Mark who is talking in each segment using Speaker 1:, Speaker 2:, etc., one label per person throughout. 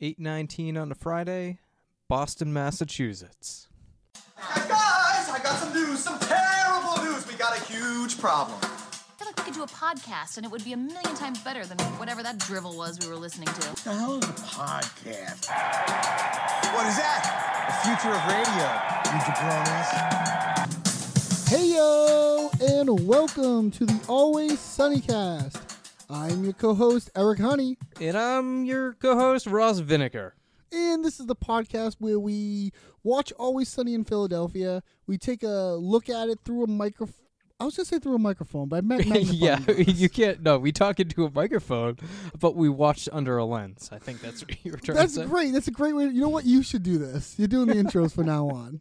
Speaker 1: 8:19 on a Friday, Boston, Massachusetts.
Speaker 2: Guys, I got some news, some terrible news. We got a huge problem.
Speaker 3: I feel like we could do a podcast and it would be a million times better than whatever that drivel was we were listening to.
Speaker 4: The hell is a podcast?
Speaker 2: What is that?
Speaker 4: The future of radio, you jabronis.
Speaker 5: Hey yo, and welcome to the Always Sunnycast. I'm your co-host Eric Honey,
Speaker 1: And I'm your co-host Ross Vinegar.
Speaker 5: and this is the podcast where we watch Always Sunny in Philadelphia. We take a look at it through a microphone. I was gonna say through a microphone, but I meant magnifying
Speaker 1: yeah,
Speaker 5: glass.
Speaker 1: you can't. No, we talk into a microphone, but we watch under a lens. I think that's what you were trying
Speaker 5: That's
Speaker 1: to say.
Speaker 5: great. That's a great way. You know what? You should do this. You're doing the intros from now on.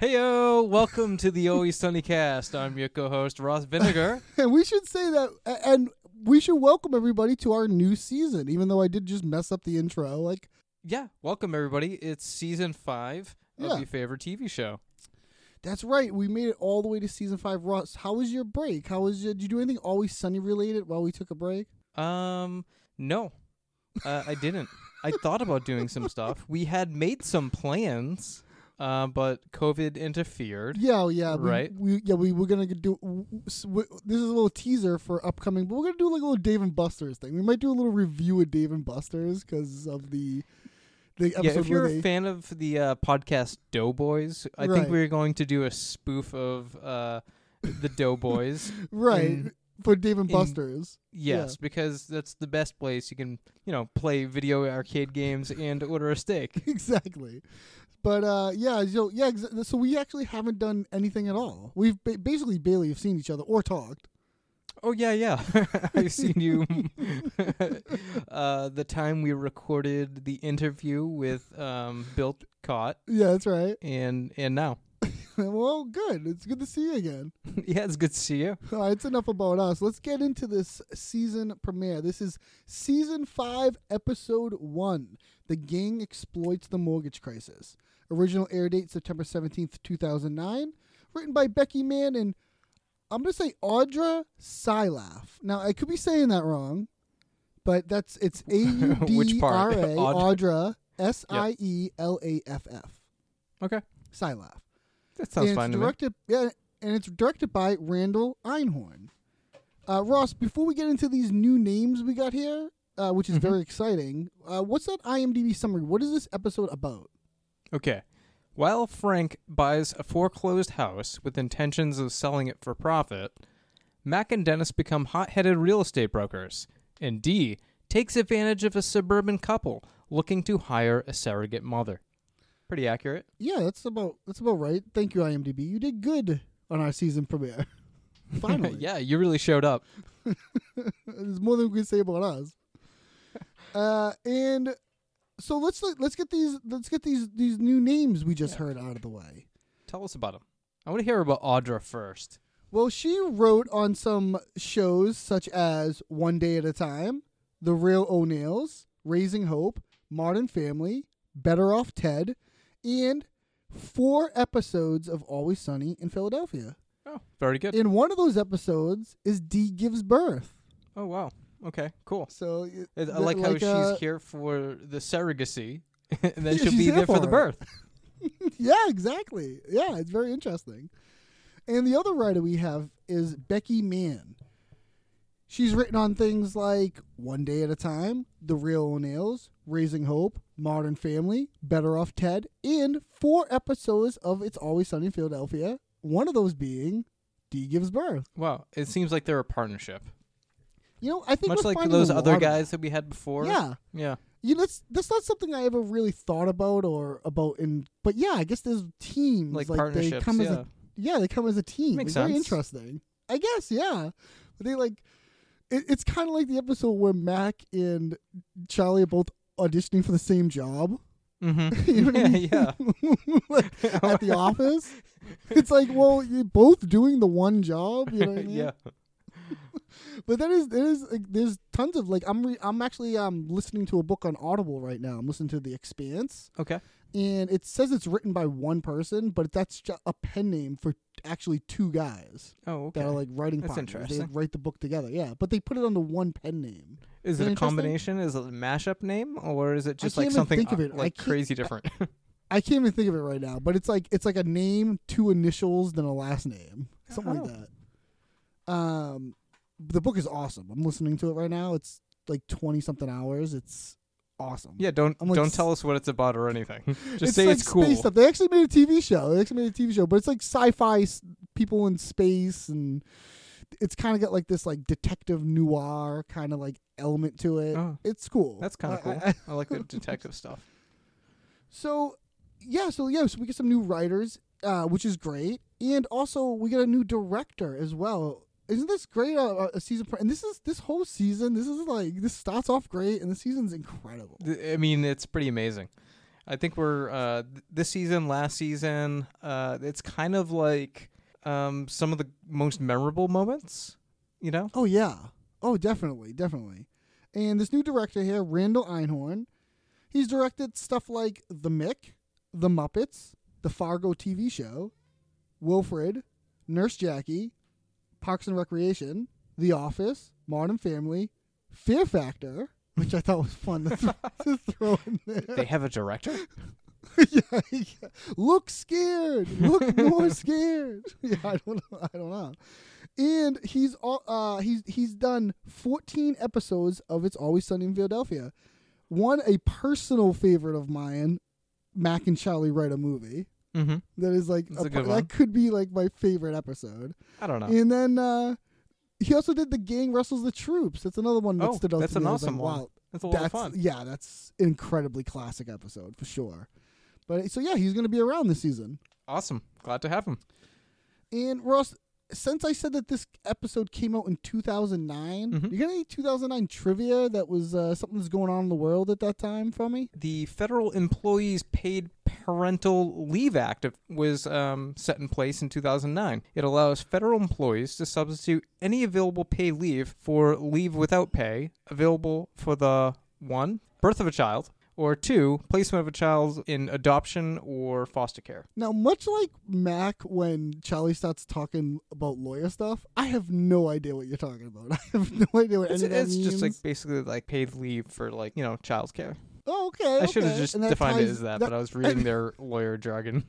Speaker 1: Hey yo, welcome to the Always Sunny Cast. I'm your co-host Ross Vinegar.
Speaker 5: And we should say that, a- and we should welcome everybody to our new season. Even though I did just mess up the intro, like
Speaker 1: yeah, welcome everybody. It's season five of
Speaker 5: Yeah.
Speaker 1: your favorite TV show.
Speaker 5: That's right. We made it all the way to season five. Ross, how was your break? How was your, did you do anything always sunny related while we took a break?
Speaker 1: Um, no, uh, I didn't. I thought about doing some stuff. We had made some plans, uh, but COVID interfered.
Speaker 5: Yeah, oh, yeah, we-
Speaker 1: Right.
Speaker 5: We, yeah, we were gonna do. w- w- s- w- This is a little teaser for upcoming, but we're gonna do like a little Dave and Buster's thing. We might do a little review of Dave and Buster's because of the the episode
Speaker 1: Yeah, if you're
Speaker 5: where
Speaker 1: a
Speaker 5: they.
Speaker 1: fan of the uh, podcast Doughboys, I think
Speaker 5: Right.
Speaker 1: we're going to do a spoof of uh, the Doughboys.
Speaker 5: right
Speaker 1: in-
Speaker 5: for Dave and
Speaker 1: in-
Speaker 5: Buster's.
Speaker 1: Yes, because that's the best place you can, you know, play video arcade games and order a steak.
Speaker 5: exactly. But uh, yeah, so yeah, exa- so we actually haven't done anything at all. We've ba- basically barely have seen each other or talked.
Speaker 1: Oh yeah, yeah. I've seen you. uh, the time we recorded the interview with um, Bill Cott,
Speaker 5: Yeah, that's right.
Speaker 1: and and now,
Speaker 5: well, good. It's good to see you again.
Speaker 1: yeah, it's good to see you.
Speaker 5: All right, it's enough about us. Let's get into this season premiere. This is season five, episode one. The gang exploits the mortgage crisis. Original air date September seventeenth, two thousand nine. Written by Becky Mann and I'm gonna say Audra Silaf. Now I could be saying that wrong, but that's it's A U D R
Speaker 1: part?
Speaker 5: A
Speaker 1: Audra?
Speaker 5: Audra S I E L A F F
Speaker 1: Okay,
Speaker 5: Silaf.
Speaker 1: that sounds
Speaker 5: and
Speaker 1: fine
Speaker 5: it's
Speaker 1: to me.
Speaker 5: directed, Yeah, and it's directed by Randall Einhorn. Uh, Ross, before we get into these new names we got here, uh, which is
Speaker 1: Mm-hmm.
Speaker 5: very exciting, uh, what's that IMDb summary? What is this episode about?
Speaker 1: Okay. While Frank buys a foreclosed house with intentions of selling it for profit, Mac and Dennis become hot headed real estate brokers, and Dee takes advantage of a suburban couple looking to hire a surrogate mother. Pretty accurate.
Speaker 5: Yeah, that's about that's about right. Thank you, IMDb. You did good on our season premiere. Finally,
Speaker 1: yeah, you really showed up.
Speaker 5: there's more than we can say about us. Uh, and so let's let's get these let's get these these new names we just heard out of the way.
Speaker 1: Tell us about him. I want to hear about Audra first.
Speaker 5: Well, she wrote on some shows such as One Day at a Time, The Real O'Neills, Raising Hope, Modern Family, Better Off Ted, and four episodes of Always Sunny in Philadelphia.
Speaker 1: Oh, very good.
Speaker 5: In one of those episodes is D Gives Birth.
Speaker 1: oh, wow. Okay, cool.
Speaker 5: So it-
Speaker 1: I I like, how
Speaker 5: uh,
Speaker 1: she's here for the surrogacy, and then
Speaker 5: Yeah,
Speaker 1: she'll
Speaker 5: she's
Speaker 1: be
Speaker 5: here
Speaker 1: there for
Speaker 5: for
Speaker 1: the
Speaker 5: it.
Speaker 1: birth.
Speaker 5: Yeah, exactly. Yeah, it's very interesting. And the other writer we have is Becky Mann. She's written on things like One Day at a Time, The Real O'Neills, Raising Hope, Modern Family, Better Off Ted, and four episodes of It's Always Sunny in Philadelphia, one of those being D Gives Birth.
Speaker 1: Wow, it seems like they're a partnership,
Speaker 5: You know, I think
Speaker 1: much
Speaker 5: we're
Speaker 1: like
Speaker 5: finding
Speaker 1: those
Speaker 5: a
Speaker 1: other
Speaker 5: lot of-
Speaker 1: guys that we had before.
Speaker 5: Yeah.
Speaker 1: yeah.
Speaker 5: You know, that's, that's not something I ever really thought about or about in, but yeah, I guess there's teams
Speaker 1: Like
Speaker 5: they
Speaker 1: partnerships,
Speaker 5: come as
Speaker 1: yeah.
Speaker 5: a yeah, they come as a team.
Speaker 1: Makes
Speaker 5: it's very
Speaker 1: sense.
Speaker 5: interesting. I guess, yeah. But they like it, it's kind of like the episode where Mac and Charlie are both auditioning for the same job.
Speaker 1: Mm-hmm.
Speaker 5: You know what I mean?
Speaker 1: yeah,
Speaker 5: like, at the office. It's like, well, you're both doing the one job, you know what I
Speaker 1: yeah,
Speaker 5: mean?
Speaker 1: yeah.
Speaker 5: But that is there is like, there's tons of like I'm re- I'm actually um listening to a book on Audible right now. I'm listening to The Expanse
Speaker 1: Okay.
Speaker 5: and it says it's written by one person, but that's ju- a pen name for actually two guys.
Speaker 1: Oh,
Speaker 5: that
Speaker 1: okay.
Speaker 5: are like writing
Speaker 1: That's
Speaker 5: partners. They
Speaker 1: interesting.
Speaker 5: write the book together, yeah. But they put it under one pen name.
Speaker 1: Is it a
Speaker 5: Interesting.
Speaker 1: combination? Is it a mashup name, or is it just
Speaker 5: can't
Speaker 1: like
Speaker 5: even
Speaker 1: something
Speaker 5: think of
Speaker 1: uh,
Speaker 5: it. I
Speaker 1: like
Speaker 5: can't-
Speaker 1: crazy different?
Speaker 5: I can't even think of it right now, but it's like it's like a name, two initials, then a last name, something
Speaker 1: Oh.
Speaker 5: like that. Um, the book is awesome. I'm listening to it right now. It's like twenty something hours. It's awesome.
Speaker 1: yeah, don't
Speaker 5: I'm like
Speaker 1: don't
Speaker 5: s-
Speaker 1: tell us what it's about or anything. Just
Speaker 5: it's
Speaker 1: say
Speaker 5: like
Speaker 1: it's cool.
Speaker 5: Space stuff. They actually made a TV show. They actually made a TV show, but it's like sci-fi s- people in space, and it's kind of got like this like detective noir kind of like element to it.
Speaker 1: Oh.
Speaker 5: It's cool.
Speaker 1: That's kind
Speaker 5: I-
Speaker 1: of cool.
Speaker 5: I-
Speaker 1: I, like the detective stuff.
Speaker 5: So, yeah, so yeah, so we get some new writers, uh, which is great, and also we get a new director as well. Isn't this great? Uh, a season, pre- and this is this whole season. This is like this starts off great, and the season's incredible.
Speaker 1: Th- I mean, it's pretty amazing. I think we're uh, th- this season, last season. Uh, it's kind of like um, some of the most memorable moments. You know,
Speaker 5: Oh yeah, oh definitely, definitely. And this new director here, Randall Einhorn, he's directed stuff like The Mick, The Muppets, The Fargo TV show, Wilfred, Nurse Jackie, Parks and Recreation, The Office, Modern Family, Fear Factor, which I thought was fun to, th- to throw in there.
Speaker 1: they have a director.
Speaker 5: yeah, yeah. Look scared. Look more scared. Yeah, I don't know. I don't know. And he's all, uh he's he's done 14 episodes of It's Always Sunny in Philadelphia. One a personal favorite of mine, Mac and Charlie write a movie.
Speaker 1: mm-hmm.
Speaker 5: That is like
Speaker 1: That's a
Speaker 5: par-
Speaker 1: good one.
Speaker 5: that could be like my favorite episode.
Speaker 1: I don't know.
Speaker 5: And then uh he also did the gang wrestles the troops. That's another one that
Speaker 1: Oh,
Speaker 5: stood out.
Speaker 1: that's
Speaker 5: to me.
Speaker 1: an
Speaker 5: I was
Speaker 1: awesome
Speaker 5: like,
Speaker 1: one.
Speaker 5: Wow,
Speaker 1: That's a lot of fun.
Speaker 5: yeah, that's an incredibly classic episode for sure. But so yeah, he's going to be around this season.
Speaker 1: Awesome. Glad to have him.
Speaker 5: And Ross, since I said that this episode came out in 2009,
Speaker 1: Mhm.
Speaker 5: you got any 2009 trivia that was uh, something that's going on in the world at that time for me?
Speaker 1: the Federal Employees Paid Parental Leave Act of- was um, set in place in 2009. It allows federal employees to substitute any available paid leave for leave without pay available for the one, birth of a child, or two, placement of a child in adoption or foster care.
Speaker 5: Now, much like Mac, when Charlie starts talking about lawyer stuff, I have no idea what you're talking about. I have no idea what
Speaker 1: It's,
Speaker 5: any of that
Speaker 1: it's just like
Speaker 5: means.
Speaker 1: basically like paid leave for like, you know, child care.
Speaker 5: oh, okay.
Speaker 1: I should have
Speaker 5: okay.
Speaker 1: just
Speaker 5: And that
Speaker 1: defined it
Speaker 5: ties-
Speaker 1: as that, but I was reading their lawyer jargon.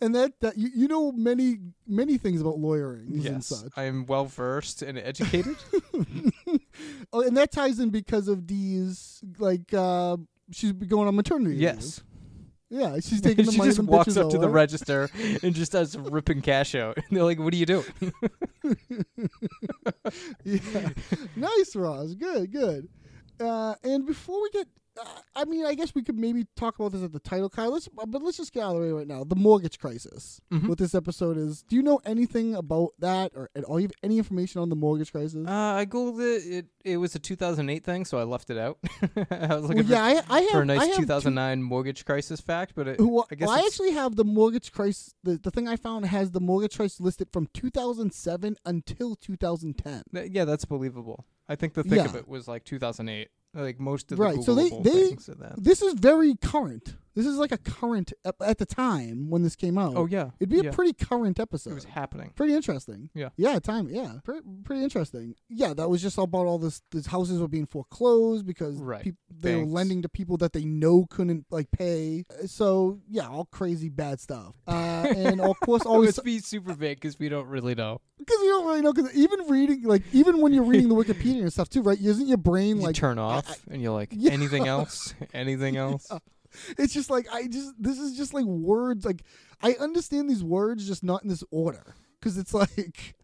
Speaker 5: and that, that you, you know many many things about lawyering and
Speaker 1: yes.
Speaker 5: such.
Speaker 1: I'm well versed and educated.
Speaker 5: Oh, and that ties in because of Dee's like uh, she's been going on maternity. leave.
Speaker 1: yes.
Speaker 5: Yeah, she's taking the
Speaker 1: she
Speaker 5: money.
Speaker 1: just
Speaker 5: them
Speaker 1: walks
Speaker 5: bitches
Speaker 1: up to the
Speaker 5: owe her.
Speaker 1: register and just starts ripping cash out. And they're like, "What do you do?"
Speaker 5: Yeah. nice, Roz. Good, good. Uh, and before we get, uh, I mean, I guess we could maybe talk about this at the title, Kyle. Let's, uh, but let's just get out of the way right now. The mortgage crisis.
Speaker 1: Mm-hmm.
Speaker 5: What this episode is. Do you know anything about that, or at all? You have any information on the mortgage crisis?
Speaker 1: Uh, I googled it. it. It was a 2008 thing, so I left it out. I was
Speaker 5: well,
Speaker 1: looking
Speaker 5: yeah, I, I
Speaker 1: for,
Speaker 5: have.
Speaker 1: for a
Speaker 5: I
Speaker 1: nice
Speaker 5: have
Speaker 1: 2009 mortgage crisis fact, but it,
Speaker 5: Two, well,
Speaker 1: I guess
Speaker 5: well, I
Speaker 1: it's-
Speaker 5: actually have the mortgage crisis. The, the thing I found has the mortgage crisis listed from 2007 until 2010.
Speaker 1: th- yeah, that's believable. I think the thick of
Speaker 5: Yeah.
Speaker 1: it was like 2008. Like most of the
Speaker 5: Right. So they
Speaker 1: Googleable
Speaker 5: they
Speaker 1: things of that.
Speaker 5: this is very current. This is like a current ep- at the time when this came out.
Speaker 1: Oh, yeah.
Speaker 5: it'd be
Speaker 1: Yeah.
Speaker 5: a pretty current episode.
Speaker 1: It was happening.
Speaker 5: pretty interesting.
Speaker 1: Yeah.
Speaker 5: yeah, time. Yeah, Pre- pretty interesting. Yeah, that was just about all this. The houses were being foreclosed because
Speaker 1: Right.
Speaker 5: peop- they were
Speaker 1: Banks.
Speaker 5: lending to people that they know couldn't like pay. So yeah, all crazy bad stuff. Uh, and of course, always
Speaker 1: Let's be super vague because we don't really know.
Speaker 5: because you don't really know. Because even reading, like even when you're reading the Wikipedia and stuff too, right? Isn't your brain
Speaker 1: You
Speaker 5: like
Speaker 1: turn off and you're like,
Speaker 5: Yeah.
Speaker 1: anything else? Anything else?
Speaker 5: It's just like I just this is just like words. Like I understand these words, just not in this order, because it's like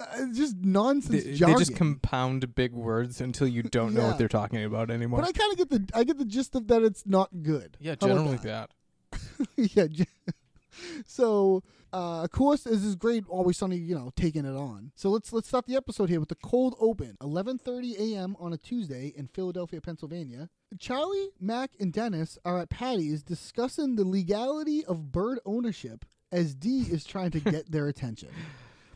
Speaker 5: uh, it's just
Speaker 1: They,
Speaker 5: nonsense
Speaker 1: they
Speaker 5: jargon.
Speaker 1: just compound big words until you don't know
Speaker 5: Yeah.
Speaker 1: what they're talking about anymore.
Speaker 5: but I kind of get the I get the gist of that it's not good.
Speaker 1: Yeah,
Speaker 5: How about
Speaker 1: generally that.
Speaker 5: yeah. gen- So, uh, of course, this is great. Always Sunny, you know, taking it on. So let's let's start the episode here with the cold open, 11:30 a.m. on a Tuesday in Philadelphia, Pennsylvania. Charlie, Mac, and Dennis are at Patty's discussing the legality of bird ownership as Dee is trying to get their attention.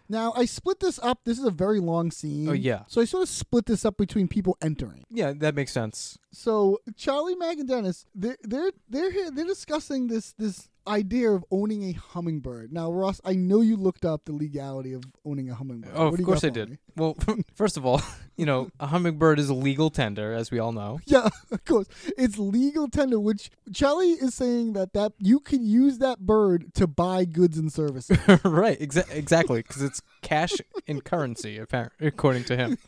Speaker 5: Now, I split this up. This is a very long scene.
Speaker 1: Oh, yeah.
Speaker 5: So I sort of split this up between people entering.
Speaker 1: Yeah, that makes sense.
Speaker 5: So Charlie Mack and Dennis, they're they're they're here, they're discussing this this idea of owning a hummingbird. Now, Ross, I know you looked up the legality of owning a hummingbird.
Speaker 1: Oh,
Speaker 5: What do
Speaker 1: of
Speaker 5: you
Speaker 1: course
Speaker 5: got
Speaker 1: I
Speaker 5: for
Speaker 1: did.
Speaker 5: me?
Speaker 1: Well, first of all, you know, a hummingbird is a legal tender, as we all know.
Speaker 5: Yeah, of course. It's legal tender, which Charlie is saying that that you can use that bird to buy goods and services.
Speaker 1: right, exa- exactly, because it's cash in currency, apparent, according to him.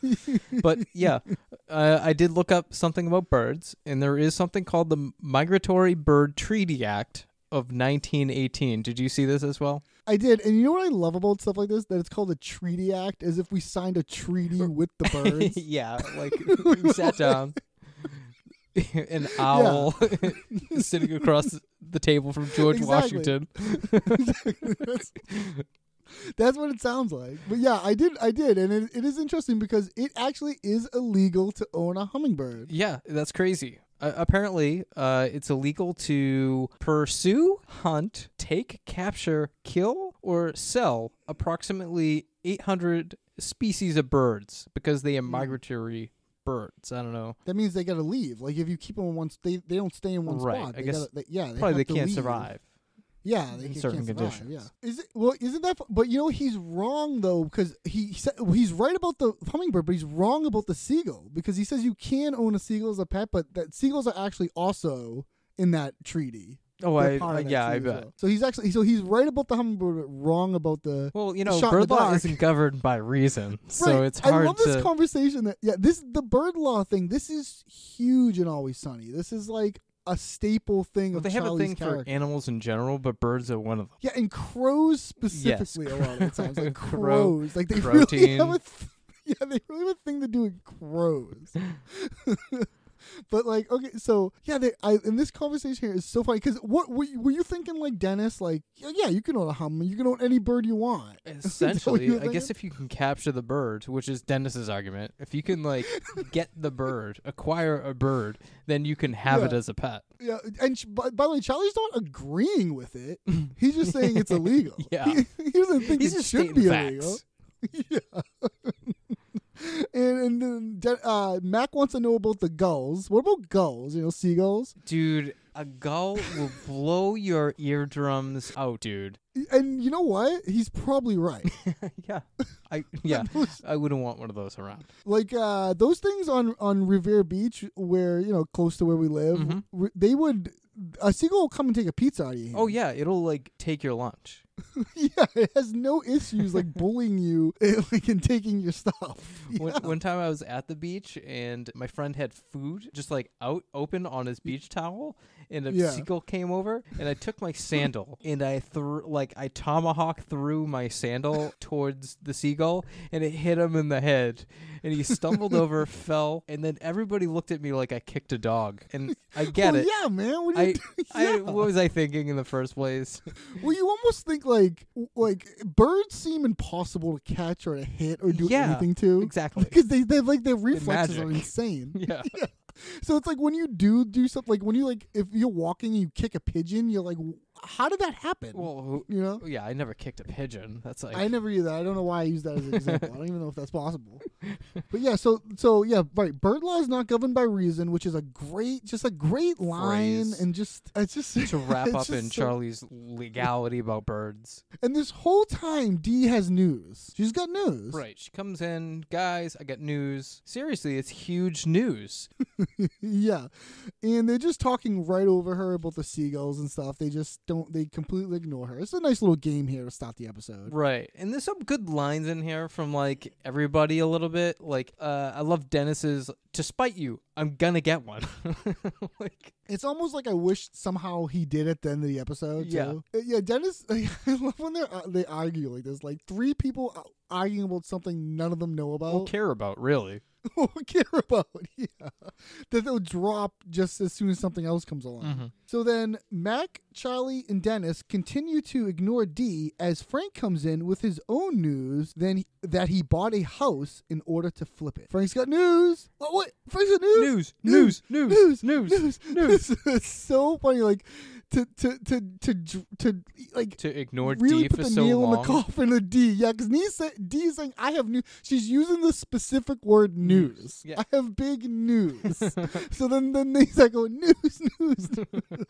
Speaker 1: But yeah, uh, I did look up something about birds, and there is something called the Migratory Bird Treaty Act of 1918. Did you see this as well?
Speaker 5: I did, and you know what I love about stuff like this? That it's called a treaty act, as if we signed a treaty with the birds.
Speaker 1: yeah, like we sat down. An owl sitting across the table from George
Speaker 5: Exactly.
Speaker 1: Washington.
Speaker 5: that's, that's what it sounds like. But yeah, I did, I did, and it, it is interesting because it actually is illegal to own a hummingbird.
Speaker 1: Yeah, that's crazy. Uh, apparently, uh, it's illegal to pursue, hunt, take, capture, kill, or sell approximately 800 species of birds because they are
Speaker 5: Hmm.
Speaker 1: migratory birds. I don't know.
Speaker 5: That means they got to leave. Like if you keep them in one, they they don't stay in one
Speaker 1: Right,
Speaker 5: spot.
Speaker 1: I
Speaker 5: They
Speaker 1: guess
Speaker 5: gotta, they, yeah, they
Speaker 1: Probably they
Speaker 5: have to
Speaker 1: can't
Speaker 5: leave.
Speaker 1: survive.
Speaker 5: Yeah, they
Speaker 1: in
Speaker 5: ca-
Speaker 1: certain
Speaker 5: can't survive,
Speaker 1: conditions.
Speaker 5: Yeah, is it well? Isn't that? fu- But you know he's wrong though because he said well, he's right about the hummingbird, but he's wrong about the seagull because he says you can own a seagull as a pet, but that seagulls are actually also in that treaty.
Speaker 1: Oh,
Speaker 5: They're
Speaker 1: I,
Speaker 5: part of
Speaker 1: I
Speaker 5: that
Speaker 1: yeah, I
Speaker 5: treaty as
Speaker 1: bet.
Speaker 5: well. So he's actually so he's right about the hummingbird, but wrong about the.
Speaker 1: Well, you
Speaker 5: the
Speaker 1: know,
Speaker 5: shot in the
Speaker 1: bird law
Speaker 5: dark.
Speaker 1: isn't governed by reason, so
Speaker 5: Right.
Speaker 1: it's hard
Speaker 5: I love
Speaker 1: to.
Speaker 5: this conversation that yeah, this the bird law thing. This is huge and always sunny. This is like a staple thing
Speaker 1: well,
Speaker 5: of
Speaker 1: they have a
Speaker 5: Charlie's
Speaker 1: thing
Speaker 5: character.
Speaker 1: for animals in general, but birds are one of them.
Speaker 5: Yeah, and crows
Speaker 1: Yes,
Speaker 5: specifically a lot of the times, like
Speaker 1: crow-
Speaker 5: crows, like they really
Speaker 1: protein.
Speaker 5: have a th- yeah, they really have a thing to do with crows. but like, okay, so yeah, they, I and this conversation here is so funny because what were you, were you thinking, like Dennis, like yeah, yeah, you can own a hum, you can own any bird you want. Is that what you
Speaker 1: Essentially,
Speaker 5: were
Speaker 1: I guess
Speaker 5: thinking?
Speaker 1: if you can capture the bird, which is Dennis's argument, if you can like get the bird, acquire a bird, then you can have it
Speaker 5: Yeah.
Speaker 1: as a pet.
Speaker 5: yeah, and sh- by, by the way, Charlie's not agreeing with it. He's just saying it's illegal.
Speaker 1: Yeah.
Speaker 5: he, he doesn't think
Speaker 1: He's
Speaker 5: it
Speaker 1: just
Speaker 5: should
Speaker 1: stating
Speaker 5: be illegal.
Speaker 1: facts.
Speaker 5: yeah. and and then De- uh, Mac wants to know about the gulls. What about gulls? You know, seagulls.
Speaker 1: Dude, a gull will blow your eardrums out, dude.
Speaker 5: And you know what? He's probably right.
Speaker 1: yeah. I yeah. I wouldn't want one of those around.
Speaker 5: like uh, those things on on Revere Beach, where you know, close to where we live,
Speaker 1: Mm-hmm.
Speaker 5: re- they would. A seagull will come and take a pizza out of you.
Speaker 1: Oh yeah, it'll like take your lunch.
Speaker 5: yeah, it has no issues like bullying you, like and taking your stuff.
Speaker 1: One, one time I was at the beach and my friend had food just like out open on his beach towel, and a
Speaker 5: Yeah.
Speaker 1: seagull came over and I took my sandal and I threw like I tomahawk threw my sandal towards the seagull and it hit him in the head, and he stumbled over, fell, and then everybody looked at me like I kicked a dog, and I get
Speaker 5: well,
Speaker 1: it.
Speaker 5: Yeah, man. What do you
Speaker 1: I,
Speaker 5: do?
Speaker 1: I,
Speaker 5: Yeah.
Speaker 1: what was I thinking in the first place?
Speaker 5: Well, you almost think like like birds seem impossible to catch or to hit or do
Speaker 1: Yeah,
Speaker 5: anything to
Speaker 1: exactly.
Speaker 5: because they they like their reflexes are
Speaker 1: magic.
Speaker 5: insane.
Speaker 1: Yeah.
Speaker 5: So it's like when you do do something like when you like if you're walking and you kick a pigeon, you're like, how did that happen?
Speaker 1: Well, who-
Speaker 5: you know.
Speaker 1: yeah, I never kicked a pigeon. That's like
Speaker 5: I never either. I don't know why I use that as an example. I don't even know if that's possible. But yeah, so so yeah, right. Bird law is not governed by reason, which is a great, just a great line,
Speaker 1: Phrase.
Speaker 5: and just it's just
Speaker 1: to wrap
Speaker 5: it's
Speaker 1: up
Speaker 5: just
Speaker 1: in
Speaker 5: so-
Speaker 1: Charlie's legality about birds.
Speaker 5: And this whole time, Dee has news. She's got news.
Speaker 1: Right. She comes in, guys, I got news. Seriously, it's huge news.
Speaker 5: Yeah. And they're just talking right over her about the seagulls and stuff. They just don't, they completely ignore her. It's a nice little game here to start the episode.
Speaker 1: right. And there's some good lines in here from like everybody a little bit. Like, uh, I love Dennis's to spite you, I'm gonna get one. like
Speaker 5: It's almost like I wish somehow he did at the end of the episode.
Speaker 1: Yeah.
Speaker 5: too. Uh, Yeah. Dennis, I love when they're, uh, they argue like this. Like three people ar- arguing about something none of them know about
Speaker 1: don't care about really.
Speaker 5: or care about. Yeah. That they'll drop just as soon as something else comes along. So then Mac, Charlie, and Dennis continue to ignore D as Frank comes in with his own news then that he bought a house in order to flip it. Frank's got news. Oh, what? Frank's got news.
Speaker 1: News, news, news, news,
Speaker 5: news. It's so funny. Like to to to to dr- to like
Speaker 1: to ignore
Speaker 5: really
Speaker 1: D
Speaker 5: put
Speaker 1: for
Speaker 5: the
Speaker 1: so
Speaker 5: nail
Speaker 1: long.
Speaker 5: in the coffin of D. Yeah, because D, say, D is saying I have new. She's using the specific word news.
Speaker 1: Yeah.
Speaker 5: I have big news. so then then they start going news news. news.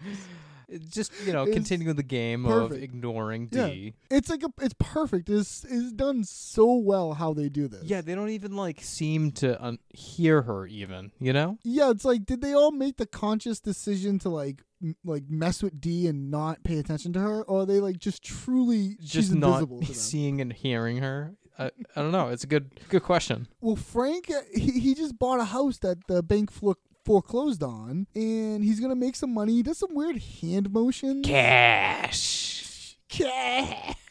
Speaker 1: Just you know,
Speaker 5: It's
Speaker 1: continue the game of
Speaker 5: perfect.
Speaker 1: ignoring
Speaker 5: Yeah.
Speaker 1: D.
Speaker 5: It's like a, it's perfect. It's it's done so well how they do this.
Speaker 1: Yeah, they don't even like seem to un- hear her even, you know?
Speaker 5: Yeah, it's like did they all make the conscious decision to like m- like mess with D and not pay attention to her, or are they like just truly
Speaker 1: Just
Speaker 5: she's
Speaker 1: not
Speaker 5: invisible to them?
Speaker 1: seeing and hearing her. I, I don't know. It's a good good question.
Speaker 5: well, Frank uh, he he just bought a house that the bank flo- foreclosed on, and he's gonna make some money. He does some weird hand motions.
Speaker 1: Cash.
Speaker 5: Cash.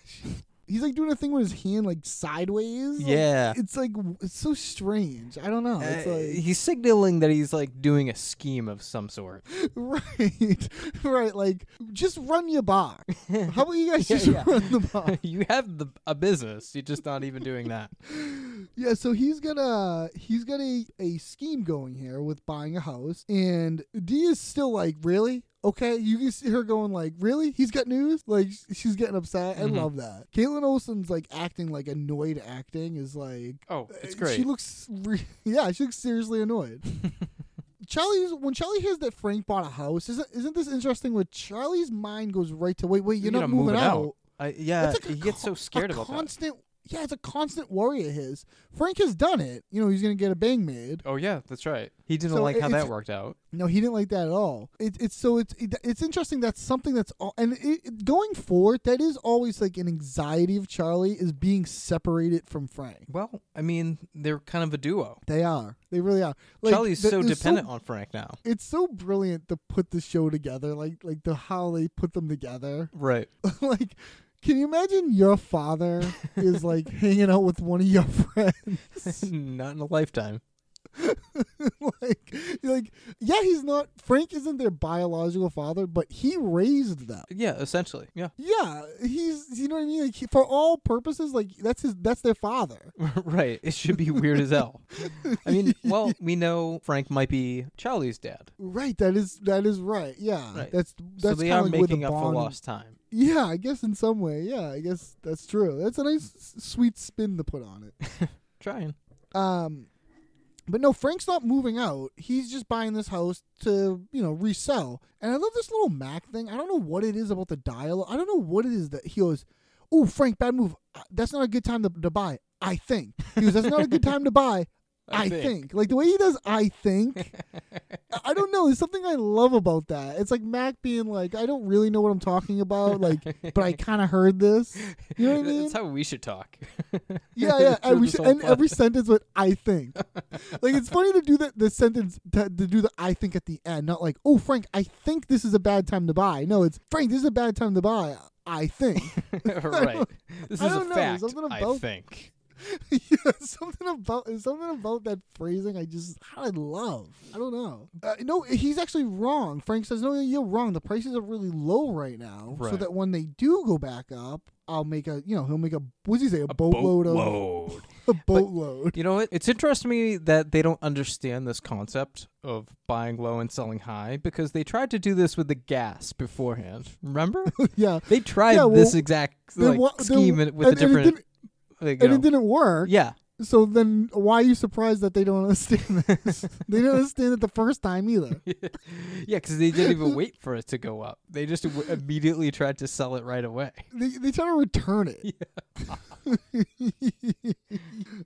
Speaker 5: He's like doing a thing with his hand like sideways. Like,
Speaker 1: Yeah.
Speaker 5: it's like w- it's so strange. I don't know. Oh, It's
Speaker 1: Uh,
Speaker 5: like
Speaker 1: he's signaling that he's like doing a scheme of some sort.
Speaker 5: right, right. Like just run your box. How about you guys just run the box?
Speaker 1: you have the, a business. You're just not even doing that.
Speaker 5: Yeah, so he's got a he's got a, a scheme going here with buying a house, and D is still like, really? Okay, you can see her going like, really? He's got news? Like sh- she's getting upset.
Speaker 1: Mm-hmm.
Speaker 5: I love that. Caitlin Olsen's like acting like annoyed. Acting is like,
Speaker 1: Oh, it's
Speaker 5: uh,
Speaker 1: great.
Speaker 5: She looks, re- yeah, she looks seriously annoyed. Charlie's when Charlie hears that Frank bought a house, isn't isn't this interesting? Where Charlie's mind goes right to wait, wait, you're
Speaker 1: You
Speaker 5: not
Speaker 1: gotta move
Speaker 5: moving
Speaker 1: it
Speaker 5: out.
Speaker 1: I, yeah,
Speaker 5: It's like a
Speaker 1: uh, he gets
Speaker 5: co-
Speaker 1: so scared
Speaker 5: a
Speaker 1: about that.
Speaker 5: constant, Yeah, it's a constant worry of his. Frank has done it. You know, he's gonna get a bang made.
Speaker 1: Oh yeah, that's right. He didn't
Speaker 5: So
Speaker 1: like
Speaker 5: it-
Speaker 1: how that
Speaker 5: it's-
Speaker 1: worked out.
Speaker 5: No, he didn't like that at all. It, it's so it's it, it's interesting. That's something that's all, and it, it- going forward, that is always like an anxiety of Charlie is being separated from Frank.
Speaker 1: Well, I mean, they're kind of a duo.
Speaker 5: They are. They really are. Like,
Speaker 1: Charlie's
Speaker 5: th-
Speaker 1: so
Speaker 5: it's
Speaker 1: dependent on Frank now.
Speaker 5: It's so brilliant to put the show together. Like like the how they put them together.
Speaker 1: Right.
Speaker 5: like. Can you imagine your father is like hanging out with one of your friends?
Speaker 1: not in a lifetime.
Speaker 5: like, like, yeah, he's not. Frank isn't their biological father, but he raised them.
Speaker 1: Yeah, essentially. Yeah.
Speaker 5: Yeah, he's. You know what I mean? Like, he, for all purposes, like that's his. That's their father.
Speaker 1: right. It should be weird as hell. I mean, well, we know Frank might be Charlie's dad.
Speaker 5: Right. That is. That is right. Yeah.
Speaker 1: Right.
Speaker 5: That's.
Speaker 1: So
Speaker 5: That's
Speaker 1: they
Speaker 5: kinda
Speaker 1: are
Speaker 5: like where
Speaker 1: making
Speaker 5: the
Speaker 1: up for
Speaker 5: bond-
Speaker 1: lost time.
Speaker 5: Yeah, I guess in some way. Yeah, I guess that's true. That's a nice, s- sweet spin to put on it.
Speaker 1: Trying.
Speaker 5: Um. But no, Frank's not moving out. He's just buying this house to, you know, resell. And I love this little Mac thing. I don't know what it is about the dialogue. I don't know what it is that he goes, "Oh, Frank, bad move. Uh, That's not a good time to, to buy." I think he goes, "That's not a good time to buy."
Speaker 1: I
Speaker 5: I,
Speaker 1: think."
Speaker 5: think. like the way he does. I think. I- I don't know. There's something I love about that. It's like Mac being like, "I don't really know what I'm talking about," like, but I kind of heard this. You know what I mean?
Speaker 1: That's how we should talk.
Speaker 5: Yeah, yeah.
Speaker 1: Through
Speaker 5: Every
Speaker 1: this
Speaker 5: sen-
Speaker 1: whole
Speaker 5: and
Speaker 1: plot.
Speaker 5: every sentence with I think. like it's funny to do that the sentence to, to do the I think at the end, not like, oh Frank, I think this is a bad time to buy. No, it's Frank, this is a bad time to buy. I think.
Speaker 1: right. This
Speaker 5: I
Speaker 1: is a
Speaker 5: don't know,
Speaker 1: fact.
Speaker 5: something
Speaker 1: I
Speaker 5: about-
Speaker 1: think.
Speaker 5: yeah, something about there's something about that phrasing I just I love. I don't know. Uh, no, he's actually wrong. Frank says, No, you're wrong. The prices are really low right now. So
Speaker 1: Right.
Speaker 5: that when they do go back up, I'll make a you know, he'll make a what's he say, a, boatload of
Speaker 1: Boatload.
Speaker 5: a boatload.
Speaker 1: You know what? It's interesting to me that they don't understand this concept of buying low and selling high because they tried to do this with the gas beforehand. Remember?
Speaker 5: yeah.
Speaker 1: they tried
Speaker 5: Yeah, well,
Speaker 1: this exact
Speaker 5: they
Speaker 1: like,
Speaker 5: wa- they-
Speaker 1: scheme and- with
Speaker 5: and-
Speaker 1: a
Speaker 5: and it
Speaker 1: different.
Speaker 5: didn't-
Speaker 1: like, you
Speaker 5: and it
Speaker 1: know-
Speaker 5: didn't work.
Speaker 1: yeah.
Speaker 5: So then, why are you surprised that they don't understand this? they didn't understand it the first time either.
Speaker 1: Yeah, because they didn't even wait for it to go up. They just w- immediately tried to sell it right away.
Speaker 5: They, they try to return it.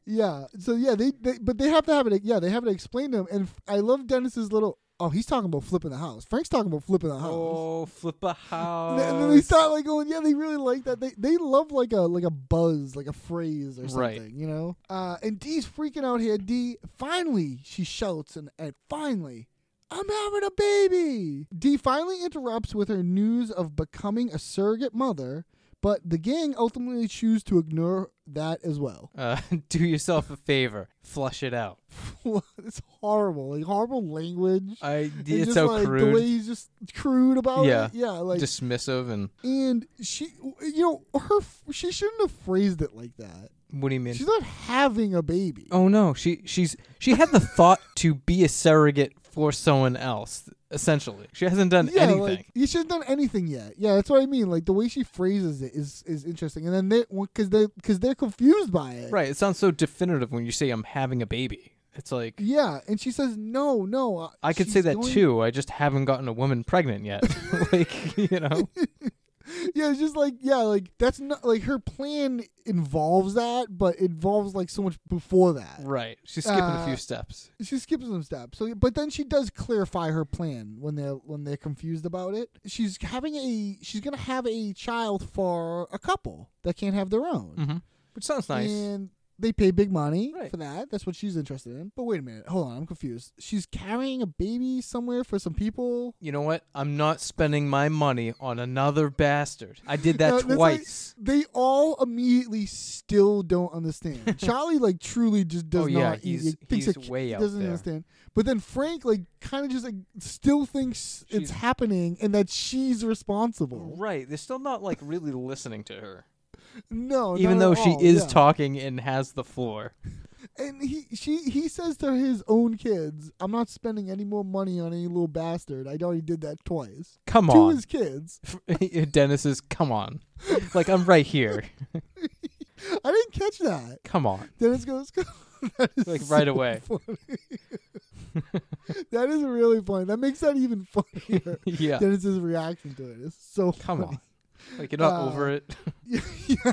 Speaker 5: Yeah. So yeah, they, they but they have to have it. Yeah, they have it explained to them. And I love Dennis's little. Oh, he's talking about flipping the house. Frank's talking about flipping the house.
Speaker 1: Oh, flip a
Speaker 5: And
Speaker 1: house.
Speaker 5: then- and then they start like going, yeah, they really like that. They they love like a like a buzz, like a phrase or something,
Speaker 1: Right.
Speaker 5: you know. Uh, and Dee's freaking out here. Dee finally she shouts and, and finally, I'm having a baby. Dee finally interrupts with her news of becoming a surrogate mother, but the gang ultimately choose to ignore that as well.
Speaker 1: uh, do yourself a favor. Flush it out.
Speaker 5: it's horrible, like horrible language.
Speaker 1: I,
Speaker 5: And
Speaker 1: it's
Speaker 5: just
Speaker 1: so
Speaker 5: like the
Speaker 1: crude,
Speaker 5: way he's just crude about
Speaker 1: Yeah.
Speaker 5: it. Oh, Yeah, like
Speaker 1: dismissive, and
Speaker 5: and she you know her she shouldn't have phrased it like that
Speaker 1: what do you mean?
Speaker 5: she's not having a baby
Speaker 1: oh no, she she's she had the thought to be a surrogate for someone else. essentially. She hasn't done
Speaker 5: yeah,
Speaker 1: anything.
Speaker 5: like you should have done anything yet. Yeah, that's what I mean. Like the way she phrases it is is interesting, and then they because they because they're confused by it.
Speaker 1: right. It sounds so definitive when you say I'm having a baby. It's like
Speaker 5: Yeah, and she says no, no. uh,
Speaker 1: I could
Speaker 5: she's
Speaker 1: say that
Speaker 5: going-
Speaker 1: too. I just haven't gotten a woman pregnant yet. like, you know.
Speaker 5: Yeah, it's just like yeah, like that's not like her plan involves that, but it involves like so much before that.
Speaker 1: Right. She's skipping a
Speaker 5: Uh,
Speaker 1: few steps.
Speaker 5: She skips some steps. So, but then she does clarify her plan when they're when they're confused about it. She's having a she's gonna have a child for a couple that can't have their own.
Speaker 1: Which sounds Mm-hmm. nice.
Speaker 5: and they pay big money
Speaker 1: Right.
Speaker 5: for that. That's what she's interested in. But wait a minute, hold on, I'm confused. She's carrying a baby somewhere for some people.
Speaker 1: you know what? I'm not spending my money on another bastard. I did
Speaker 5: No,
Speaker 1: that
Speaker 5: that's like-
Speaker 1: twice.
Speaker 5: they all immediately still don't understand. Charlie like truly just does
Speaker 1: Oh, yeah,
Speaker 5: not. he-
Speaker 1: he's-
Speaker 5: he thinks
Speaker 1: he's
Speaker 5: it-
Speaker 1: way
Speaker 5: he
Speaker 1: out
Speaker 5: doesn't
Speaker 1: there.
Speaker 5: understand. But then Frank like kind of just like still thinks it's
Speaker 1: She's-
Speaker 5: happening and that she's responsible.
Speaker 1: right. They're still not like really listening to her.
Speaker 5: No,
Speaker 1: Mm. Even
Speaker 5: Oh, not
Speaker 1: though
Speaker 5: at
Speaker 1: she
Speaker 5: all,
Speaker 1: is
Speaker 5: yeah.
Speaker 1: talking and has the floor.
Speaker 5: and he she he says to his own kids, "I'm not spending any more money on any little bastard. I already did that twice."
Speaker 1: Come
Speaker 5: to
Speaker 1: on.
Speaker 5: his kids.
Speaker 1: Dennis is, come on. Like, I'm right here.
Speaker 5: I didn't catch that.
Speaker 1: Come on.
Speaker 5: Dennis goes, that is
Speaker 1: Like, right
Speaker 5: so
Speaker 1: away.
Speaker 5: funny. that is really funny. That makes that even funnier.
Speaker 1: Yeah.
Speaker 5: Dennis's reaction to it is so
Speaker 1: Come
Speaker 5: funny.
Speaker 1: on. Like, you're not
Speaker 5: Uh,
Speaker 1: over it.
Speaker 5: yeah,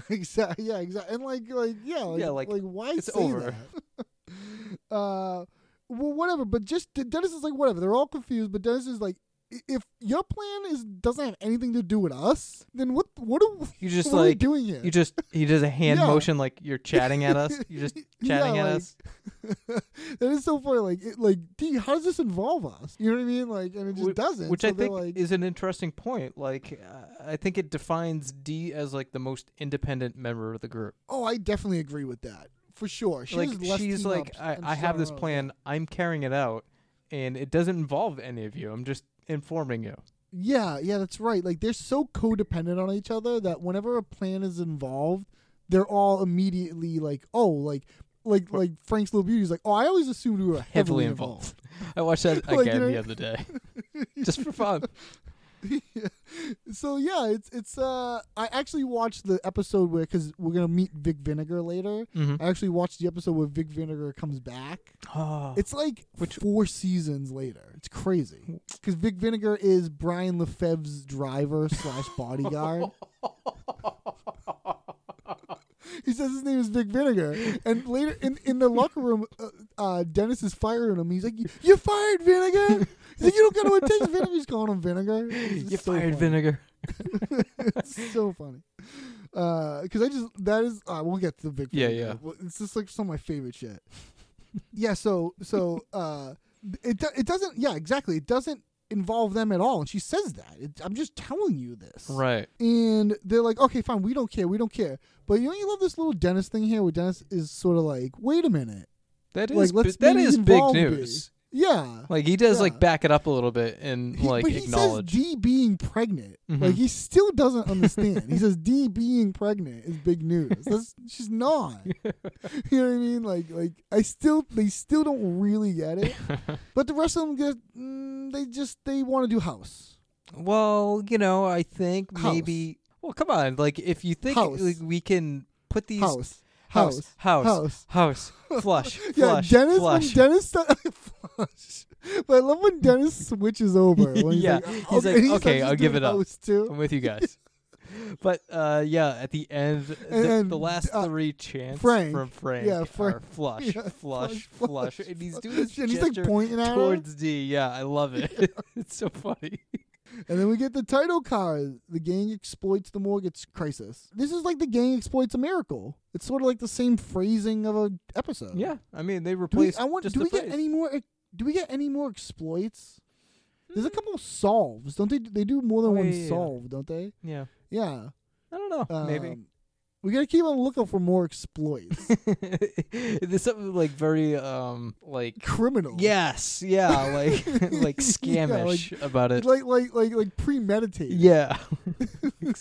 Speaker 5: exactly. Yeah, exactly. And like, like, yeah, like,
Speaker 1: Yeah, like,
Speaker 5: why
Speaker 1: it's
Speaker 5: say
Speaker 1: over.
Speaker 5: that? uh, well, whatever. But just De- Dennis is like, whatever. They're all confused, but Dennis is like, "I- if your plan is doesn't have anything to do with us, then what? What are
Speaker 1: You just,
Speaker 5: what are we
Speaker 1: like,
Speaker 5: doing here?
Speaker 1: You just, he does a hand
Speaker 5: Yeah.
Speaker 1: motion like you're chatting at us. You're just
Speaker 5: Yeah,
Speaker 1: chatting at
Speaker 5: like-
Speaker 1: us.
Speaker 5: that is so funny. Like, it, like, D, how does this involve us? You know what I mean? Like, and it just
Speaker 1: Wh-
Speaker 5: doesn't.
Speaker 1: Which
Speaker 5: So
Speaker 1: I
Speaker 5: they're
Speaker 1: think
Speaker 5: like,
Speaker 1: is an interesting point. Like, uh, I think it defines D as like the most independent member of the group.
Speaker 5: oh, I definitely agree with that for sure. She's
Speaker 1: like,
Speaker 5: less
Speaker 1: she's
Speaker 5: team
Speaker 1: like,
Speaker 5: ups
Speaker 1: I,
Speaker 5: and
Speaker 1: I
Speaker 5: she's
Speaker 1: have
Speaker 5: on
Speaker 1: this
Speaker 5: her own.
Speaker 1: plan. I'm carrying it out, and it doesn't involve any of you. I'm just informing you.
Speaker 5: Yeah, yeah, that's right. Like they're so codependent on each other that whenever a plan is involved, they're all immediately like, oh, like, like, like Frank's little beauty's like, oh, I always assumed we were
Speaker 1: Heavily
Speaker 5: heavily,
Speaker 1: involved. I watched that again
Speaker 5: Like, you know-
Speaker 1: the other day, just for fun.
Speaker 5: so yeah, it's it's. uh I actually watched the episode where because we're gonna meet Vic Vinegar later. I actually watched the episode where Vic Vinegar comes back.
Speaker 1: Mm-hmm. Oh,
Speaker 5: It's like four seasons later. It's crazy because Vic Vinegar is Brian Lefebvre's driver slash bodyguard. he says his name is Vic Vinegar, and later in, in the locker room, uh, uh, Dennis is firing him. He's like, "You're fired, Vinegar." He's like, "You don't got what it takes." Vinegar's calling him Vinegar. It's just
Speaker 1: you
Speaker 5: so
Speaker 1: fired
Speaker 5: funny.
Speaker 1: vinegar.
Speaker 5: It's so funny. Because I just that is I won't get to the big
Speaker 1: Yeah,
Speaker 5: thing.
Speaker 1: yeah.
Speaker 5: Well, It's just like some of my favorite shit. yeah. So so uh, it do- it doesn't yeah exactly it doesn't involve them at all and she says that it, I'm just telling you this
Speaker 1: Right.
Speaker 5: and they're like okay fine we don't care we don't care but you know you love this little Dennis thing here where Dennis is sort of like wait a minute
Speaker 1: That
Speaker 5: like
Speaker 1: is bi-
Speaker 5: let's
Speaker 1: that
Speaker 5: maybe
Speaker 1: is big
Speaker 5: involve me."
Speaker 1: news.
Speaker 5: yeah
Speaker 1: Like he does
Speaker 5: Yeah.
Speaker 1: like back it up a little bit and
Speaker 5: He-
Speaker 1: like
Speaker 5: but he
Speaker 1: acknowledge. Mm-hmm.
Speaker 5: says D being pregnant. Like he still doesn't understand. he says D being pregnant is big news. That's, she's not. you know what I mean? Like like I still they still don't really get it. but the rest of them get mm, they just they want to do house.
Speaker 1: Well, you know, I think
Speaker 5: House.
Speaker 1: maybe. Well, come on. Like, if you think
Speaker 5: House.
Speaker 1: like, we can put these
Speaker 5: House.
Speaker 1: house,
Speaker 5: House.
Speaker 1: house,
Speaker 5: House.
Speaker 1: house, flush,
Speaker 5: Yeah,
Speaker 1: flush,
Speaker 5: Dennis
Speaker 1: flush.
Speaker 5: when Dennis st- flush. But I love when Dennis switches over. When he's
Speaker 1: Yeah.
Speaker 5: like,
Speaker 1: He's
Speaker 5: "Oh,
Speaker 1: like,
Speaker 5: and
Speaker 1: "Okay,
Speaker 5: he starts just
Speaker 1: I'll give it
Speaker 5: doing
Speaker 1: up."
Speaker 5: house Too.
Speaker 1: I'm with you guys. but uh, yeah, at the end, the,
Speaker 5: And then,
Speaker 1: the last
Speaker 5: uh,
Speaker 1: three chants
Speaker 5: Frank.
Speaker 1: from Frank
Speaker 5: Yeah,
Speaker 1: are
Speaker 5: Frank.
Speaker 1: flush,
Speaker 5: Yeah,
Speaker 1: flush, flush,
Speaker 5: flush, flush,
Speaker 1: and he's
Speaker 5: flush.
Speaker 1: doing this
Speaker 5: And he's, like,
Speaker 1: gesture
Speaker 5: pointing at her.
Speaker 1: towards D. Yeah, I love it. it's so funny.
Speaker 5: And then we get the title card. The gang exploits the mortgage crisis. This is like the gang exploits a miracle. It's sort of like the same phrasing of a episode.
Speaker 1: Yeah, I mean they
Speaker 5: Uh, Do we,
Speaker 1: replaced.
Speaker 5: I want.
Speaker 1: just
Speaker 5: Do
Speaker 1: the
Speaker 5: we get
Speaker 1: phrase.
Speaker 5: any more? e, Do we get any more exploits? There's a couple solves, don't they? They do more than
Speaker 1: Hmm. Oh,
Speaker 5: one
Speaker 1: yeah, yeah, yeah.
Speaker 5: solve, don't they?
Speaker 1: Yeah,
Speaker 5: Yeah.
Speaker 1: I don't know. Maybe
Speaker 5: Um, we gotta keep on looking for more exploits.
Speaker 1: there's something like very um like
Speaker 5: Criminal.
Speaker 1: yes yeah like like
Speaker 5: Yeah, like-
Speaker 1: scamish about it
Speaker 5: Like like like like premeditated.
Speaker 1: yeah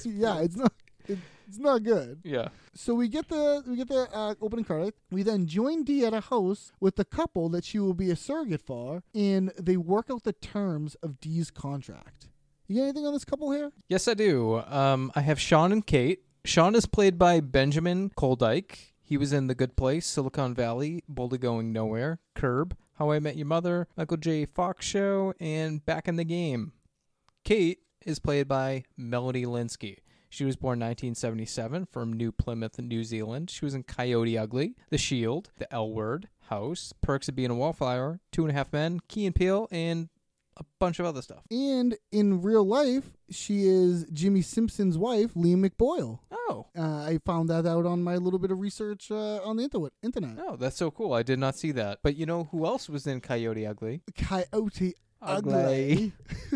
Speaker 5: yeah, it's not. It, It's not good.
Speaker 1: Yeah.
Speaker 5: So we get the we get the uh, opening credit. We then join Dee at a house with the couple that she will be a surrogate for, and they work out the terms of Dee's contract. You got anything on this couple here?
Speaker 1: Yes, I do. Um, I have Sean and Kate. Sean is played by Benjamin Koldyke. He was in The Good Place, Silicon Valley, Boulder Going Nowhere, Curb, How I Met Your Mother, Michael J. Fox Show, and Back in the Game. Kate is played by Melody Linsky. She was born 1977 from New Plymouth, New Zealand. She was in Coyote Ugly, The Shield, The L Word, House, Perks of Being a Wallflower, Two and a Half Men, Key and Peele, and a bunch of other stuff.
Speaker 5: And in real life, she is Jimmy Simpson's wife, Liam McBoyle.
Speaker 1: Oh,
Speaker 5: Uh, I found that out on my little bit of research uh, on the interwit- internet.
Speaker 1: Oh, that's so cool. I did not see that. But you know who else was in Coyote Ugly?
Speaker 5: Coyote Ugly.
Speaker 1: Ugly.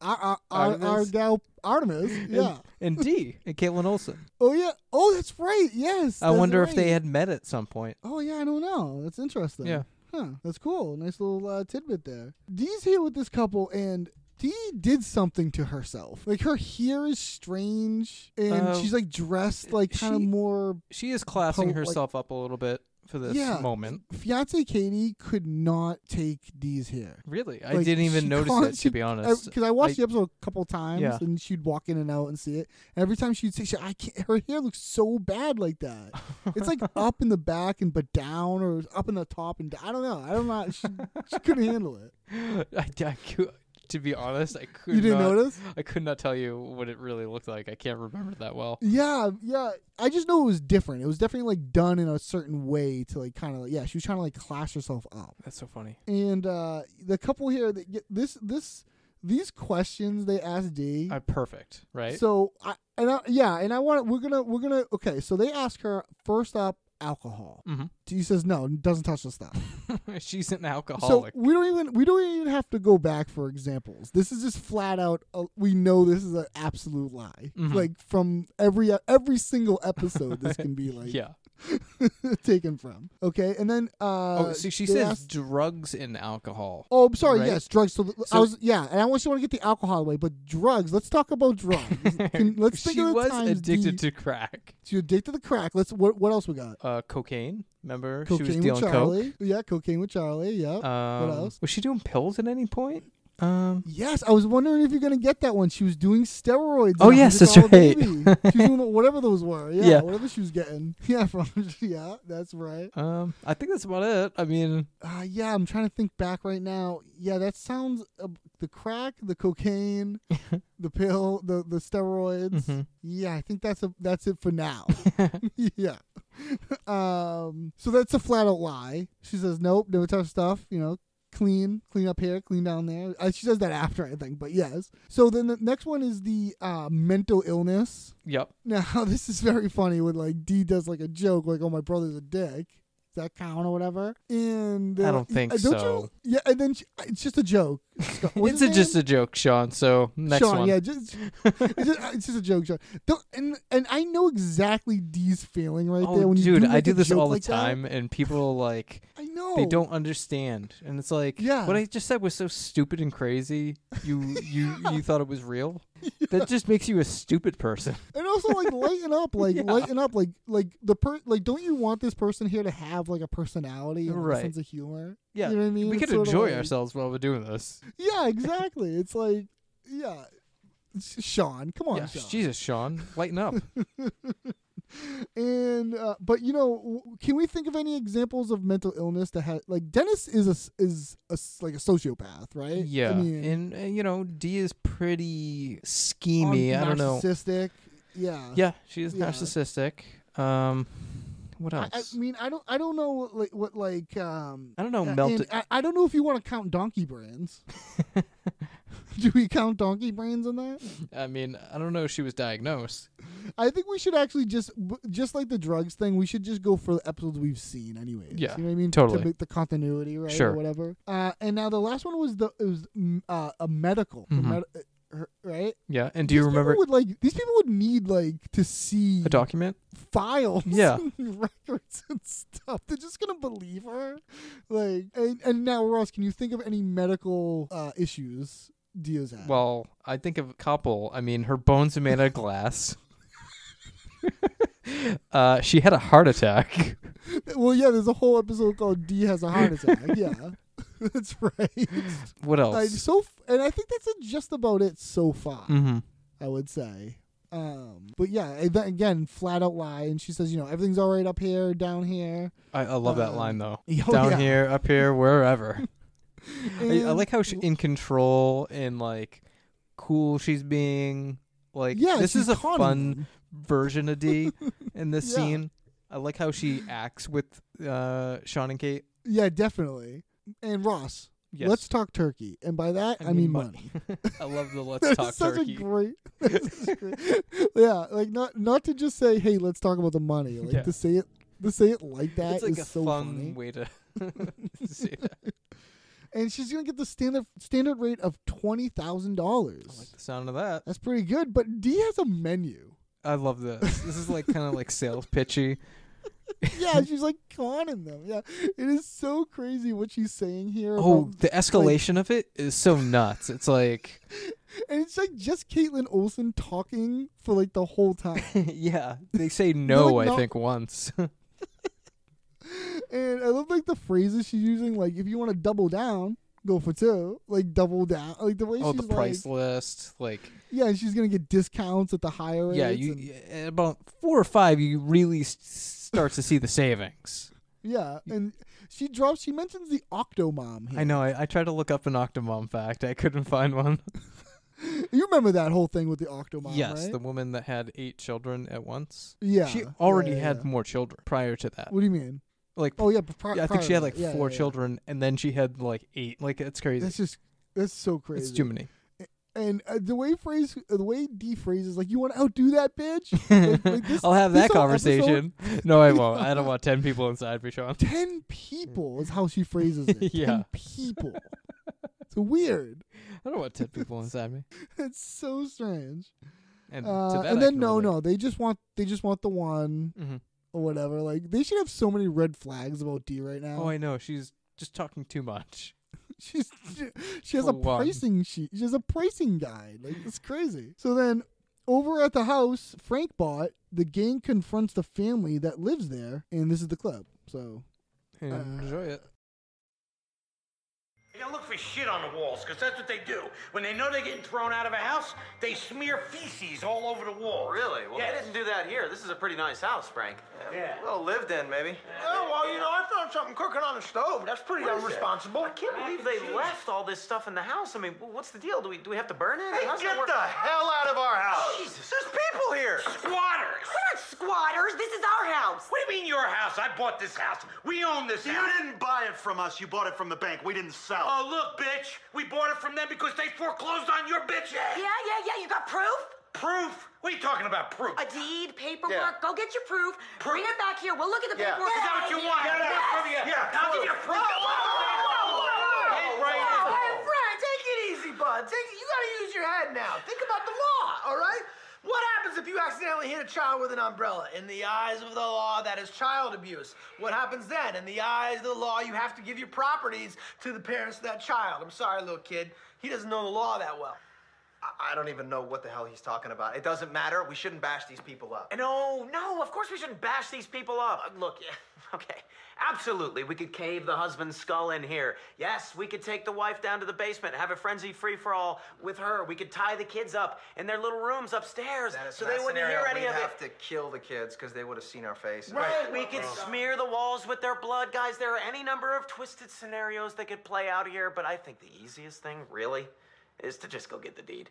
Speaker 5: Ar- Ar- Ar-
Speaker 1: Artemis.
Speaker 5: Ar- Gal- Artemis. Yeah.
Speaker 1: And D, and Caitlin Olsen.
Speaker 5: Oh, yeah. Oh, that's right. Yes.
Speaker 1: I
Speaker 5: that's
Speaker 1: wonder if
Speaker 5: right.
Speaker 1: they had met at some point.
Speaker 5: Oh yeah, I don't know. That's interesting.
Speaker 1: Yeah.
Speaker 5: Huh. That's cool. Nice little uh, tidbit there. Dee's here with this couple and Dee did something to herself. Like her hair is strange and
Speaker 1: Uh,
Speaker 5: she's like dressed like kind of
Speaker 1: she-
Speaker 5: more
Speaker 1: She is classing
Speaker 5: Pol- Oh, like-
Speaker 1: herself up a little bit for this
Speaker 5: Yeah.
Speaker 1: moment.
Speaker 5: fiance Katie could not take Dee's hair.
Speaker 1: Really? I didn't even notice that, to be honest.
Speaker 5: Because I, watched the episode a couple times,
Speaker 1: Yeah.
Speaker 5: and she'd walk in and out and see it. And every time she'd say, she, "I can't," her hair looks so bad like that. It's like up in the back and but down, or up in the top and down. I don't know. I don't know. She, she couldn't handle it.
Speaker 1: I, I cou- to be honest, I could
Speaker 5: You didn't
Speaker 1: not,
Speaker 5: notice?
Speaker 1: I could not tell you what it really looked like. I can't remember that well.
Speaker 5: Yeah, yeah. I just know it was different. It was definitely like done in a certain way to like kind of like yeah. She was trying to like class herself up.
Speaker 1: That's so funny.
Speaker 5: And uh the couple here, that get this this these questions they asked D.
Speaker 1: I perfect, right?
Speaker 5: So I and I, yeah, and I want we're gonna we're gonna okay. So they ask her first up alcohol.
Speaker 1: Mhm.
Speaker 5: She says no, doesn't touch the stuff.
Speaker 1: She's an
Speaker 5: so
Speaker 1: alcoholic.
Speaker 5: we don't even we don't even have to go back for examples. This is just flat out. Uh, we know this is an absolute lie.
Speaker 1: Mhm.
Speaker 5: Like from every every single episode, this can be like
Speaker 1: yeah.
Speaker 5: taken from. Okay, and then uh,
Speaker 1: oh, so she
Speaker 5: they
Speaker 1: says
Speaker 5: asked-
Speaker 1: drugs and alcohol.
Speaker 5: Oh, I'm sorry.
Speaker 1: right?
Speaker 5: Yes, drugs. So, I
Speaker 1: So-
Speaker 5: was yeah, and I also want to get the alcohol away, but drugs. Let's talk about drugs. Can- let's think
Speaker 1: she
Speaker 5: of the
Speaker 1: was
Speaker 5: times
Speaker 1: addicted to
Speaker 5: Dee-
Speaker 1: crack.
Speaker 5: She addicted to crack. Let's what what else we got?
Speaker 1: Uh, cocaine. Remember,
Speaker 5: Cocaine
Speaker 1: she was
Speaker 5: with
Speaker 1: dealing
Speaker 5: Charlie. Yeah, cocaine with Charlie. Yeah.
Speaker 1: coke. Um,
Speaker 5: what else?
Speaker 1: Was she doing pills at any point? Um,
Speaker 5: Yes, I was wondering if you're gonna get that one. She was doing steroids.
Speaker 1: Oh,
Speaker 5: in
Speaker 1: yes,
Speaker 5: Hundred
Speaker 1: that's
Speaker 5: Dollar
Speaker 1: right.
Speaker 5: Baby. she was doing whatever those were. Yeah,
Speaker 1: Yeah.
Speaker 5: whatever she was getting. Yeah, from yeah, that's right.
Speaker 1: um, I think that's about it. I mean,
Speaker 5: Uh, yeah, I'm trying to think back right now. Yeah, that sounds uh, the crack, the cocaine, the pill, the the steroids.
Speaker 1: Mhm.
Speaker 5: Yeah, I think that's a that's it for now. yeah. Um. So that's a flat out lie. She says nope, never touch stuff. You know, clean, clean up here, clean down there. Uh, she says that after I think, but yes. So then the next one is the uh, mental illness.
Speaker 1: yep.
Speaker 5: Now this is very funny when like D does like a joke like, "Oh, my brother's a dick." Does that count or whatever? And
Speaker 1: I
Speaker 5: uh,
Speaker 1: don't think
Speaker 5: uh, don't
Speaker 1: so.
Speaker 5: You, yeah, and then she, it's just a joke. Scott- what's
Speaker 1: it's
Speaker 5: his
Speaker 1: a, just
Speaker 5: name?
Speaker 1: a joke, Sean. So next
Speaker 5: Sean,
Speaker 1: one.
Speaker 5: yeah, just, it's, just, uh, it's just a joke, Sean. Don't, and and I know exactly D's feeling right there
Speaker 1: oh,
Speaker 5: when you
Speaker 1: dude,
Speaker 5: do,
Speaker 1: I
Speaker 5: like,
Speaker 1: do
Speaker 5: a
Speaker 1: this
Speaker 5: joke
Speaker 1: all the
Speaker 5: like that.
Speaker 1: time, and people are like
Speaker 5: I know
Speaker 1: they don't understand, and it's like,
Speaker 5: Yeah.
Speaker 1: what I just said was so stupid and crazy. You you you thought it was real. That just makes you a stupid person.
Speaker 5: And also like lighten up, like
Speaker 1: Yeah.
Speaker 5: lighten up, like like the per like don't you want this person here to have like a personality and like,
Speaker 1: Right.
Speaker 5: a sense of humor?
Speaker 1: Yeah,
Speaker 5: You know what I mean?
Speaker 1: we
Speaker 5: It's
Speaker 1: could
Speaker 5: sorta
Speaker 1: enjoy
Speaker 5: like-
Speaker 1: ourselves while we're doing this.
Speaker 5: Yeah, exactly. it's like, yeah, S- Sean, come on,
Speaker 1: Yeah,
Speaker 5: Sean.
Speaker 1: Jesus, Sean, lighten up.
Speaker 5: And uh, but you know, w- can we think of any examples of mental illness that had like Dennis is a s- is a s like a sociopath, right?
Speaker 1: Yeah,
Speaker 5: I mean,
Speaker 1: and uh, you know, D is pretty
Speaker 5: on-
Speaker 1: schemy. I don't know.
Speaker 5: narcissistic. Yeah.
Speaker 1: Yeah, she is
Speaker 5: Yeah.
Speaker 1: narcissistic. Um, what
Speaker 5: I,
Speaker 1: else? I,
Speaker 5: I mean, I don't, I don't know, what, like what, like, um,
Speaker 1: don't know.
Speaker 5: uh,
Speaker 1: melted.
Speaker 5: and I, I don't know if you want to count donkey brains. Do we count donkey brains in that?
Speaker 1: I mean, I don't know. if She was diagnosed.
Speaker 5: I think we should actually just, w- just like the drugs thing, we should just go for the episodes we've seen, anyways.
Speaker 1: Yeah,
Speaker 5: you know what I mean.
Speaker 1: totally.
Speaker 5: to make the continuity, right? Or
Speaker 1: Sure.
Speaker 5: whatever. Uh, and now the last one was the it was mm, uh, a medical, a
Speaker 1: Mhm.
Speaker 5: med- uh, her- right?
Speaker 1: Yeah, and do you
Speaker 5: These people
Speaker 1: remember
Speaker 5: Would like these people would need like to see
Speaker 1: a document?
Speaker 5: files
Speaker 1: Yeah.
Speaker 5: and records and stuff. They're just gonna believe her. Like and, and now Ross, can you think of any medical uh, issues Dia's had?
Speaker 1: Well, I think of a couple. I mean, her bones are made out of glass. Uh, she had a heart attack.
Speaker 5: Well, yeah, there's a whole episode called D has a heart attack. Yeah, that's right.
Speaker 1: What else?
Speaker 5: I, so, f- and I think that's just about it so far.
Speaker 1: hmm
Speaker 5: I would say. Um, but yeah, a- that- again, flat out lie, and she says, you know, everything's all right up here, down here.
Speaker 1: I, I love that
Speaker 5: Um,
Speaker 1: line though.
Speaker 5: oh,
Speaker 1: Down
Speaker 5: yeah.
Speaker 1: here, up here, wherever. I, I
Speaker 5: And-
Speaker 1: like how she in control and like cool she's being. Like
Speaker 5: Yeah,
Speaker 1: this
Speaker 5: she's
Speaker 1: is a
Speaker 5: conning
Speaker 1: fun
Speaker 5: them.
Speaker 1: version of D in this
Speaker 5: Yeah.
Speaker 1: scene. I like how she acts with uh, Sean and Kate.
Speaker 5: Yeah, definitely. And Ross,
Speaker 1: Yes.
Speaker 5: let's talk turkey, and by that I, mean money.
Speaker 1: I love the let's talk
Speaker 5: That's such
Speaker 1: turkey.
Speaker 5: a great, that's such a great- yeah. Like not not to just say, hey, let's talk about the money. Like
Speaker 1: Yeah.
Speaker 5: to say it to say it like that is
Speaker 1: it's like a
Speaker 5: so
Speaker 1: fun
Speaker 5: funny.
Speaker 1: way to say that.
Speaker 5: And she's gonna get the standard standard rate of twenty thousand
Speaker 1: I like
Speaker 5: dollars.
Speaker 1: the sound of that.
Speaker 5: That's pretty good. But D has a menu.
Speaker 1: I love this. This is like kind of like sales pitchy.
Speaker 5: Yeah, she's like conning them. Yeah, it is so crazy what she's saying here.
Speaker 1: Oh,
Speaker 5: about-
Speaker 1: the escalation of it is so nuts. It's like,
Speaker 5: and it's like just Caitlin Olsen talking for like the whole time.
Speaker 1: yeah, they say no,
Speaker 5: like,
Speaker 1: I
Speaker 5: no.
Speaker 1: think once.
Speaker 5: And I love like the phrases she's using, like if you want to double down, go for two. Like double down, like the way
Speaker 1: oh,
Speaker 5: she's
Speaker 1: the price
Speaker 5: like,
Speaker 1: list, like,
Speaker 5: yeah, and she's gonna get discounts at the higher rates.
Speaker 1: yeah,
Speaker 5: and-
Speaker 1: you at about four or five, you really s- start to see the savings.
Speaker 5: yeah, and she drops. She mentions the Octomom. Here.
Speaker 1: I know. I, I tried to look up an Octomom fact. I couldn't find one.
Speaker 5: You remember that whole thing with the Octomom,
Speaker 1: yes,
Speaker 5: right?
Speaker 1: the woman that had eight children at once.
Speaker 5: yeah,
Speaker 1: She
Speaker 5: yeah,
Speaker 1: already
Speaker 5: yeah,
Speaker 1: had
Speaker 5: yeah.
Speaker 1: more children prior to that.
Speaker 5: What do you mean?
Speaker 1: Like,
Speaker 5: Oh yeah, pri-
Speaker 1: yeah, I think
Speaker 5: prior
Speaker 1: she
Speaker 5: to
Speaker 1: had
Speaker 5: that.
Speaker 1: like
Speaker 5: Yeah,
Speaker 1: four
Speaker 5: yeah, yeah.
Speaker 1: children, and then she had like eight. Like, it's crazy.
Speaker 5: That's just that's so crazy.
Speaker 1: It's too many.
Speaker 5: And uh, the way phrase, uh, the way D phrases, like you want to outdo that bitch. Like- like this-
Speaker 1: I'll have
Speaker 5: this
Speaker 1: that
Speaker 5: whole episode-
Speaker 1: conversation. No, I won't. I don't want ten people inside me, Sean.
Speaker 5: Ten people is how she phrases it.
Speaker 1: Yeah.
Speaker 5: Ten people. It's weird.
Speaker 1: I don't want ten people inside me.
Speaker 5: It's so strange.
Speaker 1: And to
Speaker 5: Uh,
Speaker 1: that,
Speaker 5: and then no, no, they just want they just want the one
Speaker 1: Mhm.
Speaker 5: or whatever. Like they should have so many red flags about D right now.
Speaker 1: Oh, I know. She's just talking too much.
Speaker 5: She's she, she has
Speaker 1: For
Speaker 5: a
Speaker 1: one.
Speaker 5: pricing sheet. She has a pricing guide. Like it's crazy. So then over at the house, Frank bought the gang confronts the family that lives there, and this is the club. So
Speaker 1: Enjoy it.
Speaker 6: They don't look for shit on the walls, 'cause that's what they do. When they know they're getting thrown out of a house, they smear feces all over the wall.
Speaker 7: Really? Well,
Speaker 6: Yes.
Speaker 7: they didn't do that here. This is a pretty nice house, Frank.
Speaker 6: Yeah.
Speaker 7: Well, lived in, maybe.
Speaker 6: Oh, well, you know, I found something cooking on the stove. That's pretty unresponsible.
Speaker 7: I can't believe they left all this stuff in the house. I mean, well, what's the deal? Do we do we have to burn it?
Speaker 6: Hey,
Speaker 7: How's that
Speaker 6: get
Speaker 7: work?
Speaker 6: the hell out of our house.
Speaker 7: Jesus, there's people here.
Speaker 6: Squatters.
Speaker 8: We're not squatters. This is our house.
Speaker 6: What do you mean your house? I bought this house. We own this
Speaker 9: You
Speaker 6: house.
Speaker 9: didn't buy it from us. You bought it from the bank. We didn't sell.
Speaker 6: Oh, look, bitch. We bought it from them because they foreclosed on your bitch ass.
Speaker 8: Yeah, yeah, yeah. You got proof?
Speaker 6: Proof? What are you talking about, proof?
Speaker 8: A deed, paperwork.
Speaker 9: Yeah.
Speaker 8: Go get your proof. Bring it back here. We'll look at the
Speaker 9: Yeah.
Speaker 8: paperwork.
Speaker 6: Is that what you want?
Speaker 8: Yes.
Speaker 6: Yeah, I'll give you proof. Hey, right now.
Speaker 9: Frank, take it easy, bud. Take it. You gotta use your head now. Think about the law, all right? What happens if you accidentally hit a child with an umbrella? In the eyes of the law, that is child abuse. What happens then? In the eyes of the law, you have to give your properties to the parents of that child. I'm sorry, little kid. He doesn't know the law that well.
Speaker 7: I don't even know what the hell he's talking about. It doesn't matter. We shouldn't bash these people up. No, no, of course we shouldn't bash these people up. Uh, Look, yeah, okay, absolutely. We could cave the husband's skull in here. Yes, we could take the wife down to the basement, have a frenzy free for all with her. We could tie the kids up in their little rooms upstairs so they wouldn't hear any of it.
Speaker 10: to kill the kids because they would have seen our face.
Speaker 7: Right, we could smear the walls with their blood, guys. There are any number of twisted scenarios that could play out here, but I think the easiest thing, really, is to just go get the deed.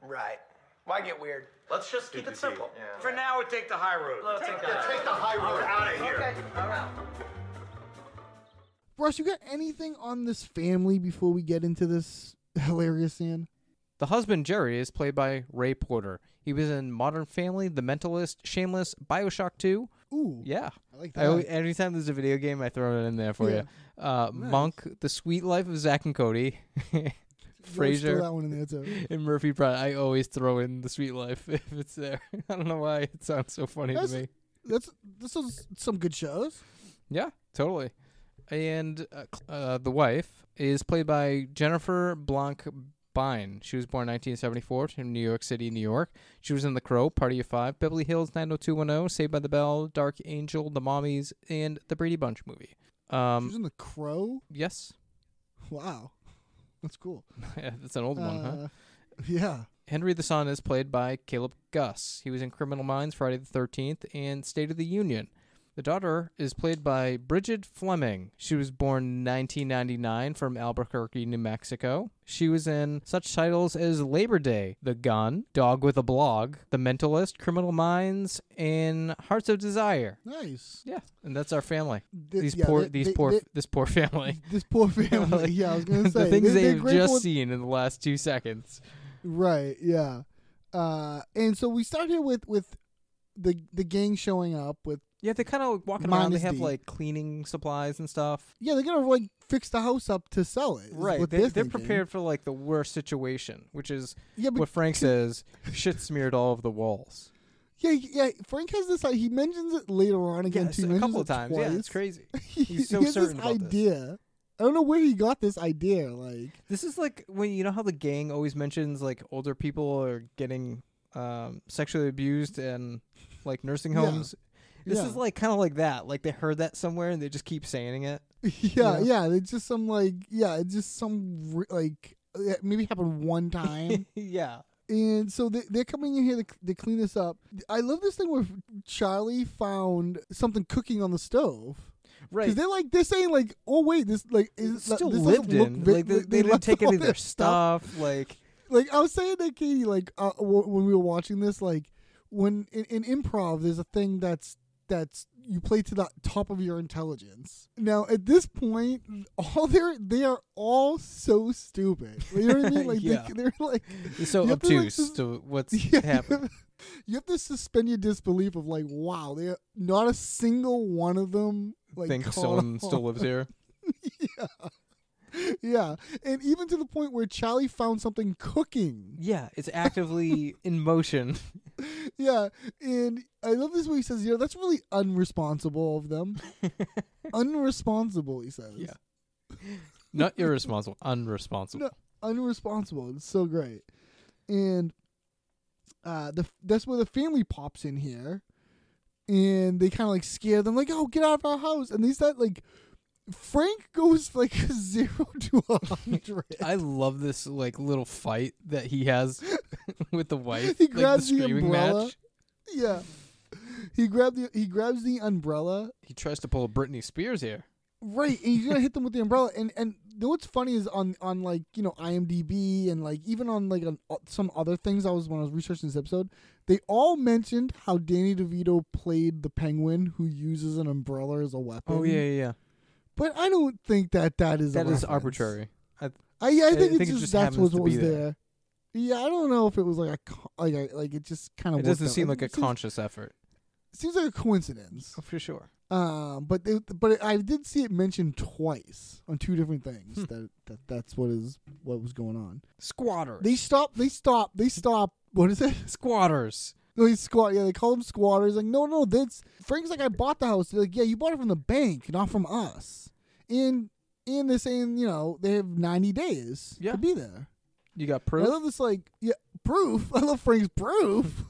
Speaker 9: Right. Why get weird?
Speaker 7: Let's just keep it simple.
Speaker 6: For now, we take the high road.
Speaker 7: Let's take that.
Speaker 9: Take the high road.
Speaker 6: Out of here.
Speaker 5: Russ, you got anything on this family before we get into this hilarious scene?
Speaker 1: The husband, Jerry, is played by Ray Porter. He was in Modern Family, The Mentalist, Shameless, Bioshock 2.
Speaker 5: Ooh.
Speaker 1: Yeah.
Speaker 5: I like
Speaker 1: I, always-
Speaker 5: that.
Speaker 1: anytime there's a video game, I throw it in there for
Speaker 5: Yeah.
Speaker 1: you. Uh, Monk, The Sweet Life of Zack and Cody,
Speaker 5: You always throw
Speaker 1: Frasier,
Speaker 5: that one in there too.
Speaker 1: and Murphy Pratt. I always throw in The Sweet Life if it's there. I don't know why it sounds so funny
Speaker 5: That's-
Speaker 1: to me.
Speaker 5: That's this is some good shows.
Speaker 1: Yeah, totally. And uh, cl- uh, the wife is played by Jennifer Blanc Bine. She was born 1974 in New York City, New York. She was in The Crow, Party of Five, Beverly Hills 90210, Saved by the Bell, Dark Angel, The Mommies, and The Brady Bunch movie. Um,
Speaker 5: She was in The Crow?
Speaker 1: Yes,
Speaker 5: Wow. That's cool.
Speaker 1: that's an old one, huh?
Speaker 5: Uh, Yeah.
Speaker 1: Henry the Son is played by Caleb Gus. He was in Criminal Minds, Friday the 13th, and State of the Union. The daughter is played by Bridget Fleming. She was born 1999 from Albuquerque, New Mexico. She was in such titles as Labor Day, The Gun, Dog with a Blog, The Mentalist, Criminal Minds, and Hearts of Desire.
Speaker 5: Nice.
Speaker 1: Yeah, and that's our family.
Speaker 5: Th-
Speaker 1: these
Speaker 5: yeah,
Speaker 1: poor,
Speaker 5: they-
Speaker 1: these
Speaker 5: they-
Speaker 1: poor,
Speaker 5: they-
Speaker 1: this poor family.
Speaker 5: This poor family. yeah, I was gonna say
Speaker 1: the things
Speaker 5: they, are
Speaker 1: they've just seen in the last two seconds.
Speaker 5: Right. Yeah. Uh, and so we start here with with the the gang showing up with
Speaker 1: Yeah, they kind of like walking around. They
Speaker 5: Minus
Speaker 1: have
Speaker 5: the-
Speaker 1: like cleaning supplies and stuff.
Speaker 5: yeah they're gonna like fix the house up to sell it. is what
Speaker 1: They,
Speaker 5: they're,
Speaker 1: are
Speaker 5: thinking.
Speaker 1: prepared for like the worst situation, which is
Speaker 5: Yeah, but
Speaker 1: what Frank
Speaker 5: c-
Speaker 1: says shit smeared all over the walls.
Speaker 5: Yeah, yeah. Frank has this. He mentions it later on again.
Speaker 1: Yes,
Speaker 5: too. He
Speaker 1: a
Speaker 5: mentions
Speaker 1: couple
Speaker 5: it
Speaker 1: of times.
Speaker 5: Twice.
Speaker 1: Yeah, it's crazy.
Speaker 5: He-
Speaker 1: He's so
Speaker 5: he has
Speaker 1: certain
Speaker 5: this
Speaker 1: about this.
Speaker 5: idea. I don't know where he got this idea. Like,
Speaker 1: This is like when you know how the gang always mentions like older people are getting um, sexually abused and like nursing
Speaker 5: Yeah.
Speaker 1: homes. This
Speaker 5: Yeah.
Speaker 1: is like kind of like that. Like they heard that somewhere and they just keep saying it.
Speaker 5: yeah, yeah. It's just some like, yeah, it's just some re- like uh, maybe happened one time.
Speaker 1: yeah.
Speaker 5: And so they, they're coming in here to, to clean this up. I love this thing where Charlie found something cooking on the stove.
Speaker 1: Right.
Speaker 5: Because they're like they're saying like, oh wait, this like is
Speaker 1: It's still
Speaker 5: this doesn't
Speaker 1: lived
Speaker 5: look
Speaker 1: in.
Speaker 5: vi-
Speaker 1: like they,
Speaker 5: li-
Speaker 1: they, didn't
Speaker 5: left
Speaker 1: take
Speaker 5: all
Speaker 1: any of their
Speaker 5: stuff.
Speaker 1: stuff. Like
Speaker 5: Like I was saying that Katie, like uh, w- when we were watching this, like when in, in improv, there's a thing that's that's you play to the top of your intelligence. Now at this point, all they're they are all so stupid. You know what I mean? Like
Speaker 1: Yeah.
Speaker 5: they, they're like
Speaker 1: It's so
Speaker 5: you have to, like,
Speaker 1: obtuse
Speaker 5: sus-
Speaker 1: to what's
Speaker 5: Yeah,
Speaker 1: happening.
Speaker 5: You have to suspend your disbelief of like, wow, they are not a single one of them like
Speaker 1: Think
Speaker 5: caught
Speaker 1: someone
Speaker 5: on.
Speaker 1: still lives here.
Speaker 5: Yeah, and even to the point where Charlie found something cooking.
Speaker 1: Yeah, it's actively in motion.
Speaker 5: Yeah, and I love this when he says, you know, that's really unresponsible of them. unresponsible, he says.
Speaker 1: Yeah. Not irresponsible, unresponsible.
Speaker 5: No, unresponsible. It's so great. And uh, the that's where the family pops in here, and they kind of like scare them, like, "Oh, get out of our house!" And they start like, Frank goes like zero to a hundred.
Speaker 1: I love this like little fight that he has with the wife.
Speaker 5: He
Speaker 1: like,
Speaker 5: grabs the
Speaker 1: screaming
Speaker 5: umbrella.
Speaker 1: match.
Speaker 5: yeah, he grabbed the he grabs the umbrella,
Speaker 1: He tries to pull a Britney Spears here.
Speaker 5: right? And he's gonna hit them with the umbrella. And and you know what's funny is on on like you know IMDb and like even on like on, some other things I was when I was researching this episode, they all mentioned how Danny DeVito played the Penguin who uses an umbrella as a weapon.
Speaker 1: Oh, yeah.
Speaker 5: but I don't think that that is a
Speaker 1: That is
Speaker 5: reference.
Speaker 1: arbitrary. I,
Speaker 5: I, yeah, I think, it's
Speaker 1: think it
Speaker 5: just,
Speaker 1: just
Speaker 5: that's
Speaker 1: happens
Speaker 5: what
Speaker 1: to
Speaker 5: was
Speaker 1: be
Speaker 5: there.
Speaker 1: there.
Speaker 5: Yeah, I don't know if it was like a co- like a, like it just kind of
Speaker 1: it doesn't seem like a conscious effort.
Speaker 5: seems like a coincidence.
Speaker 1: for sure.
Speaker 5: Um, but they, but I did see it mentioned twice on two different things
Speaker 1: Hmm.
Speaker 5: that, that that's what is what was going on.
Speaker 1: Squatters.
Speaker 5: They stop. They stop. They stop. What is it?
Speaker 1: Squatters.
Speaker 5: No, he's squat. Yeah, they call them squatters. Like, no, no, that's Frank's. Like, I bought the house. They're like, yeah, you bought it from the bank, not from us. And and they're saying, you know, they have ninety days
Speaker 1: Yeah.
Speaker 5: to be there.
Speaker 1: You got
Speaker 5: And I
Speaker 1: proof?
Speaker 5: love this. Like, yeah, proof. I love Frank's proof.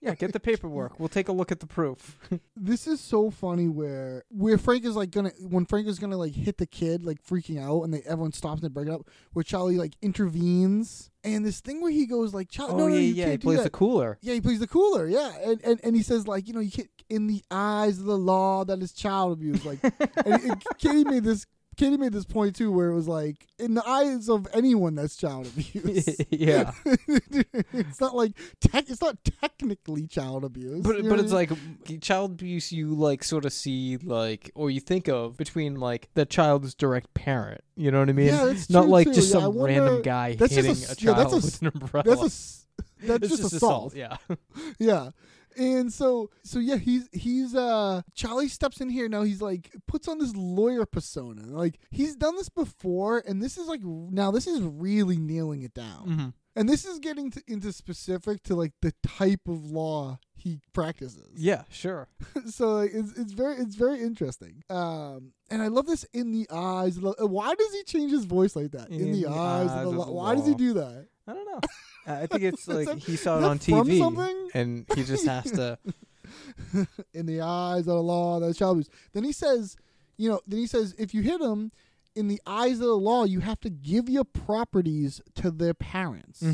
Speaker 1: Yeah, get the paperwork. We'll take a look at the proof.
Speaker 5: this is so funny where where Frank is like gonna when Frank is gonna like hit the kid like freaking out and they everyone stops and they break it up where Charlie like intervenes and this thing where he goes like Charlie
Speaker 1: oh
Speaker 5: no, no,
Speaker 1: yeah,
Speaker 5: you
Speaker 1: yeah.
Speaker 5: can't
Speaker 1: He
Speaker 5: do
Speaker 1: plays
Speaker 5: that.
Speaker 1: the cooler.
Speaker 5: yeah he plays the cooler yeah and, and and he says like you know you can't in the eyes of the law that is child abuse like and, and Katie made this Katie made this point too where it was like in the eyes of anyone that's child abuse
Speaker 1: yeah.
Speaker 5: it's not like tech it's not technically child abuse you
Speaker 1: But
Speaker 5: know
Speaker 1: but
Speaker 5: what I
Speaker 1: it's
Speaker 5: mean?
Speaker 1: like child abuse. You like sort of see like or you think of between like the child's direct parent. You know what I mean?
Speaker 5: Yeah, that's
Speaker 1: Not
Speaker 5: true,
Speaker 1: like
Speaker 5: too.
Speaker 1: just
Speaker 5: Yeah, I
Speaker 1: some
Speaker 5: wonder-
Speaker 1: random guy
Speaker 5: that's just
Speaker 1: hitting
Speaker 5: a
Speaker 1: a,
Speaker 5: s-
Speaker 1: child
Speaker 5: yeah, that's a
Speaker 1: with
Speaker 5: s-
Speaker 1: an umbrella.
Speaker 5: That's a s- that's
Speaker 1: It's
Speaker 5: just,
Speaker 1: assault.
Speaker 5: assault.
Speaker 1: Yeah.
Speaker 5: Yeah. And so so yeah, he's he's uh Charlie steps in here now he's like puts on this lawyer persona. Like he's done this before and this is like now this is really nailing it down. And this is getting to, into specific to like the type of law he practices.
Speaker 1: Yeah, sure.
Speaker 5: so like, it's it's very it's very interesting. Um, and I love this in the eyes. of the- Why does he change his voice like that? In, the, eyes. of the law. Why does he
Speaker 1: law.
Speaker 5: do that?
Speaker 1: I don't know. Uh, I think it's
Speaker 5: Is
Speaker 1: like
Speaker 5: that-
Speaker 1: he saw it
Speaker 5: is that
Speaker 1: on
Speaker 5: from
Speaker 1: TV
Speaker 5: something?
Speaker 1: and he just has to.
Speaker 5: in the eyes of the law, that shall be. Then he says, you know, then he says, if you hit him in the eyes of the law, you have to give your properties to their parents.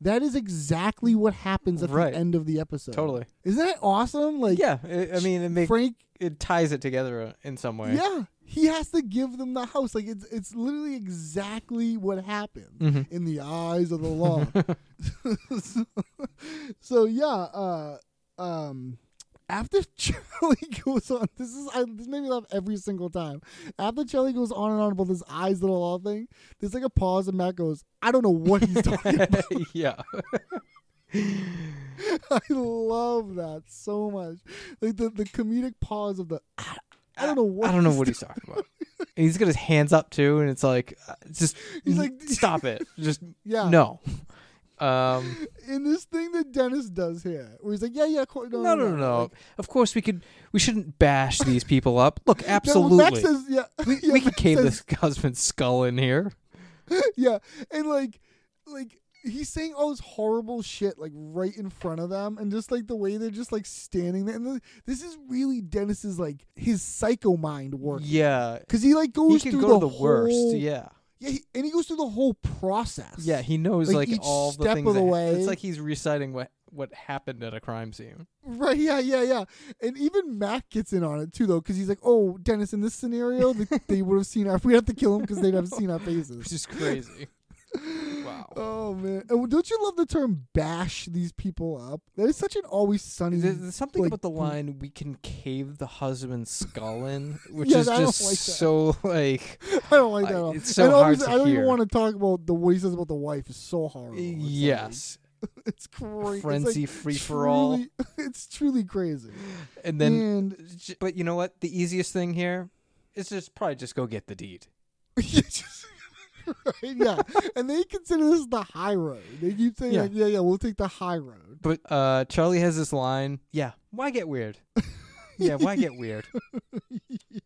Speaker 5: That is exactly what happens at
Speaker 1: Mm-hmm. Right.
Speaker 5: the end of the episode.
Speaker 1: Totally.
Speaker 5: Isn't that awesome? Like,
Speaker 1: Yeah, i I mean, it makes
Speaker 5: Frank.
Speaker 1: it ties it together in some way.
Speaker 5: Yeah, he has to give them the house. Like it's it's literally exactly what happened
Speaker 1: Mm-hmm.
Speaker 5: in the eyes of the law. so, so, yeah, uh, um, after Charlie goes on, this is I, this made me laugh every single time. After Charlie goes on and on about this eyes of the law thing, there's like a pause, and Matt goes, "I don't know what he's talking about."
Speaker 1: yeah.
Speaker 5: I love that so much. Like the the comedic pause of the. I, I don't know what
Speaker 1: I don't know what he's talking about. And he's got his hands up too, and it's like, uh, just
Speaker 5: He's like-
Speaker 1: stop it. Just
Speaker 5: Yeah.
Speaker 1: no. Um,
Speaker 5: in this thing that Dennis does here, where he's like, "Yeah, yeah, course, no,
Speaker 1: no, no, no, no. Of course, we could. We shouldn't bash these people up. Look,
Speaker 5: Then when Max
Speaker 1: absolutely,
Speaker 5: says, yeah, yeah,
Speaker 1: we could
Speaker 5: Max
Speaker 1: cave
Speaker 5: says,
Speaker 1: this husband's skull in here.
Speaker 5: Yeah, and like, like he's saying all this horrible shit like right in front of them, and just like the way they're just like standing there. And the, this is really Dennis's like his psycho mind work.
Speaker 1: Yeah,
Speaker 5: because he like
Speaker 1: he
Speaker 5: goes
Speaker 1: could
Speaker 5: through
Speaker 1: go to
Speaker 5: the,
Speaker 1: the worst.
Speaker 5: whole-
Speaker 1: Yeah,
Speaker 5: yeah, he, and he goes through the whole process.
Speaker 1: yeah. He knows
Speaker 5: Like,
Speaker 1: like,
Speaker 5: each
Speaker 1: all the
Speaker 5: step
Speaker 1: things.
Speaker 5: of the
Speaker 1: that-
Speaker 5: way.
Speaker 1: It's like he's reciting what what happened at a crime scene.
Speaker 5: Right, yeah, yeah, yeah. And even Mac gets in on it too, though, because he's like, "Oh, Dennis, in this scenario, th- they would have seen our. We'd have to kill him because they'd have seen our faces."
Speaker 1: It's just crazy. wow.
Speaker 5: Oh man! And don't you love the term "bash these people up"? That is such an always sunny.
Speaker 1: There's there's something
Speaker 5: like,
Speaker 1: about the line "we can cave the husband's skull in," which
Speaker 5: Yeah,
Speaker 1: is
Speaker 5: I don't
Speaker 1: just
Speaker 5: like that. Oh,
Speaker 1: so like,
Speaker 5: I don't like that.
Speaker 1: I-
Speaker 5: at all.
Speaker 1: it's so
Speaker 5: and
Speaker 1: hard
Speaker 5: obviously,
Speaker 1: to
Speaker 5: I don't
Speaker 1: hear.
Speaker 5: even want to talk about the what he says about the wife is so horrible. It's like-
Speaker 1: yes.
Speaker 5: it's crazy.
Speaker 1: Frenzy free-for-all.
Speaker 5: It's truly crazy.
Speaker 1: And then,
Speaker 5: And-
Speaker 1: j- but you know what? The easiest thing here is just probably just go get the deed.
Speaker 5: Yeah, just- right, yeah, and they consider this the high road. They keep saying,
Speaker 1: Yeah.
Speaker 5: like, "Yeah, yeah, we'll take the high road."
Speaker 1: But uh, Charlie has this line. Yeah, why get weird? yeah, why get weird?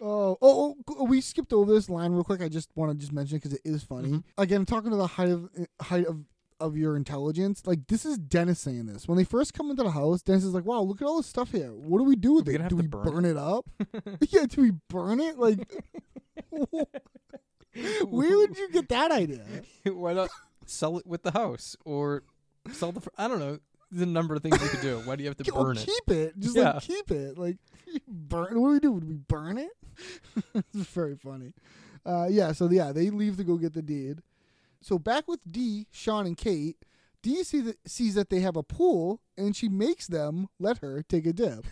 Speaker 5: Oh, oh, oh, we skipped over this line real quick. I just want to just mention it because it is funny.
Speaker 1: Mm-hmm.
Speaker 5: Again, talking to the height of eh, height of of your intelligence. Like this is Dennis saying this when they first come into the house. Dennis is like, "Wow, look at all this stuff here. What do we do with
Speaker 1: we
Speaker 5: it?
Speaker 1: gonna have
Speaker 5: Do
Speaker 1: to
Speaker 5: we
Speaker 1: burn
Speaker 5: burn, it up? yeah, do we burn it? Like, where would you get that idea?
Speaker 1: why not sell it with the house or sell the? Fr- I don't know. The number of things you could do. Why do you have to
Speaker 5: Or
Speaker 1: burn it?
Speaker 5: keep it. Just
Speaker 1: Yeah.
Speaker 5: like keep it. Like burn. What do we do? Would we burn it? it's very funny. Uh, yeah. So yeah, they leave to go get the deed. So back with D, Sean and Kate. D see that, sees that they have a pool, and she makes them let her take a dip.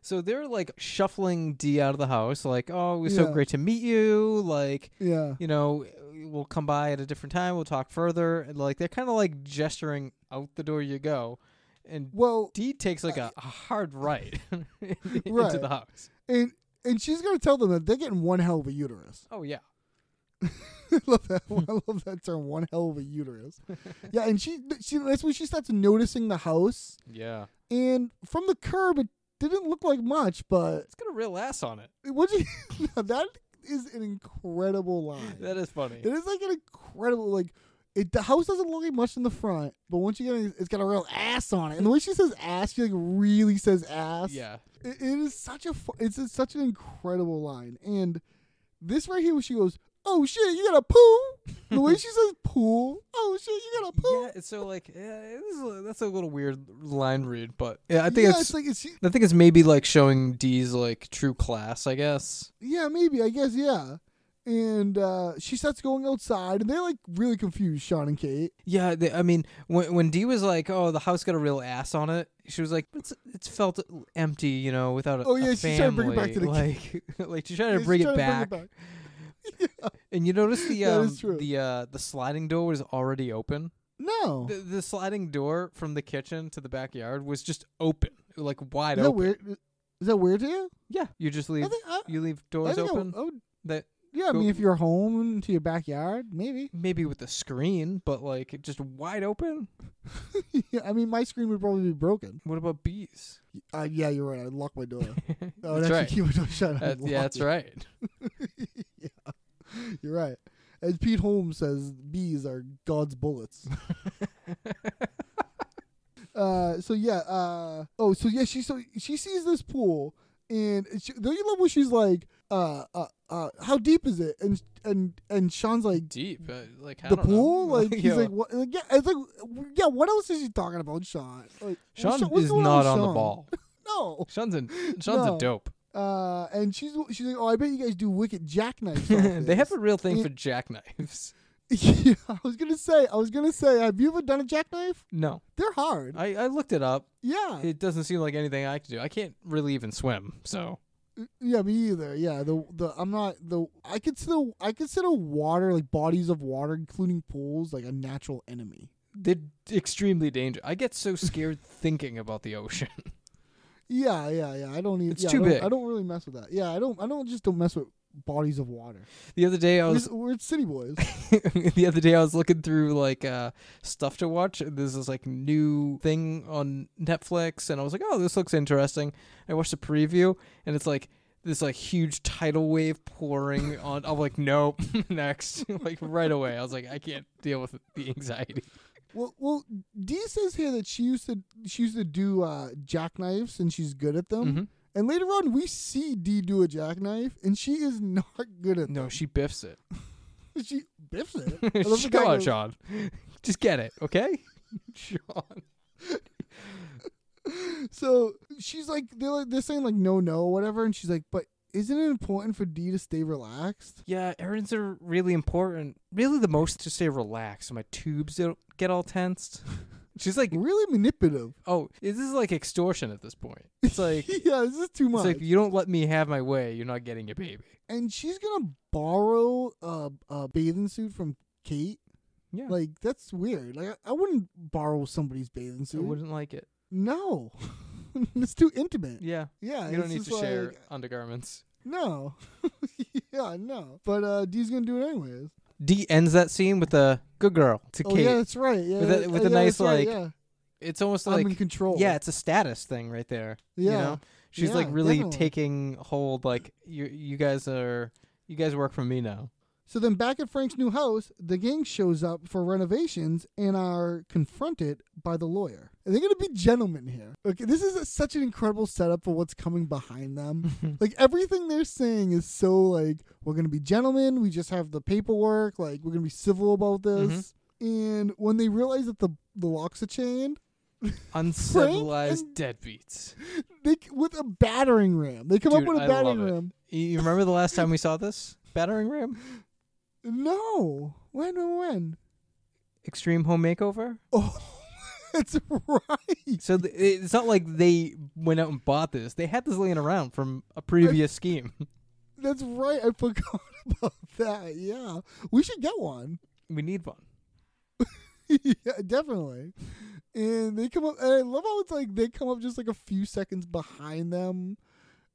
Speaker 1: So they're like shuffling D out of the house, like, oh, it was so
Speaker 5: Yeah.
Speaker 1: great to meet you. Like,
Speaker 5: Yeah.
Speaker 1: you know, we'll come by at a different time. We'll talk further. And like, they're kind of like gesturing out the door you go. And
Speaker 5: Well, uh,
Speaker 1: D takes like a, a hard right into
Speaker 5: Right.
Speaker 1: the house.
Speaker 5: and and she's gonna tell them that they're getting one hell of a uterus.
Speaker 1: Oh, yeah.
Speaker 5: I love that. I love that term. One hell of a uterus. yeah, and she she that's when she starts noticing the house.
Speaker 1: Yeah.
Speaker 5: And from the curb, it didn't look like much, but
Speaker 1: It's got a real ass on it.
Speaker 5: what you, now that is an incredible line.
Speaker 1: That is funny.
Speaker 5: It is like an incredible like. It, the house doesn't look like much in the front, but once you get in, it's got a real ass on it. And the way she says ass, she like really says ass.
Speaker 1: Yeah.
Speaker 5: It, it is such a fu- it's a- such an incredible line. And this right here, where she goes, "Oh shit, you got a pool." The way she says "pool," oh shit, you got a pool.
Speaker 1: Yeah, it's so like, yeah, it is a- that's a little weird line read, but yeah, I think
Speaker 5: Yeah,
Speaker 1: it's,
Speaker 5: like it's
Speaker 1: I think it's maybe like showing D's like true class, I guess.
Speaker 5: Yeah, maybe. I guess. Yeah. And uh, she starts going outside, and they're like really confused, Sean and Kate.
Speaker 1: Yeah, they, I mean, when when Dee was like, "Oh, the house got a real ass on it," she was like, "It's it's felt empty, you know, without a
Speaker 5: Oh, yeah,
Speaker 1: a
Speaker 5: she tried to bring it back to the
Speaker 1: family." like like she tried to
Speaker 5: She's
Speaker 1: bring it
Speaker 5: trying
Speaker 1: back. And you notice the
Speaker 5: That
Speaker 1: um,
Speaker 5: is true.
Speaker 1: the uh the sliding door was already open.
Speaker 5: No,
Speaker 1: The, the sliding door from the kitchen to the backyard was just open, like wide
Speaker 5: is that
Speaker 1: open.
Speaker 5: weird? Is that weird to you?
Speaker 1: Yeah, you just leave
Speaker 5: think I-
Speaker 1: you leave
Speaker 5: I
Speaker 1: doors
Speaker 5: think I oh.
Speaker 1: open.
Speaker 5: would- I would-
Speaker 1: that
Speaker 5: Yeah, I mean, if you're home to your backyard, maybe.
Speaker 1: Maybe with a screen, but like just wide open.
Speaker 5: yeah, I mean, my screen would probably be broken.
Speaker 1: What about bees?
Speaker 5: Uh, yeah, you're right. I would lock my door. Oh, I would
Speaker 1: That's
Speaker 5: actually
Speaker 1: right.
Speaker 5: keep my door shut. I
Speaker 1: That-
Speaker 5: would
Speaker 1: yeah,
Speaker 5: lock
Speaker 1: that's
Speaker 5: it.
Speaker 1: right.
Speaker 5: You're right. As Pete Holmes says, bees are God's bullets. uh, so yeah. Uh, oh, so yeah. She so she sees this pool, and she, don't you love when she's like, uh, uh, uh, "How deep is it?" And and and Sean's like,
Speaker 1: Deep, uh, like I
Speaker 5: "The
Speaker 1: don't know.
Speaker 5: pool." Like he's
Speaker 1: Yeah.
Speaker 5: like, "What?" Like, yeah, it's like, yeah. What else is he talking about, Sean? Like,
Speaker 1: Sean
Speaker 5: what's
Speaker 1: is
Speaker 5: going
Speaker 1: not
Speaker 5: with
Speaker 1: on the
Speaker 5: Sean?
Speaker 1: ball.
Speaker 5: No.
Speaker 1: Sean's a Sean's
Speaker 5: No.
Speaker 1: a dope.
Speaker 5: Uh, and she's she's like, "Oh, I bet you guys do wicked jackknives." off
Speaker 1: they have a
Speaker 5: this."
Speaker 1: real thing
Speaker 5: Yeah.
Speaker 1: for jackknives.
Speaker 5: Yeah, I was gonna say, I was gonna say, have you ever done a jackknife?
Speaker 1: No,
Speaker 5: They're hard.
Speaker 1: I, I looked it up.
Speaker 5: yeah,
Speaker 1: It doesn't seem like anything I could do. I can't really even swim, so
Speaker 5: yeah, me either. Yeah, the the I'm not the I consider I consider water like bodies of water, including pools, like a natural enemy.
Speaker 1: they're extremely dangerous. I get so scared thinking about the ocean.
Speaker 5: Yeah, yeah, yeah. I don't even.
Speaker 1: It's
Speaker 5: yeah, I
Speaker 1: too
Speaker 5: don't-
Speaker 1: big.
Speaker 5: I don't really mess with that. Yeah, I don't. I don't just don't mess with bodies of water.
Speaker 1: The other day I
Speaker 5: We're,
Speaker 1: was
Speaker 5: we're city boys.
Speaker 1: the other day I was looking through like uh stuff to watch. and There's this like new thing on Netflix and I was like, "Oh, this looks interesting." I watched the preview and it's like this like huge tidal wave pouring on I'm like, "Nope, next." like right away. I was like, "I can't deal with the anxiety."
Speaker 5: well, well, Dee says here that she used to she used to do uh, jackknives and she's good at them.
Speaker 1: Mm-hmm.
Speaker 5: And later on, we see Dee do a jackknife, and she is not good at
Speaker 1: No, she biffs it.
Speaker 5: She biffs it. I love the
Speaker 1: Sh-
Speaker 5: guy
Speaker 1: Come on,
Speaker 5: goes,
Speaker 1: Sean. Just get it, okay? Sean.
Speaker 5: So she's like, they're like, they're saying like no, no, whatever, and she's like, but isn't it important for D to stay relaxed?
Speaker 1: Yeah, errands are really important. Really the most to stay relaxed. My tubes don't get all tensed. She's like
Speaker 5: Really manipulative.
Speaker 1: Oh, this is like extortion at this point. It's like it's
Speaker 5: yeah, this is too much.
Speaker 1: like you don't let me have my way, you're not getting your baby.
Speaker 5: and she's gonna borrow a, a bathing suit from Kate.
Speaker 1: Yeah.
Speaker 5: Like that's weird. Like I, I wouldn't borrow somebody's bathing
Speaker 1: I
Speaker 5: suit.
Speaker 1: wouldn't like it.
Speaker 5: No, it's too intimate.
Speaker 1: Yeah.
Speaker 5: Yeah,
Speaker 1: You don't
Speaker 5: it's
Speaker 1: need
Speaker 5: just
Speaker 1: to share
Speaker 5: like-
Speaker 1: undergarments.
Speaker 5: No. yeah, no. But uh D's gonna do it anyways.
Speaker 1: D ends that scene with a good girl to
Speaker 5: Oh
Speaker 1: Kate.
Speaker 5: yeah, that's right. Yeah,
Speaker 1: With a-
Speaker 5: that-
Speaker 1: with
Speaker 5: yeah,
Speaker 1: a nice,
Speaker 5: that's right,
Speaker 1: like,
Speaker 5: yeah.
Speaker 1: It's almost
Speaker 5: I'm
Speaker 1: like
Speaker 5: in control.
Speaker 1: Yeah, it's a status thing right there. You
Speaker 5: Yeah.
Speaker 1: know? She's like
Speaker 5: Yeah,
Speaker 1: really
Speaker 5: definitely.
Speaker 1: taking hold like you you guys are you guys work for me now.
Speaker 5: So then back at Frank's new house, the gang shows up for renovations and are confronted by the lawyer. And they're going to be gentlemen here. Okay, this is such an incredible setup for what's coming behind them. like everything they're saying is so like we're going to be gentlemen, we just have the paperwork, like we're going to be civil about this.
Speaker 1: Mm-hmm.
Speaker 5: And when they realize that the the locks are chained,
Speaker 1: Uncivilized deadbeats.
Speaker 5: they with a battering ram. They come
Speaker 1: Dude,
Speaker 5: up with a
Speaker 1: I love
Speaker 5: battering
Speaker 1: it.
Speaker 5: ram.
Speaker 1: You remember the last time we saw this? Battering ram?
Speaker 5: No. When when when?
Speaker 1: Extreme home makeover?
Speaker 5: Oh, that's right.
Speaker 1: So th- it's not like they went out and bought this. They had this laying around from a previous scheme.
Speaker 5: That's right. I forgot about that. Yeah. We should get one.
Speaker 1: We need one.
Speaker 5: yeah, definitely. And they come up, and I love how it's like they come up just like a few seconds behind them.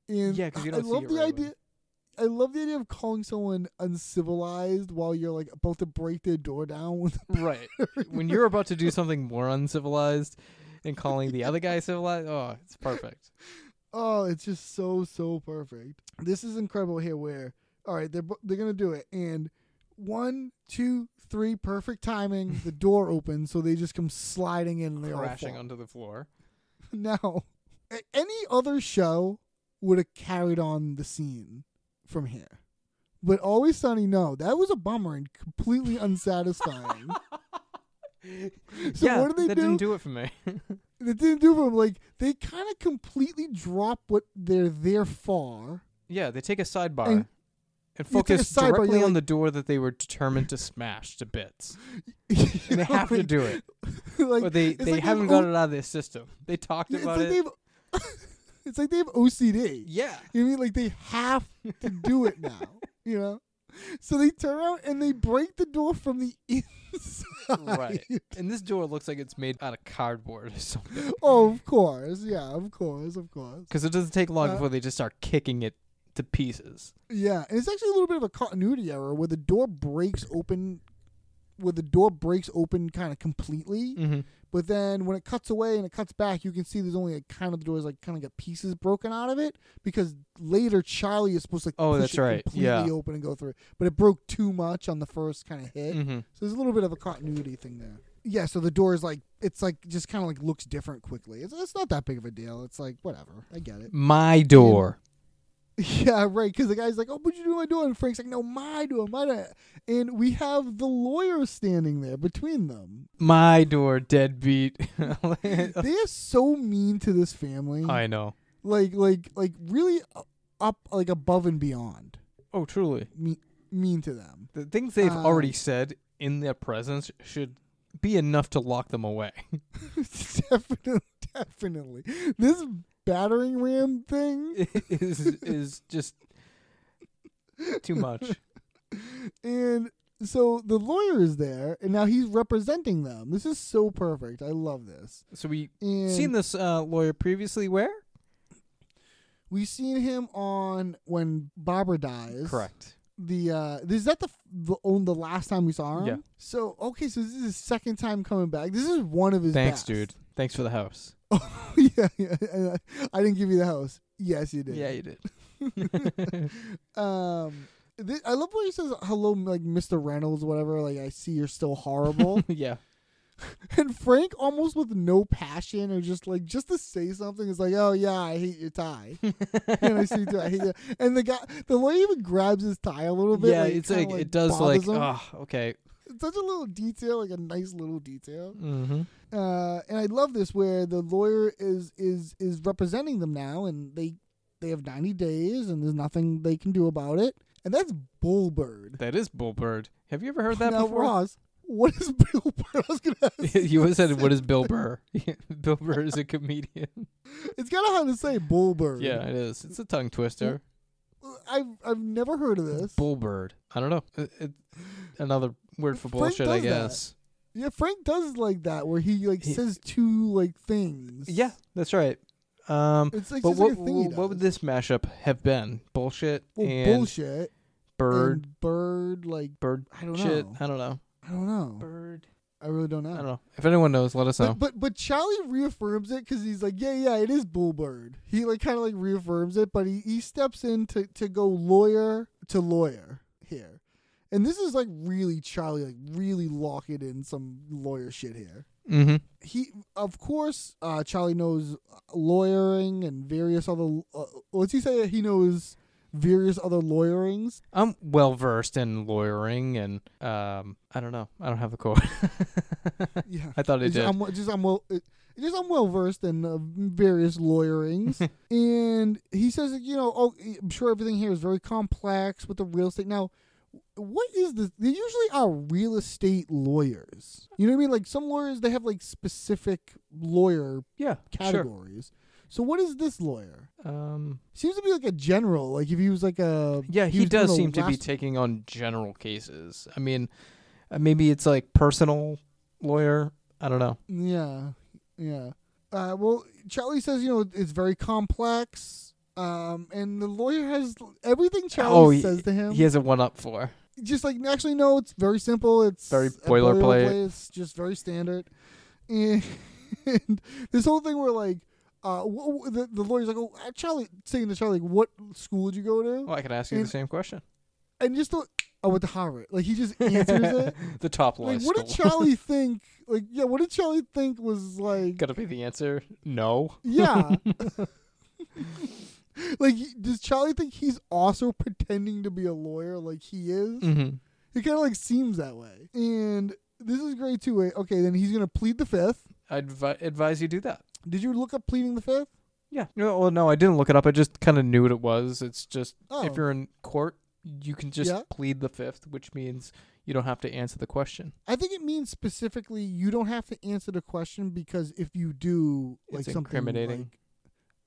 Speaker 5: And
Speaker 1: Yeah, 'cause you
Speaker 5: I
Speaker 1: don't see
Speaker 5: love
Speaker 1: it
Speaker 5: the
Speaker 1: right away.
Speaker 5: idea. I love the idea of calling someone uncivilized while you're like about to break their door down with
Speaker 1: Right. when you're about to do something more uncivilized and calling the other guy civilized, oh, it's perfect.
Speaker 5: Oh, it's just so so perfect. This is incredible here. Where all right, they're bo- they're gonna do it, and one, two, three, perfect timing. the door opens, so they just come sliding in. And they
Speaker 1: Crashing
Speaker 5: all
Speaker 1: onto the floor.
Speaker 5: fall. Now, a- any other show would have carried on the scene from here, but Always Sunny. No, that was a bummer and completely unsatisfying. So
Speaker 1: yeah,
Speaker 5: what do they
Speaker 1: that
Speaker 5: do?
Speaker 1: didn't do it for me.
Speaker 5: They didn't do them like they kind of completely drop what they're there for.
Speaker 1: yeah, they take a sidebar
Speaker 5: And
Speaker 1: and,
Speaker 5: you take a
Speaker 1: focus
Speaker 5: sidebar, you're
Speaker 1: directly on
Speaker 5: like-
Speaker 1: the door that they were determined to smash to bits. And they have to do it.
Speaker 5: like
Speaker 1: Or they,
Speaker 5: it's
Speaker 1: they
Speaker 5: like
Speaker 1: haven't
Speaker 5: they've
Speaker 1: got it out of their system. They talked
Speaker 5: o- It's
Speaker 1: about
Speaker 5: like
Speaker 1: it.
Speaker 5: they've. it's like they have OCD.
Speaker 1: Yeah.
Speaker 5: You know what I mean like they have to do it now? you know. So they turn around and they break the door from the inside.
Speaker 1: Right. And this door looks like it's made out of cardboard or something.
Speaker 5: Oh, of course. Yeah, of course, of course.
Speaker 1: Because it doesn't take long
Speaker 5: Uh,
Speaker 1: before they just start kicking it to pieces.
Speaker 5: Yeah, and it's actually a little bit of a continuity error where the door breaks open, where the door breaks open kind of completely.
Speaker 1: Mhm.
Speaker 5: But then when it cuts away and it cuts back, you can see there's only like kind of the doors like kind of got pieces broken out of it because later Charlie is supposed to like,
Speaker 1: Oh,
Speaker 5: push
Speaker 1: that's
Speaker 5: it
Speaker 1: right.
Speaker 5: completely
Speaker 1: Yeah.
Speaker 5: open and go through it. But it broke too much on the first kind of hit,
Speaker 1: Mhm.
Speaker 5: so there's a little bit of a continuity thing there. Yeah, so the door is like it's like just kind of like looks different quickly. It's, it's not that big of a deal. It's like whatever. I get it.
Speaker 1: My door.
Speaker 5: Yeah, right. Because the guy's like, "Oh, what'd you do to my door?" And Frank's like, "No, my door, my door." And we have the lawyer standing there between them.
Speaker 1: My door, deadbeat.
Speaker 5: They are so mean to this family.
Speaker 1: I know.
Speaker 5: Like, like, like, really up, like above and beyond.
Speaker 1: Oh, truly.
Speaker 5: Mean, mean to them.
Speaker 1: The things they've
Speaker 5: Um,
Speaker 1: already said in their presence should be enough to lock them away.
Speaker 5: definitely, definitely. This battering ram thing.
Speaker 1: is is just too much.
Speaker 5: And so the lawyer is there, and now he's representing them. This is so perfect. I love this.
Speaker 1: So we
Speaker 5: And
Speaker 1: seen this uh, lawyer previously where?
Speaker 5: We seen him on when Barbara dies. The uh is that the f- the on the last time we saw him?
Speaker 1: Yeah.
Speaker 5: So okay, so this is his second time coming back. This is one of his.
Speaker 1: Thanks,
Speaker 5: best.
Speaker 1: dude. Thanks for the house.
Speaker 5: yeah, yeah. I- I didn't give you the house. Yes, you did.
Speaker 1: Yeah, you did.
Speaker 5: Um, thi- I love when he says hello, like Mr. Reynolds, whatever. Like I see you're still horrible,
Speaker 1: yeah.
Speaker 5: and Frank almost with no passion or just like just to say something is like, oh yeah, I hate your tie. and I see you too. I hate you. And the guy, the lawyer even grabs his tie a little bit.
Speaker 1: Yeah,
Speaker 5: like,
Speaker 1: it's
Speaker 5: kinda,
Speaker 1: like, it does like,
Speaker 5: bothers him.
Speaker 1: ah, okay.
Speaker 5: It's such a little detail, like a nice little detail.
Speaker 1: Mm-hmm.
Speaker 5: Uh, and I love this where the lawyer is is is representing them now, and they they have ninety days, and there's nothing they can do about it. And that's Bullbird.
Speaker 1: That is Bullbird. Have you ever heard that
Speaker 5: now,
Speaker 1: before?
Speaker 5: Ross, what is Bullbird? I was gonna ask.
Speaker 1: you always said, "What is Bill Burr?" Bill Burr is a comedian.
Speaker 5: It's kind of hard to say Bullbird.
Speaker 1: Yeah, it is. It's a tongue twister.
Speaker 5: I've I've never heard of this.
Speaker 1: Bullbird. I don't know. It, it, another word for
Speaker 5: Frank
Speaker 1: bullshit, I
Speaker 5: does that.
Speaker 1: guess.
Speaker 5: yeah, Frank does like that where he like
Speaker 1: He-
Speaker 5: says two like things.
Speaker 1: Yeah, that's right. Um,
Speaker 5: It's like
Speaker 1: but
Speaker 5: just
Speaker 1: what
Speaker 5: like a thing he
Speaker 1: what would this
Speaker 5: does.
Speaker 1: mashup have been? Bullshit
Speaker 5: Well,
Speaker 1: and
Speaker 5: bullshit.
Speaker 1: bird,
Speaker 5: and bird like
Speaker 1: bird.
Speaker 5: I don't
Speaker 1: shit.
Speaker 5: know.
Speaker 1: I don't know.
Speaker 5: I don't know.
Speaker 1: Bird.
Speaker 5: I really don't know.
Speaker 1: I don't know. If anyone knows, let us know.
Speaker 5: But, but but Charlie reaffirms it because he's like, yeah, yeah, it is Bullbird. He like kind of like reaffirms it, but he, he steps in to, to go lawyer to lawyer here, and this is like really Charlie like really locking in some lawyer shit here.
Speaker 1: mm-hmm.
Speaker 5: He of course uh, Charlie knows lawyering and various other. Uh, what's he say? He knows various other lawyerings.
Speaker 1: I'm well versed in lawyering, and um, I don't know. I don't have the quote.
Speaker 5: Yeah,
Speaker 1: I thought it
Speaker 5: It's-
Speaker 1: did.
Speaker 5: I'm just I'm well. It, just I'm well versed in uh, various lawyerings, and he says, you know, oh, I'm sure everything here is very complex with the real estate. Now, what is this? They usually are real estate lawyers. You know what I mean? Like some lawyers, they have like specific lawyer
Speaker 1: yeah, sure.
Speaker 5: categories. So what is this lawyer?
Speaker 1: Um,
Speaker 5: Seems to be like a general. Like if he was like a
Speaker 1: yeah, he,
Speaker 5: was doing
Speaker 1: does
Speaker 5: a
Speaker 1: seem to be
Speaker 5: last-
Speaker 1: taking on general cases. I mean, uh, maybe it's like personal lawyer. I don't know.
Speaker 5: Yeah, yeah. Uh, well, Charlie says you know it's very complex, um, and the lawyer has everything
Speaker 1: oh,
Speaker 5: Charlie
Speaker 1: he-
Speaker 5: says to him.
Speaker 1: he has a one up for.
Speaker 5: just like actually no, it's very simple. It's
Speaker 1: Very
Speaker 5: a
Speaker 1: boilerplate.
Speaker 5: It's just very standard. And this whole thing where like. Uh, wh- wh- the, the lawyer's like, oh, uh, Charlie, saying to Charlie, like, what school did you go to?
Speaker 1: Well, I could ask you the
Speaker 5: And-
Speaker 1: same question.
Speaker 5: And just thought, I went to Harvard. Like, he just answers it.
Speaker 1: the top line.
Speaker 5: Like, what did
Speaker 1: still.
Speaker 5: Charlie think? Like, yeah, what did Charlie think was like?
Speaker 1: Gotta be the answer. No.
Speaker 5: Yeah. like, he- does Charlie think he's also pretending to be a lawyer like he is?
Speaker 1: Mm-hmm.
Speaker 5: It kind of like seems that way. And this is great too. Wait, okay, then he's gonna plead the fifth.
Speaker 1: I'd advi- advise you do that.
Speaker 5: Did you look up pleading the fifth?
Speaker 1: Yeah. No, well, no, I didn't look it up. I just kind of knew what it was. It's just
Speaker 5: Oh.
Speaker 1: if you're in court, you can just
Speaker 5: Yeah.
Speaker 1: plead the fifth, which means you don't have to answer the question.
Speaker 5: I think it means specifically you don't have to answer the question because if you do, like
Speaker 1: It's
Speaker 5: something
Speaker 1: incriminating.
Speaker 5: like-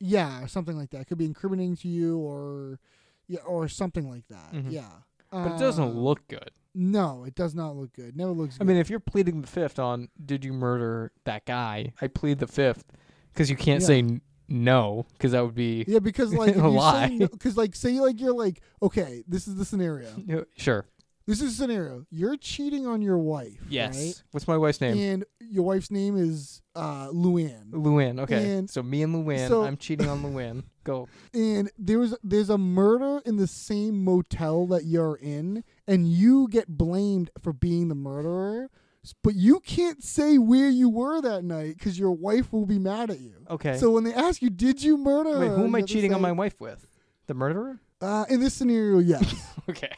Speaker 5: yeah, or something like that It could be incriminating to you, or yeah, or something like that.
Speaker 1: Mhm.
Speaker 5: Yeah,
Speaker 1: but it doesn't
Speaker 5: Uh,
Speaker 1: look good.
Speaker 5: No, it does not look good. Never looks.
Speaker 1: Oh. I
Speaker 5: good.
Speaker 1: mean, if you're pleading the fifth on did you murder that guy, I plead the fifth because you can't
Speaker 5: Yeah.
Speaker 1: say n- no, because that would be
Speaker 5: Yeah, because like if
Speaker 1: a
Speaker 5: you
Speaker 1: lie.
Speaker 5: say because like say like you're like okay, this is the scenario.
Speaker 1: sure.
Speaker 5: This is the scenario. You're cheating on your wife.
Speaker 1: Yes.
Speaker 5: right?
Speaker 1: What's my wife's name?
Speaker 5: And your wife's name is uh, Luann.
Speaker 1: Luann. Okay.
Speaker 5: And-
Speaker 1: so me and Luann.
Speaker 5: so-
Speaker 1: I'm cheating on Luann. Go.
Speaker 5: And there was there's a murder in the same motel that you're in, and you get blamed for being the murderer, s- but you can't say where you were that night because your wife will be mad at you.
Speaker 1: Okay.
Speaker 5: So when they ask you, did you murder?
Speaker 1: Wait,
Speaker 5: her?"
Speaker 1: who am
Speaker 5: You
Speaker 1: I
Speaker 5: have to
Speaker 1: cheating on
Speaker 5: say,
Speaker 1: my wife with? The murderer?
Speaker 5: Uh, in this scenario, yes.
Speaker 1: Okay.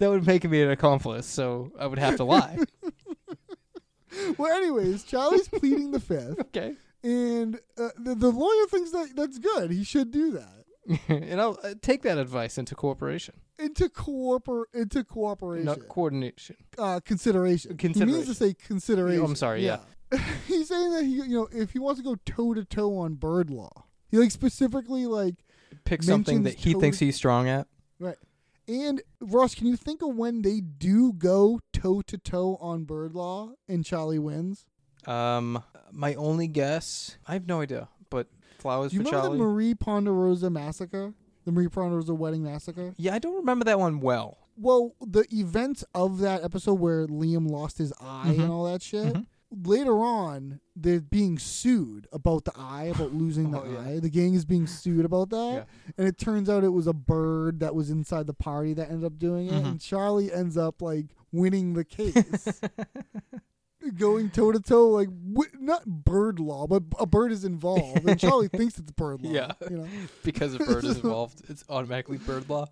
Speaker 1: that would make me an accomplice, so I would have to lie.
Speaker 5: well, anyways, Charlie's pleading the fifth.
Speaker 1: Okay.
Speaker 5: and uh, the, the lawyer thinks that that's good. He should do that
Speaker 1: and I'll uh, take that advice into cooperation,
Speaker 5: into cooper into cooperation,
Speaker 1: not coordination.
Speaker 5: uh, consideration. He means
Speaker 1: Consideration.
Speaker 5: to say consideration.
Speaker 1: I'm sorry, yeah.
Speaker 5: He's saying that he, you know, if he wants to go toe to toe on bird law, he like specifically like
Speaker 1: Pick something that
Speaker 5: mentions
Speaker 1: he
Speaker 5: toe
Speaker 1: thinks
Speaker 5: to-
Speaker 1: he's strong at.
Speaker 5: right. And Ross, can you think of when they do go toe to toe on bird law and Charlie wins?
Speaker 1: Um, my only guess, I have no idea, but flowers
Speaker 5: Do you
Speaker 1: for
Speaker 5: remember
Speaker 1: Charlie.
Speaker 5: the Marie Ponderosa massacre? The Marie Ponderosa wedding massacre?
Speaker 1: yeah, I don't remember that one well.
Speaker 5: well, the events of that episode where Liam lost his eye and all that shit. Later on, they're being sued about the eye, about losing the eye. The gang is being sued about that, and it turns out it was a bird that was inside the party that ended up doing it. And Charlie ends up like winning the case, going toe to toe, like wi- not bird law, but a bird is involved, and Charlie thinks it's bird law.
Speaker 1: Yeah.
Speaker 5: you know?
Speaker 1: Because a bird is involved, it's automatically bird law.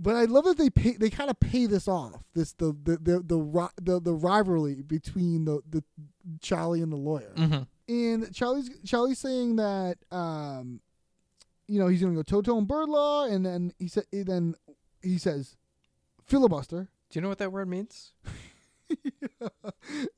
Speaker 5: But I love that they pay. They kind of pay this off. This the the the the ri- the, the rivalry between the the Charlie and the lawyer.
Speaker 1: Mm-hmm.
Speaker 5: And Charlie's Charlie's saying that um, you know, he's going to go toe to toe in bird law, and then he said, then he says filibuster.
Speaker 1: Do you know what that word means?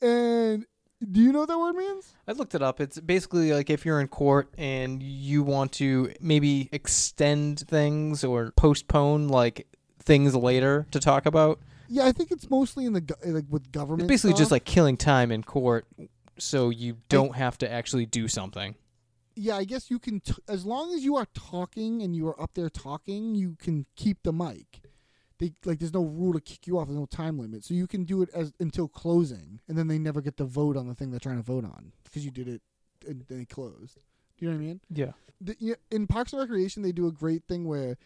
Speaker 5: And do you know what that word means?
Speaker 1: I looked it up. It's basically like if you're in court and you want to maybe extend things or postpone like things later to talk about.
Speaker 5: Yeah, I think it's mostly in the go- like with government.
Speaker 1: It's basically just
Speaker 5: stuff.
Speaker 1: like killing time in court so you don't have to actually do something.
Speaker 5: yeah, I guess you can, t- as long as you are talking and you are up there talking, you can keep the mic. They like there's no rule to kick you off. There's no time limit, so you can do it as until closing, and then they never get to vote on the thing they're trying to vote on because you did it and then it closed. Do you know what I mean?
Speaker 1: Yeah.
Speaker 5: the, you know, in Parks and Recreation, they do a great thing where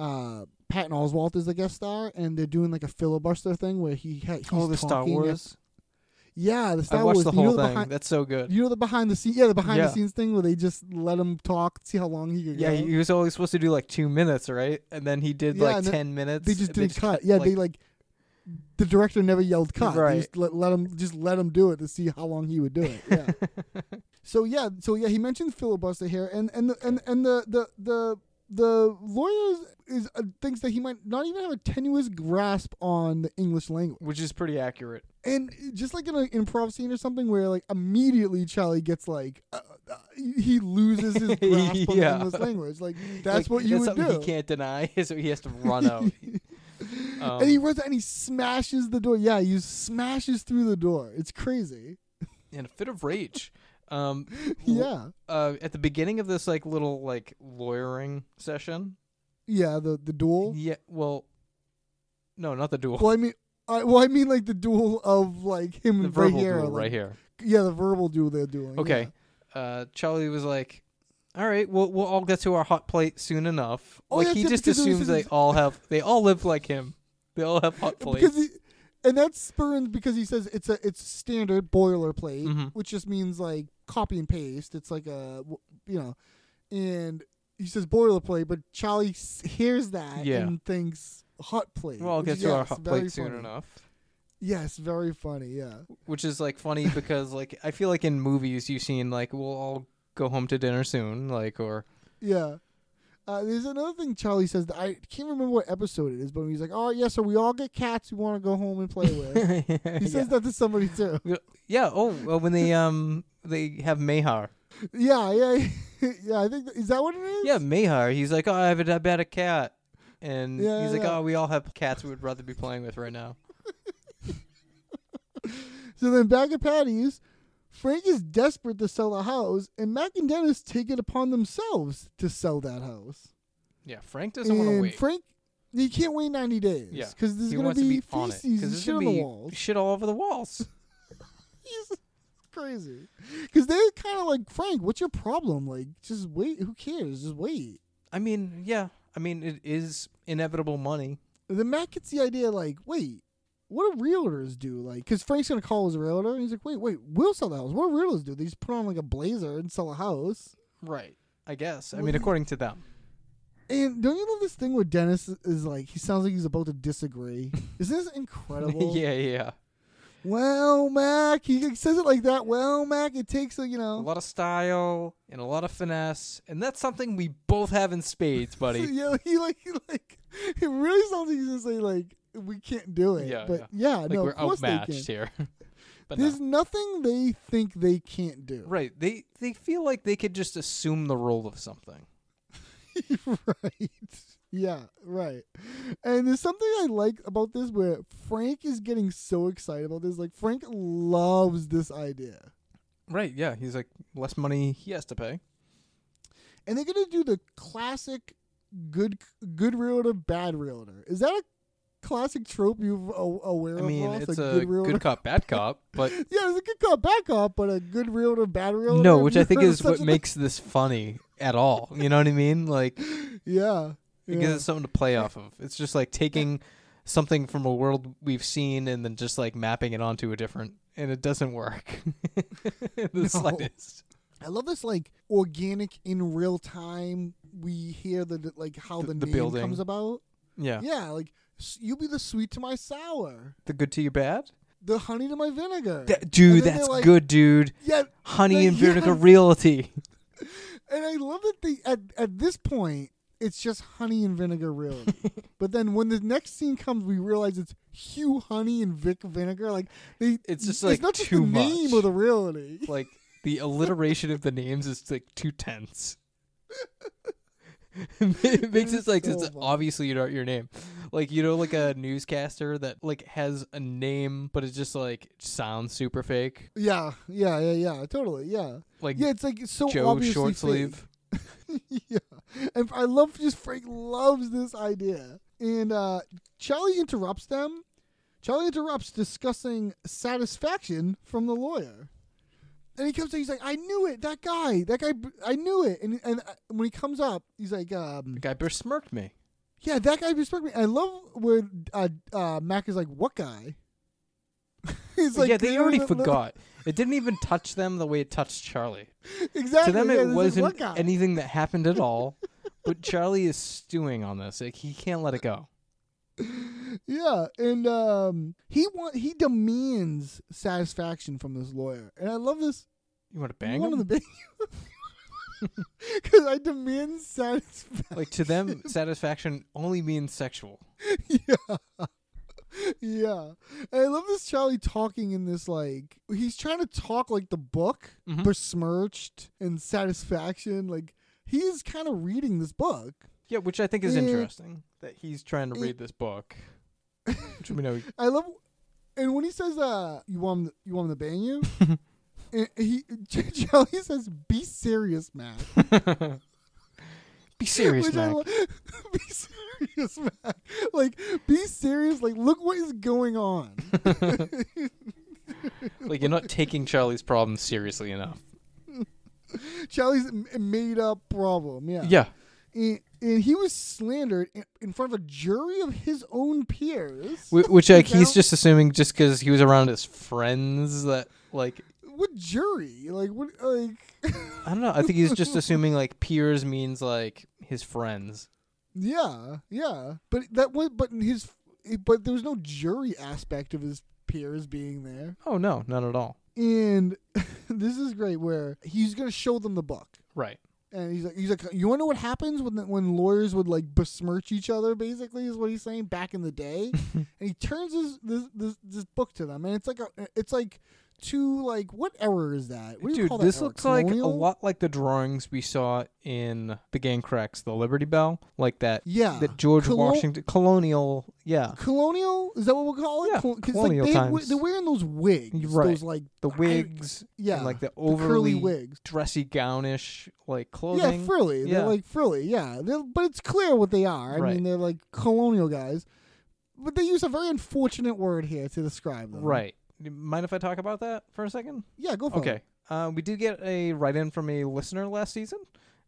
Speaker 5: uh, Patton Oswalt is the guest star, and they're doing like a filibuster thing where he ha- he's
Speaker 1: Oh, the Star
Speaker 5: talking at-
Speaker 1: Wars.
Speaker 5: yeah, the Star
Speaker 1: I watched
Speaker 5: Wars.
Speaker 1: the
Speaker 5: you
Speaker 1: whole
Speaker 5: know
Speaker 1: thing.
Speaker 5: behind-
Speaker 1: That's so good.
Speaker 5: you know the behind the scenes, yeah, the behind
Speaker 1: Yeah.
Speaker 5: the scenes thing where they just let him talk, see how long he could
Speaker 1: yeah,
Speaker 5: go.
Speaker 1: he was only supposed to do like two minutes, right? And then he did
Speaker 5: Yeah,
Speaker 1: like
Speaker 5: and then
Speaker 1: ten minutes.
Speaker 5: they just
Speaker 1: and
Speaker 5: didn't cut. Yeah, they like the director never yelled cut. They
Speaker 1: Right.
Speaker 5: just let, let him just let him do it to see how long he would do it. Yeah. so yeah, so yeah, he mentioned filibuster here, and and the, and and the the the the lawyer is uh, thinks that he might not even have a tenuous grasp on the English language,
Speaker 1: which is pretty accurate.
Speaker 5: and just like in an improv scene or something, where like immediately Charlie gets like. Uh, uh, he loses his grasp on
Speaker 1: Yeah.
Speaker 5: the English language. Like that's
Speaker 1: Like,
Speaker 5: what you
Speaker 1: that's
Speaker 5: would do.
Speaker 1: something He can't deny, so he has to run out. Um,
Speaker 5: and he runs out and he smashes the door. Yeah, he smashes through the door. It's crazy.
Speaker 1: in a fit of rage. Um,
Speaker 5: Yeah.
Speaker 1: uh, at the beginning of this like little like lawyering session.
Speaker 5: Yeah, the, the duel.
Speaker 1: Yeah. Well, no, not the duel.
Speaker 5: Well, I mean, I, well, I mean, like the duel of like him
Speaker 1: the
Speaker 5: and
Speaker 1: verbal
Speaker 5: right here,
Speaker 1: duel
Speaker 5: like-
Speaker 1: right here.
Speaker 5: Yeah, the verbal duel they're doing.
Speaker 1: Okay.
Speaker 5: yeah.
Speaker 1: Uh, Charlie was like, "All right, we'll we'll all get to our hot plate soon enough."
Speaker 5: Oh,
Speaker 1: like
Speaker 5: yeah,
Speaker 1: he
Speaker 5: yeah,
Speaker 1: just
Speaker 5: because it was
Speaker 1: assumes they
Speaker 5: his-
Speaker 1: all have they all live like him. They all have hot plates.
Speaker 5: Because he, and that spurns because he says it's a it's standard boilerplate,
Speaker 1: Mm-hmm.
Speaker 5: which just means like copy and paste. It's like a you know, and he says boilerplate, but Charlie s- hears that
Speaker 1: Yeah.
Speaker 5: and thinks hot plate.
Speaker 1: we'll all
Speaker 5: which,
Speaker 1: get to our
Speaker 5: yes,
Speaker 1: hot
Speaker 5: very
Speaker 1: plate soon
Speaker 5: funny.
Speaker 1: enough.
Speaker 5: Yes, very funny. Yeah.
Speaker 1: Which is like funny because like I feel like in movies you've seen like we'll all go home to dinner soon, like or
Speaker 5: Yeah. Uh, there's another thing Charlie says that I can't remember what episode it is, but he's like, "Oh yeah, so we all get cats we want to go home and play with."
Speaker 1: he
Speaker 5: he says that to somebody too.
Speaker 1: Yeah. Oh, well, when they um they have Mehar.
Speaker 5: Yeah, yeah, yeah. I think is that what it is?
Speaker 1: Yeah, Mehar. He's like, oh, I have a diabetic cat, and
Speaker 5: Yeah,
Speaker 1: he's like,
Speaker 5: yeah.
Speaker 1: oh, we all have cats we would rather be playing with right now.
Speaker 5: So then back at Patty's, Frank is desperate to sell a house, and Mac and Dennis take it upon themselves to sell that house.
Speaker 1: Yeah, Frank doesn't want to
Speaker 5: And
Speaker 1: wait.
Speaker 5: Frank, he can't wait 90 days.
Speaker 1: yeah,
Speaker 5: Because there's
Speaker 1: he
Speaker 5: going
Speaker 1: wants
Speaker 5: to be
Speaker 1: on it, 'cause
Speaker 5: feces and
Speaker 1: there's
Speaker 5: shit
Speaker 1: gonna
Speaker 5: on the
Speaker 1: be
Speaker 5: walls.
Speaker 1: Shit all over the walls.
Speaker 5: crazy. Because they're kind of like, Frank, what's your problem? Like, just wait. Who cares? Just wait.
Speaker 1: I mean, yeah. I mean, it is inevitable money.
Speaker 5: And then Matt gets the idea, like, wait, what do realtors do? Like, because Frank's going to call his realtor, and he's like, wait, wait, we'll sell the house. What do realtors do? They just put on, like, a blazer and sell a house.
Speaker 1: Right. I guess. I mean, according to them.
Speaker 5: And don't you love this thing where Dennis is- is like, he sounds like he's about to disagree? Isn't this incredible?
Speaker 1: yeah, yeah.
Speaker 5: Well, Mac, he like, says it like that. Well, Mac, it takes a, you know.
Speaker 1: A lot of style and a lot of finesse, and that's something we both have in spades, buddy.
Speaker 5: yeah, he like he like it really sounds like he's gonna say like we can't do it.
Speaker 1: Yeah,
Speaker 5: but
Speaker 1: yeah.
Speaker 5: yeah,
Speaker 1: like
Speaker 5: no,
Speaker 1: we're
Speaker 5: of course they can.
Speaker 1: outmatched here. but no.
Speaker 5: There's nothing they think they can't do.
Speaker 1: Right. They they feel like they could just assume the role of something.
Speaker 5: right. Yeah, right. And there's something I like about this where Frank is getting so excited about this. Like Frank loves this idea.
Speaker 1: Right, yeah. He's like less money he has to pay.
Speaker 5: And they're gonna do the classic good good realtor, bad realtor. Is that a classic trope you've a- aware
Speaker 1: I
Speaker 5: of?
Speaker 1: mean,
Speaker 5: Ross?
Speaker 1: it's
Speaker 5: Like,
Speaker 1: a good,
Speaker 5: realtor,
Speaker 1: cop, bad cop, but
Speaker 5: Yeah, it's a good cop, bad cop, but a good realtor, bad realtor.
Speaker 1: no,
Speaker 5: Have
Speaker 1: which
Speaker 5: you
Speaker 1: I think
Speaker 5: heard of
Speaker 1: is what
Speaker 5: such a
Speaker 1: makes this funny at all. You know what I mean? Like
Speaker 5: thing? Yeah.
Speaker 1: it gives us something to play off of. It's just like taking something from a world we've seen and then just like mapping it onto a different and it doesn't work. the slightest.
Speaker 5: I love this like organic in real time. We hear the like how
Speaker 1: The-
Speaker 5: the,
Speaker 1: the
Speaker 5: name
Speaker 1: building.
Speaker 5: comes about.
Speaker 1: Yeah.
Speaker 5: Yeah, like s- you be the sweet to my sour,
Speaker 1: The good to your bad?
Speaker 5: the honey to my vinegar.
Speaker 1: That- dude,
Speaker 5: And then
Speaker 1: that's
Speaker 5: they're like-
Speaker 1: good, dude.
Speaker 5: Yeah,
Speaker 1: Honey
Speaker 5: like,
Speaker 1: and vinegar
Speaker 5: yeah.
Speaker 1: realty.
Speaker 5: And I love that they at at this point it's just honey and vinegar realty. but then when the next scene comes, we realize it's Hugh Honey and Vic Vinegar. Like they,
Speaker 1: It's just, like,
Speaker 5: it's not just
Speaker 1: too
Speaker 5: the name
Speaker 1: much.
Speaker 5: of the realty.
Speaker 1: like the alliteration of the names is like too tense. it makes it like it's
Speaker 5: so funny.
Speaker 1: obviously not your name, like you know, like a newscaster that like has a name, but it just like sounds super fake,
Speaker 5: Yeah, yeah, yeah, yeah, totally, yeah.
Speaker 1: Like,
Speaker 5: yeah, it's like it's so
Speaker 1: Joe
Speaker 5: obviously
Speaker 1: short
Speaker 5: fake.
Speaker 1: sleeve.
Speaker 5: yeah, and I love just Frank loves this idea, and uh Charlie interrupts them. Charlie interrupts discussing satisfaction from the lawyer, and he comes. in, He's like, "I knew it. That guy. That guy. I knew it." And and uh, when he comes up, he's like, um,
Speaker 1: The guy besmirked me.
Speaker 5: "Yeah, that guy respect me." I love where uh, uh, Mac is like, "What guy?" he's
Speaker 1: yeah, they already
Speaker 5: literally-
Speaker 1: forgot. It didn't even touch them the way it touched Charlie.
Speaker 5: Exactly.
Speaker 1: to them,
Speaker 5: yeah,
Speaker 1: it
Speaker 5: this is what
Speaker 1: wasn't
Speaker 5: guy.
Speaker 1: anything that happened at all. but Charlie is stewing on this; like he can't let it go.
Speaker 5: Yeah, and um, he want he demands satisfaction from this lawyer, and I love this
Speaker 1: You want to bang
Speaker 5: one
Speaker 1: him?
Speaker 5: of the big because I demand satisfaction.
Speaker 1: like to them, satisfaction only means sexual.
Speaker 5: yeah, and I love this Charlie talking in this like he's trying to talk like the book besmirched and satisfaction. Like he's kind of reading this book.
Speaker 1: Yeah, which I think is
Speaker 5: Yeah.
Speaker 1: interesting that he's trying to read this book, which we know he-
Speaker 5: I love, and when he says, "Uh, you want him to, you want him to bang you," and he Charlie says, "Be serious, Mac."
Speaker 1: be serious,
Speaker 5: Which I
Speaker 1: Mac.
Speaker 5: lo- be serious, Mac. Like, be serious. Like, look what is going on.
Speaker 1: like you're not taking Charlie's problem seriously enough.
Speaker 5: Charlie's m- made up problem. Yeah.
Speaker 1: Yeah,
Speaker 5: And, and he was slandered in, in front of a jury of his own peers.
Speaker 1: Wh- which like
Speaker 5: You
Speaker 1: he's
Speaker 5: know?
Speaker 1: just assuming just because he was around his friends that like
Speaker 5: what jury? Like what? Like
Speaker 1: I don't know. I think he's just assuming like peers means like his friends.
Speaker 5: yeah, yeah. But that was but in his but there was no jury aspect of his peers being there.
Speaker 1: Oh no, not at all.
Speaker 5: And this is great where he's gonna show them the book.
Speaker 1: Right.
Speaker 5: and he's like, he's like, you want to know what happens when when lawyers would like besmirch each other? Basically, is what he's saying back in the day. and he turns his this, this this book to them, and it's like a, it's like too like what error is that? What do you
Speaker 1: Dude,
Speaker 5: call that
Speaker 1: this
Speaker 5: error?
Speaker 1: looks like a
Speaker 5: Colonial?
Speaker 1: lot like the drawings we saw in the gang cracks, the Liberty Bell, like that.
Speaker 5: Yeah.
Speaker 1: that George
Speaker 5: Colo-
Speaker 1: Washington colonial. Yeah,
Speaker 5: colonial. Is that what we'll call it?
Speaker 1: Yeah,
Speaker 5: Col- 'cause,
Speaker 1: colonial
Speaker 5: like, they,
Speaker 1: times.
Speaker 5: They're wearing those wigs.
Speaker 1: You're right.
Speaker 5: Those like
Speaker 1: the
Speaker 5: I-
Speaker 1: wigs. and,
Speaker 5: yeah,
Speaker 1: like
Speaker 5: the
Speaker 1: the
Speaker 5: curly
Speaker 1: overly
Speaker 5: wigs.
Speaker 1: dressy gownish like clothing.
Speaker 5: Yeah, frilly.
Speaker 1: Yeah.
Speaker 5: They're like frilly. Yeah, They're- but it's clear what they are. I
Speaker 1: Right.
Speaker 5: mean, they're like colonial guys, but they use a very unfortunate word here to describe them.
Speaker 1: right. You Mind if I talk about that for a second?
Speaker 5: Yeah, go for it.
Speaker 1: Okay. Uh, we did get a write in from a listener last season,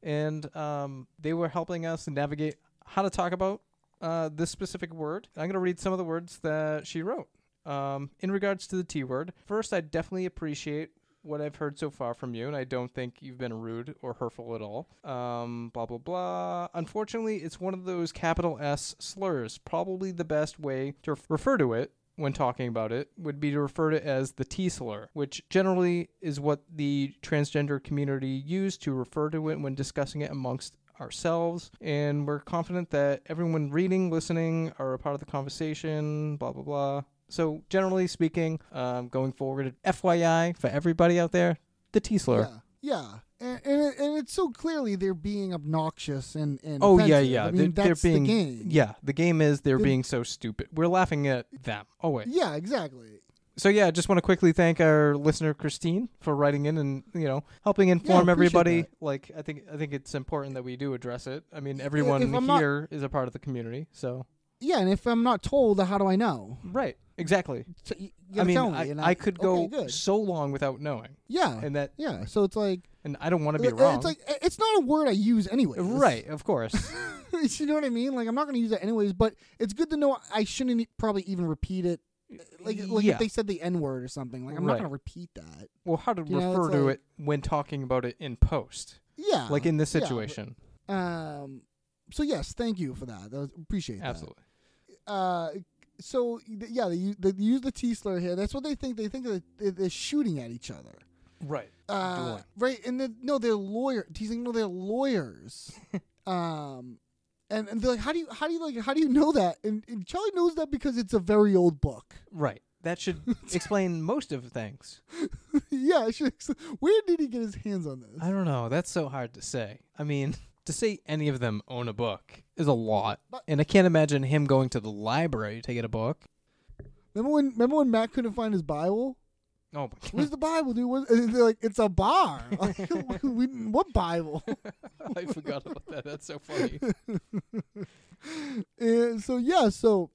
Speaker 1: and um, they were helping us navigate how to talk about uh, this specific word. I'm going to read some of the words that she wrote. Um, in regards to the T word, first, I definitely appreciate what I've heard so far from you, and I don't think you've been rude or hurtful at all. Um, blah, blah, blah. Unfortunately, it's one of those capital S slurs. Probably the best way to refer to it when talking about it would be to refer to it as the T slur, which generally is what the transgender community used to refer to it when discussing it amongst ourselves. And we're confident that everyone reading, listening are a part of the conversation, blah, blah, blah. So, generally speaking, um, going forward, FYI for everybody out there, the T slur.
Speaker 5: Yeah. Yeah. And, and, it, and it's so clearly they're being obnoxious and, and
Speaker 1: Oh yeah,
Speaker 5: offensive.
Speaker 1: yeah.
Speaker 5: I mean,
Speaker 1: they're,
Speaker 5: that's
Speaker 1: they're being
Speaker 5: the game.
Speaker 1: yeah. The game is they're
Speaker 5: The-
Speaker 1: being so stupid. We're laughing at them. Oh wait.
Speaker 5: Yeah, exactly.
Speaker 1: so yeah, I just want to quickly thank our listener Christine for writing in and you know helping inform
Speaker 5: appreciate
Speaker 1: everybody.
Speaker 5: that.
Speaker 1: Like I think I think it's important that we do address it. I mean, everyone
Speaker 5: if I'm not-
Speaker 1: here is a part of the community, so
Speaker 5: Yeah, and if I'm not told, how do I know?
Speaker 1: right, exactly.
Speaker 5: So you,
Speaker 1: I
Speaker 5: you gotta
Speaker 1: mean,
Speaker 5: tell me,
Speaker 1: I,
Speaker 5: and
Speaker 1: I could go
Speaker 5: okay, good.
Speaker 1: so long without knowing,
Speaker 5: Yeah,
Speaker 1: and that
Speaker 5: yeah. So it's like
Speaker 1: and I don't want to be
Speaker 5: Uh,
Speaker 1: wrong.
Speaker 5: It's like it's not a word I use anyway.
Speaker 1: right, of course.
Speaker 5: you know what I mean? Like I'm not going to use that anyways. But it's good to know I shouldn't e- probably even repeat it. Like like
Speaker 1: Yeah.
Speaker 5: if they said the N word or something. Like I'm not
Speaker 1: Right.
Speaker 5: going to repeat that.
Speaker 1: well, how to
Speaker 5: You know,
Speaker 1: refer
Speaker 5: it's
Speaker 1: to
Speaker 5: like-
Speaker 1: it when talking about it in post,
Speaker 5: Yeah,
Speaker 1: like in this
Speaker 5: yeah, but-
Speaker 1: situation.
Speaker 5: um. So yes, thank you for that. that was, appreciate that.
Speaker 1: Absolutely.
Speaker 5: Uh. So th- yeah, they, u- they use the T slur here. That's what they think. They think that they- they're shooting at each other.
Speaker 1: Right.
Speaker 5: Uh,
Speaker 1: Dueling.
Speaker 5: right, and then no, they're lawyer. He's like, no, they're lawyers. um, and, and they're like, how do you, how do you like, how do you know that? And, and Charlie knows that because it's a very old book.
Speaker 1: Right. That should explain most of things.
Speaker 5: yeah, I should, ex- where did he get his hands on this?
Speaker 1: I don't know. That's so hard to say. I mean, to say any of them own a book is a lot.
Speaker 5: But-
Speaker 1: And I can't imagine him going to the library to get a book.
Speaker 5: Remember when, remember when Matt couldn't find his Bible?
Speaker 1: Oh my god.
Speaker 5: Where's the Bible, dude? Where's, and they're like, it's a bar. Like, we, what Bible?
Speaker 1: I forgot about that. That's so funny.
Speaker 5: and so yeah, so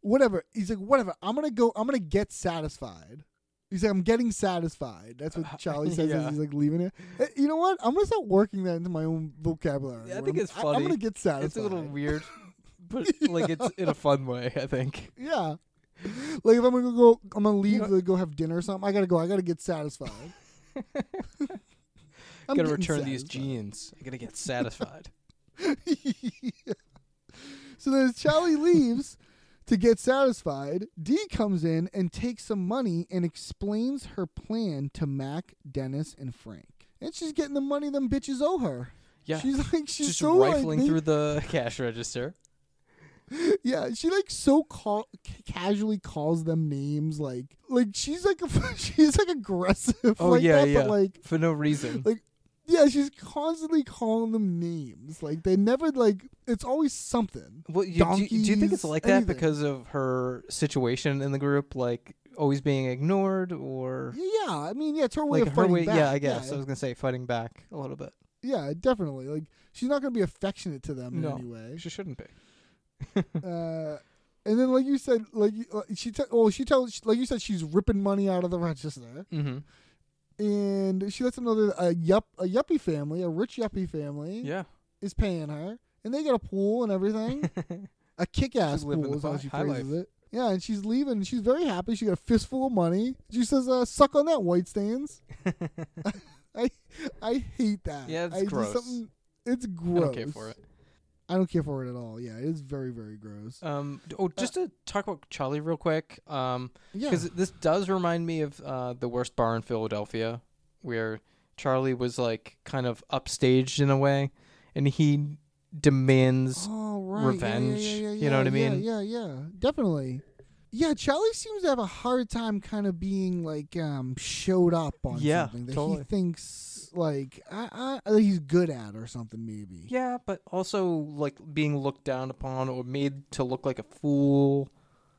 Speaker 5: whatever. He's like, whatever. I'm gonna go. I'm gonna get satisfied. He's like, I'm getting satisfied. That's what Charlie says
Speaker 1: Uh, Yeah.
Speaker 5: as he's like leaving it. Eh, You know what? I'm gonna start working that into my own vocabulary.
Speaker 1: I
Speaker 5: where
Speaker 1: think
Speaker 5: I'm-
Speaker 1: it's
Speaker 5: I-
Speaker 1: funny.
Speaker 5: I'm gonna get satisfied.
Speaker 1: It's a little weird, but like it's in a fun way, I think.
Speaker 5: Yeah. Like if I'm gonna go, I'm gonna leave to go have dinner or something. I gotta go. I gotta get satisfied. I'm
Speaker 1: I'm going to
Speaker 5: getting
Speaker 1: return these
Speaker 5: satisfied.
Speaker 1: jeans. I got to get satisfied.
Speaker 5: So then as Charlie leaves to get satisfied, Dee comes in and takes some money and explains her plan to Mac, Dennis, and Frank. And she's getting the money them bitches owe her.
Speaker 1: Yeah.
Speaker 5: She's like she's
Speaker 1: Just
Speaker 5: so like,
Speaker 1: rifling
Speaker 5: they-
Speaker 1: through the cash register.
Speaker 5: yeah, she like so call, ca- casually calls them names like like she's like she's like aggressive
Speaker 1: Oh
Speaker 5: like
Speaker 1: yeah,
Speaker 5: that,
Speaker 1: yeah.
Speaker 5: but like
Speaker 1: For no reason.
Speaker 5: like yeah, she's constantly calling them names. Like they never like it's always something.
Speaker 1: Well, you, do, you- do you think it's
Speaker 5: Donkeys,
Speaker 1: like that
Speaker 5: anything.
Speaker 1: because of her situation in the group, like always being ignored, or
Speaker 5: Yeah, yeah, I mean, yeah, it's her way
Speaker 1: like
Speaker 5: of
Speaker 1: her
Speaker 5: fighting
Speaker 1: way?
Speaker 5: back.
Speaker 1: Yeah, I guess I
Speaker 5: Yeah,
Speaker 1: was gonna say fighting back a little bit.
Speaker 5: yeah, definitely. Like she's not going to be affectionate to them
Speaker 1: No,
Speaker 5: in any way.
Speaker 1: she shouldn't be.
Speaker 5: Uh, and then, like you said, like you- uh, she, te- well, she tells, like you said, she's ripping money out of the register,
Speaker 1: Mm-hmm.
Speaker 5: and she lets them know that a yup, a yuppie family, a rich yuppie family,
Speaker 1: Yeah,
Speaker 5: is paying her, and they got a pool and everything, a kick-ass
Speaker 1: She's living the
Speaker 5: pool is how
Speaker 1: high-
Speaker 5: she
Speaker 1: high
Speaker 5: phrases
Speaker 1: life.
Speaker 5: it. Yeah, and she's leaving. and She's very happy. She got a fistful of money. She says, uh, "Suck on that, white stains." I I hate that.
Speaker 1: Yeah, it's
Speaker 5: I, just
Speaker 1: gross.
Speaker 5: something- it's
Speaker 1: I
Speaker 5: gross.
Speaker 1: don't care for it.
Speaker 5: I don't care for it at all. Yeah, it is very very gross.
Speaker 1: Um, d- oh, just to talk about Charlie real quick, um,
Speaker 5: Uh, Yeah.
Speaker 1: because this does remind me of uh, the worst bar in Philadelphia, where Charlie was like kind of upstaged in a way, and he demands
Speaker 5: oh right, Yeah, yeah,
Speaker 1: revenge,
Speaker 5: yeah, yeah,
Speaker 1: you know what I
Speaker 5: yeah,
Speaker 1: mean?
Speaker 5: Yeah, yeah, yeah. definitely. Yeah, Charlie seems to have a hard time kind of being like um showed up on
Speaker 1: Yeah,
Speaker 5: something that
Speaker 1: totally.
Speaker 5: he thinks like I, I, that he's good at or something maybe.
Speaker 1: Yeah, but also like being looked down upon or made to look like a fool.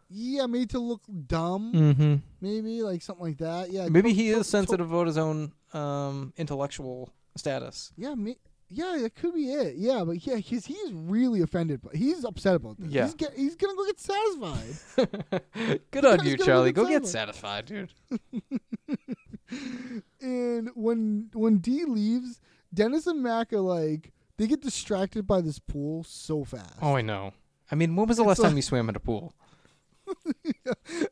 Speaker 5: Yeah, made to look dumb.
Speaker 1: Mm-hmm.
Speaker 5: Maybe like something like that. Yeah.
Speaker 1: Maybe
Speaker 5: to-
Speaker 1: he is
Speaker 5: to- to-
Speaker 1: sensitive about his own um, intellectual status.
Speaker 5: Yeah, me. Yeah, that could be it. Yeah, but yeah, because he's really offended. But he's upset about this.
Speaker 1: Yeah.
Speaker 5: he's, get, he's gonna go get satisfied.
Speaker 1: Good on
Speaker 5: guy's
Speaker 1: you,
Speaker 5: gonna
Speaker 1: Charlie.
Speaker 5: look
Speaker 1: Go get
Speaker 5: inside
Speaker 1: satisfied, dude.
Speaker 5: and when when D leaves, Dennis and Mac are like they get distracted by this pool so fast.
Speaker 1: Oh, I know. I mean, when was the
Speaker 5: It's
Speaker 1: last
Speaker 5: like-
Speaker 1: time you swam in a pool?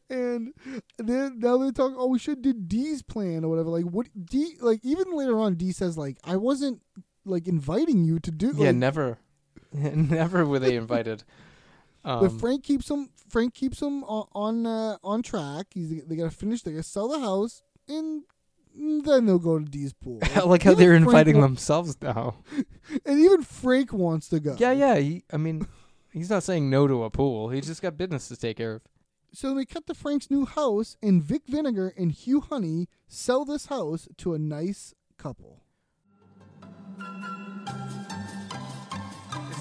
Speaker 5: and then now they're talking. Oh, we should do D's plan or whatever. Like what D? Like even later on, D says like I wasn't like inviting you to do.
Speaker 1: yeah,
Speaker 5: like,
Speaker 1: never, never were they invited. Um,
Speaker 5: but Frank keeps him. Frank keeps him on on, uh, on track. He's they gotta finish. They gotta sell the house, and then they'll go to D's pool.
Speaker 1: I like how
Speaker 5: even
Speaker 1: they're
Speaker 5: Frank
Speaker 1: inviting
Speaker 5: wa-
Speaker 1: themselves now.
Speaker 5: and even Frank wants to go.
Speaker 1: Yeah, yeah. He, I mean, he's not saying no to a pool. He's just got business to take care of.
Speaker 5: So then we cut to Frank's new house, and Vic Vinegar and Hugh Honey sell this house to a nice couple.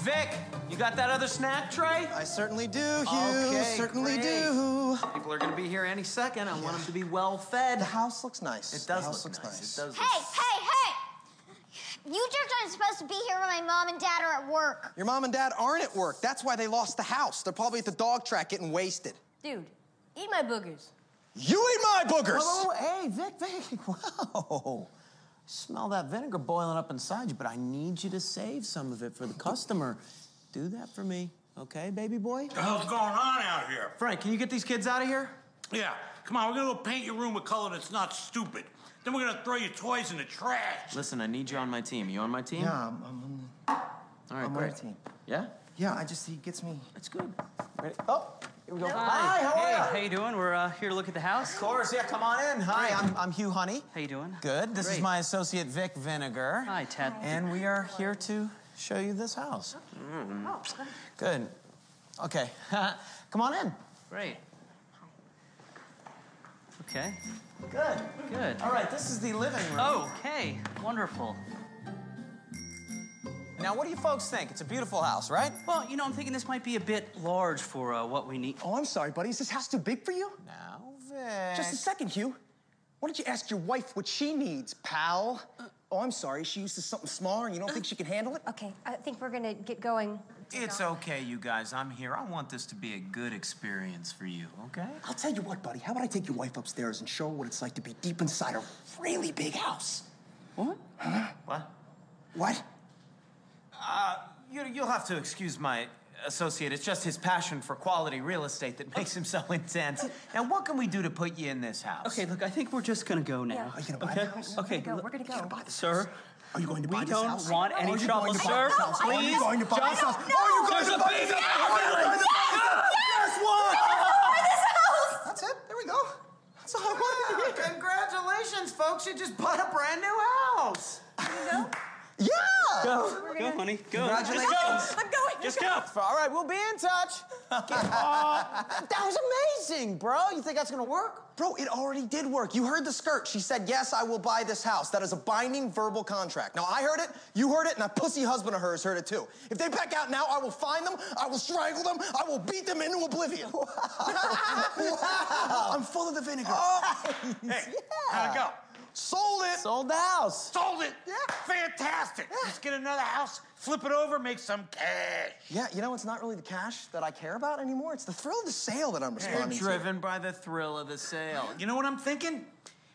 Speaker 7: Vic, you got that other snack tray?
Speaker 2: I certainly do, Hugh.
Speaker 7: Okay,
Speaker 2: certainly
Speaker 7: great.
Speaker 2: do.
Speaker 7: People are gonna be here any second. I want them to be well
Speaker 2: The
Speaker 7: fed.
Speaker 2: house looks nice.
Speaker 7: It
Speaker 2: The
Speaker 7: does
Speaker 2: house
Speaker 7: look
Speaker 2: looks
Speaker 7: nice.
Speaker 2: nice.
Speaker 7: It does.
Speaker 11: Hey, hey, hey! You jerks aren't supposed to be here when my mom and dad are at work.
Speaker 2: Your mom and dad aren't at work. That's why they lost the house. They're probably at the dog track getting wasted.
Speaker 11: Dude, eat my boogers.
Speaker 2: You eat my boogers.
Speaker 7: Whoa, hey, Vic, Vic. Wow. Smell that vinegar boiling up inside you, but I need you to save some of it for the customer. Do that for me, okay, baby boy?
Speaker 6: The hell's going on out here?
Speaker 7: Frank, can you get these kids out of here?
Speaker 6: Yeah, come on, we're gonna go paint your room with color that's not stupid. Then we're gonna throw your toys in the trash.
Speaker 7: Listen, I need you on my team. You on my team?
Speaker 10: Yeah, I'm, I'm on
Speaker 7: All
Speaker 10: the,
Speaker 7: right,
Speaker 10: I'm on
Speaker 7: great.
Speaker 10: the team.
Speaker 7: Yeah?
Speaker 10: Yeah, I just, he gets me.
Speaker 7: That's good. Ready?
Speaker 10: Oh,
Speaker 7: Here we go.
Speaker 12: Hi.
Speaker 7: how
Speaker 12: hey,
Speaker 7: are you?
Speaker 12: how you doing? We're uh, here to look at the house.
Speaker 7: Of course, yeah, come on in. Hi, I'm, I'm Hugh Honey.
Speaker 12: How you doing?
Speaker 7: Good. This is
Speaker 12: Great.
Speaker 7: my associate, Vic Vinegar.
Speaker 12: Hi, Ted.
Speaker 7: And we are here to show you this house.
Speaker 10: Mm.
Speaker 7: Good. Okay, come on in.
Speaker 12: Great. Okay.
Speaker 7: Good.
Speaker 12: Good.
Speaker 7: All right, this is the living room.
Speaker 12: Okay. Wonderful.
Speaker 10: Oh.
Speaker 7: Now, what do you folks think? It's a beautiful house, right?
Speaker 12: Well, you know, I'm thinking this might be a bit large for uh, what we need.
Speaker 10: Oh, I'm sorry, buddy. Is this house too big for you?
Speaker 7: Now, Vic.
Speaker 10: Just a second, Hugh. Why don't you ask your wife what she needs, pal? Oh, I'm sorry. She uses something smaller and you don't think she can handle it?
Speaker 11: Okay, I think we're gonna get going.
Speaker 7: It's okay, you guys. I'm here. I want this to be a good experience for you, okay?
Speaker 10: I'll tell you what, buddy. How about I take your wife upstairs and show her what it's like to be deep inside a really big house?
Speaker 12: What?
Speaker 7: What?
Speaker 10: What?
Speaker 7: You, you'll have to excuse my associate. It's just his passion for quality real estate that makes him so intense. Now, what can we do to put you in this house?
Speaker 12: Okay, look, I think we're just gonna go now.
Speaker 10: Are Uh, you gonna buy
Speaker 12: Okay.
Speaker 10: the house?
Speaker 12: Okay.
Speaker 11: Go,
Speaker 12: look,
Speaker 11: we're gonna go.
Speaker 10: Buy this
Speaker 12: Sir,
Speaker 10: Are you going to buy
Speaker 12: we
Speaker 10: this
Speaker 12: don't
Speaker 10: house?
Speaker 12: want
Speaker 10: Are
Speaker 12: any
Speaker 10: you
Speaker 12: trouble,
Speaker 10: going to buy
Speaker 12: sir.
Speaker 10: this house? Are you
Speaker 12: Please.
Speaker 10: going to buy this
Speaker 12: just-
Speaker 10: house? Are you going
Speaker 12: There's
Speaker 10: to
Speaker 12: a
Speaker 10: buy this
Speaker 12: baby
Speaker 10: house? Are you going to buy this house? Yes, one!
Speaker 2: That's it. There we go. That's all I wanted to hear.
Speaker 7: Congratulations, folks. You just bought a brand new house.
Speaker 2: Yeah.
Speaker 12: Go, go, honey. Go. Congratulations. Just go.
Speaker 11: I'm going.
Speaker 12: Just go.
Speaker 7: All right, we'll be in touch. that was amazing, bro. You think that's gonna work?
Speaker 10: Bro, it already did work. You heard the skirt. She said, Yes, I will buy this house. That is a binding verbal contract. Now, I heard it, you heard it, and that pussy husband of hers heard it too. If they back out now, I will find them, I will strangle them, I will beat them into oblivion. I'm full of the vinegar.
Speaker 7: Oh.
Speaker 6: Hey, how'd it go?
Speaker 10: Sold it.
Speaker 7: Sold the house.
Speaker 6: Sold it. Fantastic. Let's get another house, flip it over, make some cash.
Speaker 10: Yeah, you know, it's not really the cash that I care about anymore. It's the thrill of the sale that I'm
Speaker 7: You're
Speaker 10: responding to.
Speaker 7: driven by the thrill of the sale.
Speaker 6: You know what I'm thinking?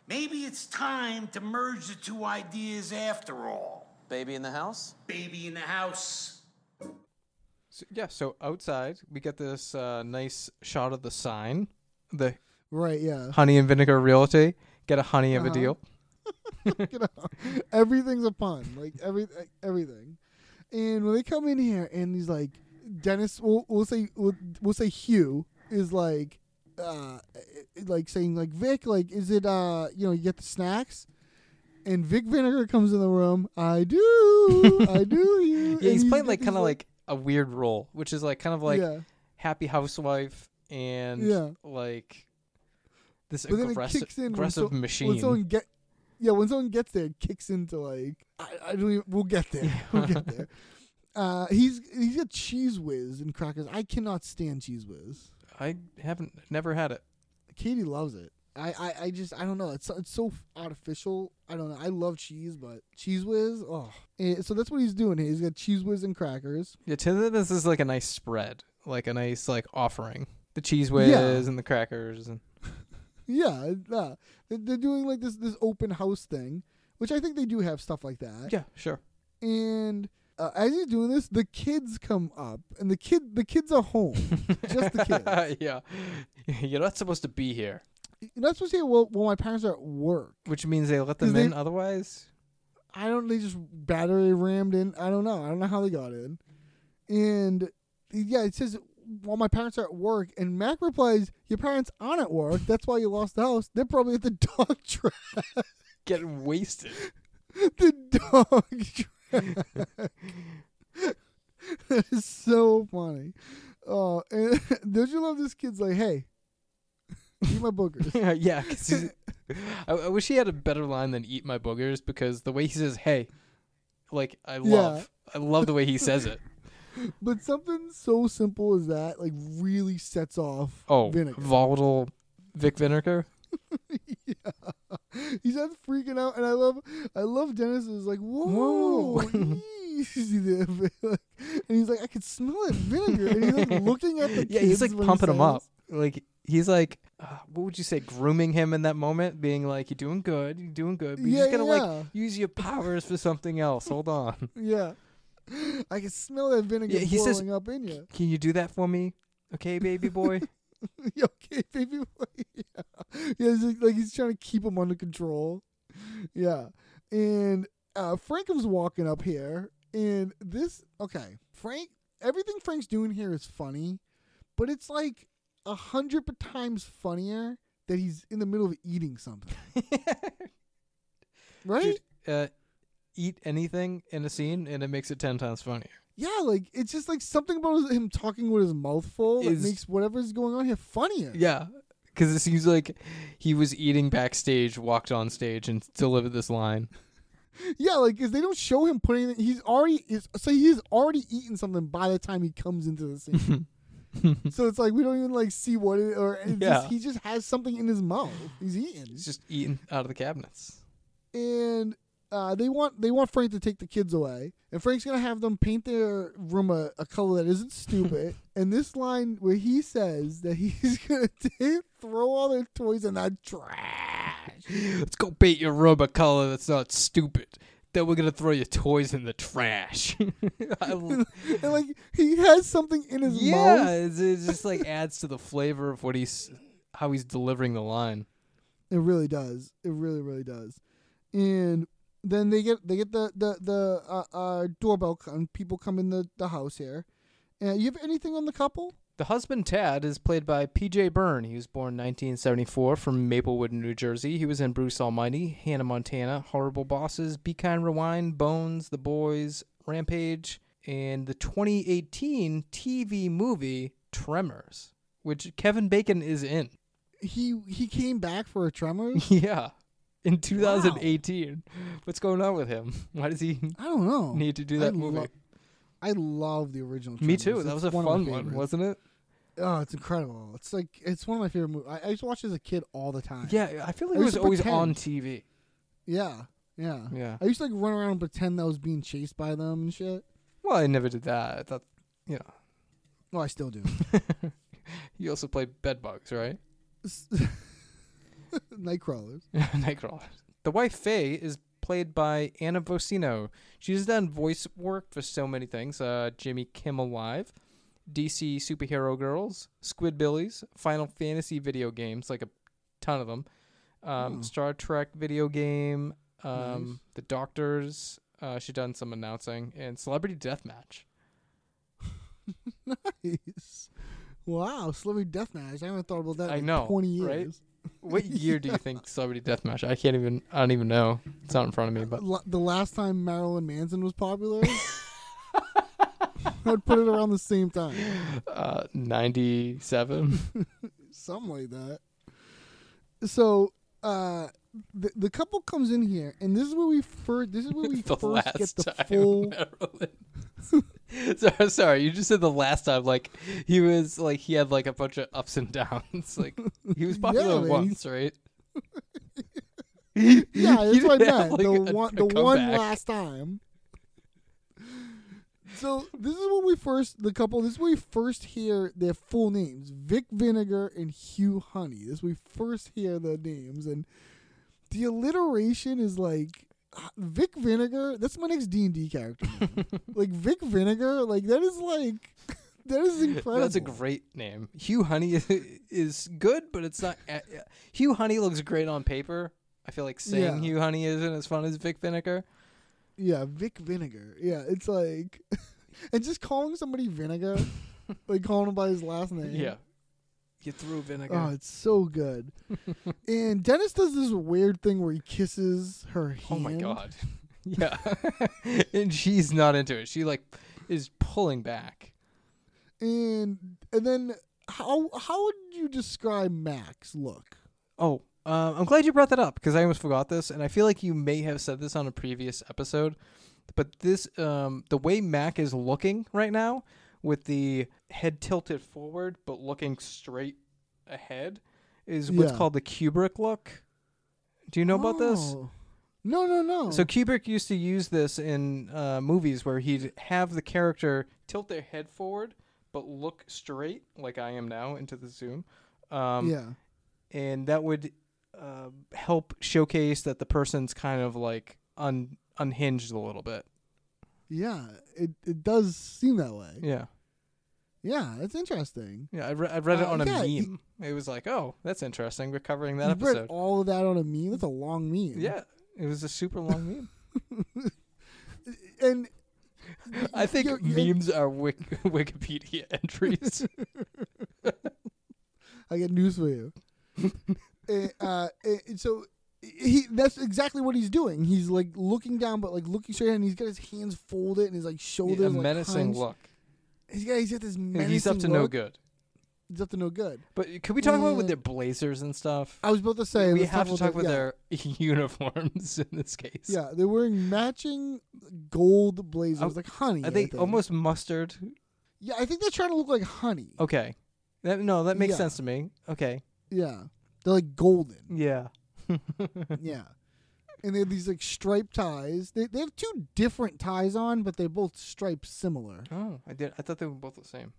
Speaker 6: Maybe it's time to merge the two ideas after all.
Speaker 7: Baby in the house?
Speaker 6: Baby in the house.
Speaker 1: So, yeah. So outside, we get this uh, nice shot of the sign, the
Speaker 5: Right? Yeah.
Speaker 1: honey and vinegar realty. Get a honey
Speaker 5: Uh-huh.
Speaker 1: of a deal.
Speaker 5: you know, everything's a pun. Like every like, everything. And when they come in here, and he's like, Dennis, we'll, we'll say we'll, we'll say Hugh is like, uh, like saying like Vic, like is it uh, you know, you get the snacks. And Vic Vinegar comes in the room. I do, I do. You.
Speaker 1: Yeah,
Speaker 5: And
Speaker 1: he's
Speaker 5: he-
Speaker 1: playing like
Speaker 5: he's
Speaker 1: kind of like a weird role, which is like kind of like
Speaker 5: Yeah.
Speaker 1: happy housewife and
Speaker 5: Yeah.
Speaker 1: like this
Speaker 5: but then it
Speaker 1: aggressive,
Speaker 5: kicks in
Speaker 1: aggressive
Speaker 5: when so-
Speaker 1: machine.
Speaker 5: When someone get, yeah, when someone gets there, it kicks into like I, I don't. Even, we'll get there. We'll get there. Uh, he's he's got cheese whiz and crackers. I cannot stand cheese whiz.
Speaker 1: I haven't never had it.
Speaker 5: Katie loves it. I, I, I just I don't know. It's so- it's so artificial. I don't know. I love cheese, but cheese whiz. Oh, And so that's what he's doing here. He's got cheese whiz and crackers.
Speaker 1: Yeah, to them this is like a nice spread, like a nice like offering. The cheese whiz and the crackers and
Speaker 5: Yeah, yeah. They- They're doing like this this open house thing, which I think they do have stuff like that.
Speaker 1: Yeah, sure.
Speaker 5: And uh, as he's doing this, the kids come up, and the kid the kids are home. Just the kids.
Speaker 1: yeah, you're not supposed to be here,
Speaker 5: You're not supposed to say, "Well, well, my parents are at work."
Speaker 1: which means they let
Speaker 5: 'Cause
Speaker 1: them
Speaker 5: they-
Speaker 1: in otherwise.
Speaker 5: I don't. They just battery rammed in. I don't know. I don't know how they got in. And yeah, it says while my parents are at work, and Mac replies, "Your parents aren't at work. That's why you lost the house. They're probably at the dog track.
Speaker 1: Getting wasted.
Speaker 5: the dog track. that is so funny. Oh, and don't you love this kid's like, hey, eat my boogers.
Speaker 1: yeah, yeah. 'cause he's- I, I wish he had a better line than "eat my boogers" because the way he says "hey," like I love, I love the way he says it.
Speaker 5: but something so simple as that, like, really sets off
Speaker 1: Oh,
Speaker 5: vinegar.
Speaker 1: volatile Vic Vinegar.
Speaker 5: He's not freaking out, and I love, I love Dennis is like, whoa, easy there, man." Like, and he's like, I could smell it, vinegar, and he's like looking at the
Speaker 1: yeah,
Speaker 5: kids
Speaker 1: he's like
Speaker 5: when he
Speaker 1: pumping him
Speaker 5: says-
Speaker 1: up. Like he's like, uh, what would you say, grooming him in that moment, being like, "You're doing good, you're doing good, but you're
Speaker 5: Yeah,
Speaker 1: just gonna
Speaker 5: yeah.
Speaker 1: like use your powers for something else." Hold on.
Speaker 5: Yeah, I can smell that vinegar
Speaker 1: Yeah, he
Speaker 5: boiling
Speaker 1: says,
Speaker 5: up in you.
Speaker 1: Can you do that for me, okay, baby boy?
Speaker 5: okay, baby boy. Yeah, yeah it's like, like he's trying to keep him under control. Yeah, and uh, Frankham's walking up here, and this okay, Frank. Everything Frank's doing here is funny, but it's like a hundred times funnier that he's in the middle of eating something. right?
Speaker 1: Dude, uh, eat anything in a scene, and it makes it ten times funnier.
Speaker 5: Yeah, like it's just like something about him talking with his mouth full that
Speaker 1: Is-
Speaker 5: makes whatever's going on here funnier.
Speaker 1: Yeah, because it seems like he was eating backstage, walked on stage, and delivered this line.
Speaker 5: Yeah, like because they don't show him putting. anything. He's already is so he's already eaten something by the time he comes into the scene. so it's like we don't even like see what it or it's
Speaker 1: Yeah.
Speaker 5: just, he just has something in his mouth. He's eating,
Speaker 1: He's just eating out of the cabinets.
Speaker 5: and uh, they want they want Frank to take the kids away, and Frank's gonna have them paint their room a, a color that isn't stupid. and this line where he says that he's gonna take, throw all their toys in that trash.
Speaker 1: Let's go paint your room a color that's not stupid. Then we're gonna throw your toys in the trash. I l-
Speaker 5: and like he has something in his
Speaker 1: yeah,
Speaker 5: mouth.
Speaker 1: it's, it just like adds to the flavor of what he's how he's delivering the line.
Speaker 5: It really does. It really, really does. And then they get they get the the the uh, uh, doorbell and people come in the the house here. Uh, you have anything on the couple?
Speaker 1: The husband Tad is played by P.J. Byrne. He was born 1974 from Maplewood, New Jersey. He was in Bruce Almighty, Hannah Montana, Horrible Bosses, Be Kind Rewind, Bones, The Boys, Rampage, and the 2018 TV movie Tremors, which Kevin Bacon is in.
Speaker 5: He he came back for a tremors.
Speaker 1: Yeah, in 2018. What's going on with him? Why does he
Speaker 5: I don't know.
Speaker 1: need to do
Speaker 5: I
Speaker 1: that
Speaker 5: lo-
Speaker 1: movie?
Speaker 5: I love the original.
Speaker 1: Me
Speaker 5: Tremors.
Speaker 1: too. That
Speaker 5: It's
Speaker 1: was a
Speaker 5: one of my
Speaker 1: fun one,
Speaker 5: favorites.
Speaker 1: wasn't it?
Speaker 5: Oh, it's incredible. It's like it's one of my favorite movies. I, I used to watch it as a kid all the time.
Speaker 1: Yeah, I feel like
Speaker 5: I
Speaker 1: it was
Speaker 5: used to
Speaker 1: always
Speaker 5: pretend.
Speaker 1: on TV.
Speaker 5: Yeah, yeah,
Speaker 1: Yeah.
Speaker 5: I used to like run around and pretend that I was being chased by them and shit.
Speaker 1: Well, I never did that. I thought, you know.
Speaker 5: Well, I still do.
Speaker 1: You also played Bedbugs, right?
Speaker 5: Nightcrawlers.
Speaker 1: Nightcrawler. The wife Faye is played by Anna Vocino. She's done voice work for so many things: uh, Jimmy Kimmel Live, DC Superhero Girls, Squidbillies, Final Fantasy video games, like a ton of them, um,
Speaker 5: Hmm.
Speaker 1: Star Trek video game, um,
Speaker 5: Nice.
Speaker 1: The Doctors. Uh, she's done some announcing and Celebrity Deathmatch.
Speaker 5: nice. Wow, Celebrity Deathmatch. I haven't thought about that.
Speaker 1: I
Speaker 5: in
Speaker 1: know,
Speaker 5: Twenty years.
Speaker 1: right? What year do you think Celebrity Deathmatch? I can't even. I don't even know. It's not in front of me, but
Speaker 5: L- the last time Marilyn Manson was popular. I would put it around the same time,
Speaker 1: Uh, 97.
Speaker 5: something like that. So uh, the the couple comes in here, and this is where we first. This is where we
Speaker 1: the
Speaker 5: first
Speaker 1: last
Speaker 5: get the
Speaker 1: time
Speaker 5: full.
Speaker 1: Marilyn. sorry, sorry, you just said the last time. Like he was like he had like a bunch of ups and downs. Like he was
Speaker 5: Yeah,
Speaker 1: popular
Speaker 5: man,
Speaker 1: once, right?
Speaker 5: Yeah,
Speaker 1: He
Speaker 5: that's what I
Speaker 1: didn't have,
Speaker 5: meant. the
Speaker 1: like, a-
Speaker 5: one,
Speaker 1: a
Speaker 5: the one
Speaker 1: comeback.
Speaker 5: last time. So this is when we first the couple. This is when we first hear their full names: Vic Vinegar and Hugh Honey. This is when we first hear their names, and the alliteration is like ah, Vic Vinegar. That's my next D and D character. name. like Vic Vinegar. Like that is like that is incredible.
Speaker 1: That's a great name. Hugh Honey is good, but it's not. uh, uh, Hugh Honey looks great on paper. I feel like saying
Speaker 5: Yeah.
Speaker 1: Hugh Honey isn't as fun as Vic Vinegar.
Speaker 5: Yeah, Vic Vinegar. Yeah, it's like, and just calling somebody Vinegar, like calling him by his last name.
Speaker 1: Yeah, you threw vinegar.
Speaker 5: Oh, it's so good. and Dennis does this weird thing where he kisses her hand.
Speaker 1: Oh my god. Yeah. and she's not into it. She like is pulling back.
Speaker 5: And and then how how would you describe Max look?
Speaker 1: Oh, uh, I'm glad you brought that up because I almost forgot this, and I feel like you may have said this on a previous episode, but this um, the way Mac is looking right now with the head tilted forward but looking straight ahead is what's
Speaker 5: Yeah.
Speaker 1: called the Kubrick look. Do you know about this?
Speaker 5: Oh. No, no, no.
Speaker 1: So Kubrick used to use this in uh, movies where he'd have the character tilt their head forward but look straight, like I am now, into the zoom. Um,
Speaker 5: Yeah.
Speaker 1: and that would uh, help showcase that the person's kind of like un- unhinged a little bit.
Speaker 5: yeah, it it does seem that way.
Speaker 1: Yeah,
Speaker 5: Yeah, that's interesting.
Speaker 1: yeah. I, re- I read it
Speaker 5: Uh,
Speaker 1: on a
Speaker 5: yeah, you-
Speaker 1: meme. It was like, oh, that's interesting. We're covering that
Speaker 5: you read
Speaker 1: episode.
Speaker 5: all of that on a meme. That's a long meme.
Speaker 1: Yeah, it was a super long meme.
Speaker 5: and
Speaker 1: I think
Speaker 5: You're- you're-
Speaker 1: memes are wik- Wikipedia entries.
Speaker 5: I get news for you. Eh, uh, eh, so he that's exactly what he's doing. He's like looking down, but like looking straight, and he's got his hands folded and his like shoulders
Speaker 1: a
Speaker 5: like,
Speaker 1: menacing
Speaker 5: hunched.
Speaker 1: look.
Speaker 5: He's got he's got this menacing
Speaker 1: He's up to no
Speaker 5: look.
Speaker 1: good.
Speaker 5: He's up to no good.
Speaker 1: But can we talk about with
Speaker 5: And-
Speaker 1: their blazers and stuff?
Speaker 5: I was about to say
Speaker 1: we
Speaker 5: let's
Speaker 1: have to
Speaker 5: about
Speaker 1: talk
Speaker 5: that-
Speaker 1: about
Speaker 5: yeah.
Speaker 1: their uniforms in this case.
Speaker 5: Yeah, they're wearing matching gold blazers,
Speaker 1: Oh,
Speaker 5: like honey.
Speaker 1: Are
Speaker 5: I
Speaker 1: they
Speaker 5: think.
Speaker 1: almost Oh. mustard?
Speaker 5: Yeah, I think they're trying to look like honey.
Speaker 1: Okay. That, no, that makes
Speaker 5: Yeah.
Speaker 1: sense to me. Okay.
Speaker 5: Yeah, they're like golden.
Speaker 1: Yeah.
Speaker 5: yeah. And they have these like striped ties. They they have two different ties on, but they're both striped similar.
Speaker 1: Oh, I did. I thought they were both the same.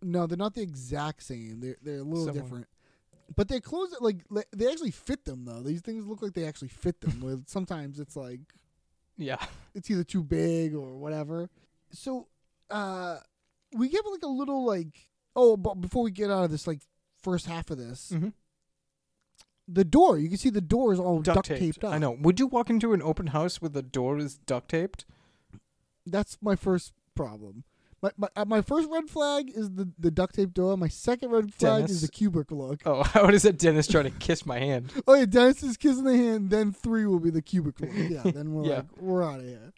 Speaker 5: No, they're not the exact same. They're they're a little
Speaker 1: Similar.
Speaker 5: different. But their clothes are, like li- they actually fit them though. These things look like they actually fit them. Where sometimes it's like
Speaker 1: Yeah.
Speaker 5: it's either too big or whatever. So uh we give like a little like oh, but before we get out of this like first half of this,
Speaker 1: Mm-hmm.
Speaker 5: the door you can see the door is all duct, taped. up.
Speaker 1: I know. Would you walk into an open house where the door is duct taped?
Speaker 5: That's my first problem. My my, uh, my first red flag is the, the duct tape door. My second red flag is
Speaker 1: Dennis.
Speaker 5: the cubic look.
Speaker 1: Oh, how does that dentist trying to kiss my hand?
Speaker 5: Oh yeah, Dennis is kissing the hand. Then three will be the cubic look. Yeah, then we're
Speaker 1: Yeah.
Speaker 5: like we're out of here.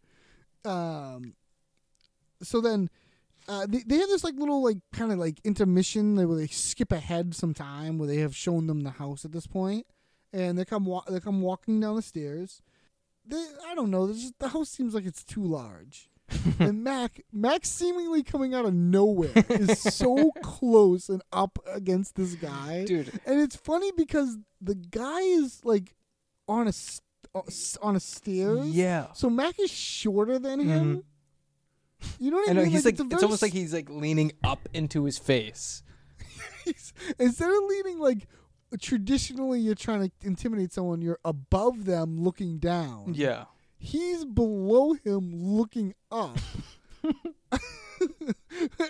Speaker 5: Um, so then, uh, they they have this like little like kind of like intermission where they skip ahead some time where they have shown them the house at this point, and they come wa- they come walking down the stairs. They I don't know. there's Just, the house seems like it's too large. and Mac, Mac seemingly coming out of nowhere is so close and up against this guy,
Speaker 1: Dude.
Speaker 5: And it's funny because the guy is like on a s- uh, s- on a stairs.
Speaker 1: Yeah.
Speaker 5: So Mac is shorter than him. You know what
Speaker 1: Mm-hmm.
Speaker 5: I,
Speaker 1: I know.
Speaker 5: mean?
Speaker 1: He's like,
Speaker 5: a
Speaker 1: it's,
Speaker 5: very
Speaker 1: almost like he's like leaning up into his face.
Speaker 5: He's- instead of leaning like traditionally you're trying to intimidate someone you're above them looking down
Speaker 1: Yeah.
Speaker 5: he's below him looking up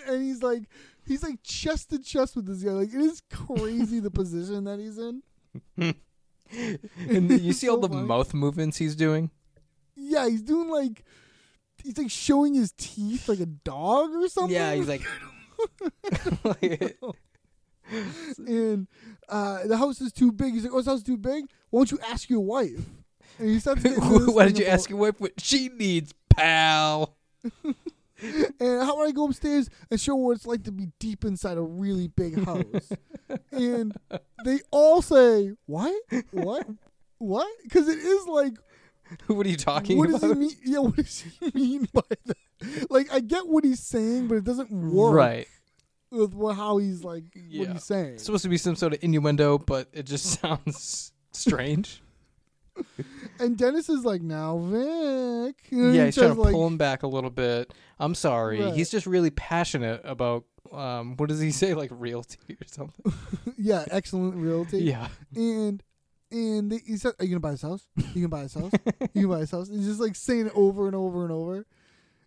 Speaker 5: and he's like he's like chest to chest with this guy like it is crazy the position that he's in
Speaker 1: And you see all
Speaker 5: So
Speaker 1: the
Speaker 5: funny.
Speaker 1: mouth movements he's doing?
Speaker 5: yeah he's doing like he's like showing his teeth like a dog or something
Speaker 1: Yeah, he's like, like
Speaker 5: and uh, the house is too big. He's like, "Oh, this house is too big. Why don't you ask your wife?" And he starts. getting into this
Speaker 1: Why
Speaker 5: thing
Speaker 1: did you
Speaker 5: about-
Speaker 1: ask your wife what she needs, pal?
Speaker 5: and how would I go upstairs and show what it's like to be deep inside a really big house? and they all say, "What? What? What?" Because it is like,
Speaker 1: what are you talking
Speaker 5: what
Speaker 1: about?
Speaker 5: does he mean? Yeah, what does he mean by that? Like, I get what he's saying, but it doesn't work
Speaker 1: Right.
Speaker 5: with what, how he's like what
Speaker 1: Yeah.
Speaker 5: he's saying.
Speaker 1: It's supposed to be some sort of innuendo, but it just sounds strange.
Speaker 5: And Dennis is like, "Now, Vic." And
Speaker 1: yeah,
Speaker 5: he
Speaker 1: he's trying
Speaker 5: says,
Speaker 1: to pull him back a little bit. I'm sorry.
Speaker 5: Right.
Speaker 1: He's just really passionate about um, what does he say, like realty or something.
Speaker 5: yeah, excellent realty.
Speaker 1: Yeah.
Speaker 5: And and they, he said, "Are you gonna buy this house? You can buy this house. you can buy this house." And he's just like saying it over and over and over.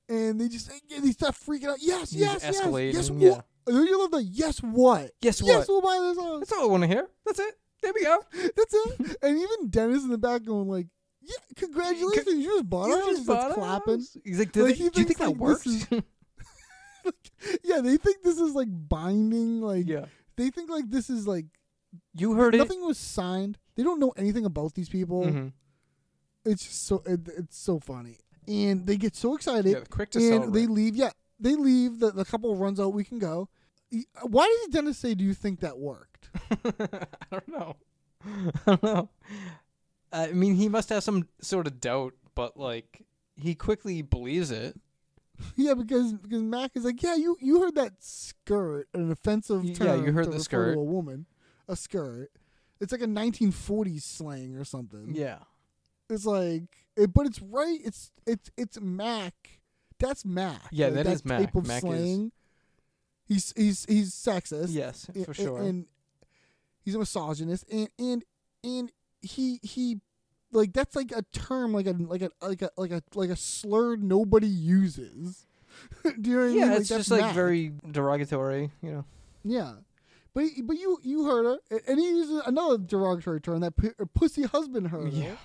Speaker 5: And they just and they start freaking out. Yes,
Speaker 1: He's
Speaker 5: yes, yes, yes.
Speaker 1: escalating,
Speaker 5: What? Don't you love the yes? What?
Speaker 1: Guess what?
Speaker 5: Yes, we'll buy this house. That's
Speaker 1: all I want to hear. That's it. There we go.
Speaker 5: That's it. And even Dennis in the back going like, "Yeah, congratulations, you just bought
Speaker 1: You
Speaker 5: a house."
Speaker 1: just
Speaker 5: He's like
Speaker 1: bought a
Speaker 5: clapping.
Speaker 1: house? He's like, "Did they-
Speaker 5: he
Speaker 1: do you
Speaker 5: thinks,
Speaker 1: think that
Speaker 5: like, this is- like, yeah, they think this is like binding. Like,
Speaker 1: Yeah.
Speaker 5: they think like this is like
Speaker 1: you heard it.
Speaker 5: Nothing was signed. They don't know anything about these people.
Speaker 1: Mhm.
Speaker 5: It's just so it, it's so funny, and they get so excited.
Speaker 1: Yeah, quick to
Speaker 5: and
Speaker 1: celebrate.
Speaker 5: they leave. Yeah, they leave. The, the couple runs out. We can go. He- Why did Dennis say? Do you think that worked?
Speaker 1: I don't know. I don't know. I mean, he must have some sort of doubt, but like he quickly believes it.
Speaker 5: yeah, because because Mac is like, yeah, you you heard that skirt, an offensive
Speaker 1: Y- yeah,
Speaker 5: term.
Speaker 1: you heard
Speaker 5: to
Speaker 1: the
Speaker 5: refer
Speaker 1: skirt.
Speaker 5: to a woman, a skirt. It's like a 1940s slang or something.
Speaker 1: Yeah.
Speaker 5: It's like, it, but it's right. It's it's it's Mac. That's Mac.
Speaker 1: Yeah,
Speaker 5: like,
Speaker 1: that is Mac.
Speaker 5: Type of
Speaker 1: Mac is-
Speaker 5: slang. He's he's he's sexist.
Speaker 1: Yes,
Speaker 5: a-
Speaker 1: for
Speaker 5: a-
Speaker 1: sure.
Speaker 5: And he's a misogynist, and and and he he like that's like a term like a like a like a like a like a slur nobody uses. Do you know what I mean?
Speaker 1: Yeah, it's
Speaker 5: that's
Speaker 1: just like
Speaker 5: Mac.
Speaker 1: very derogatory, you know.
Speaker 5: yeah. But but you you heard her, a- and he uses another derogatory term that p- pussy husband heard her.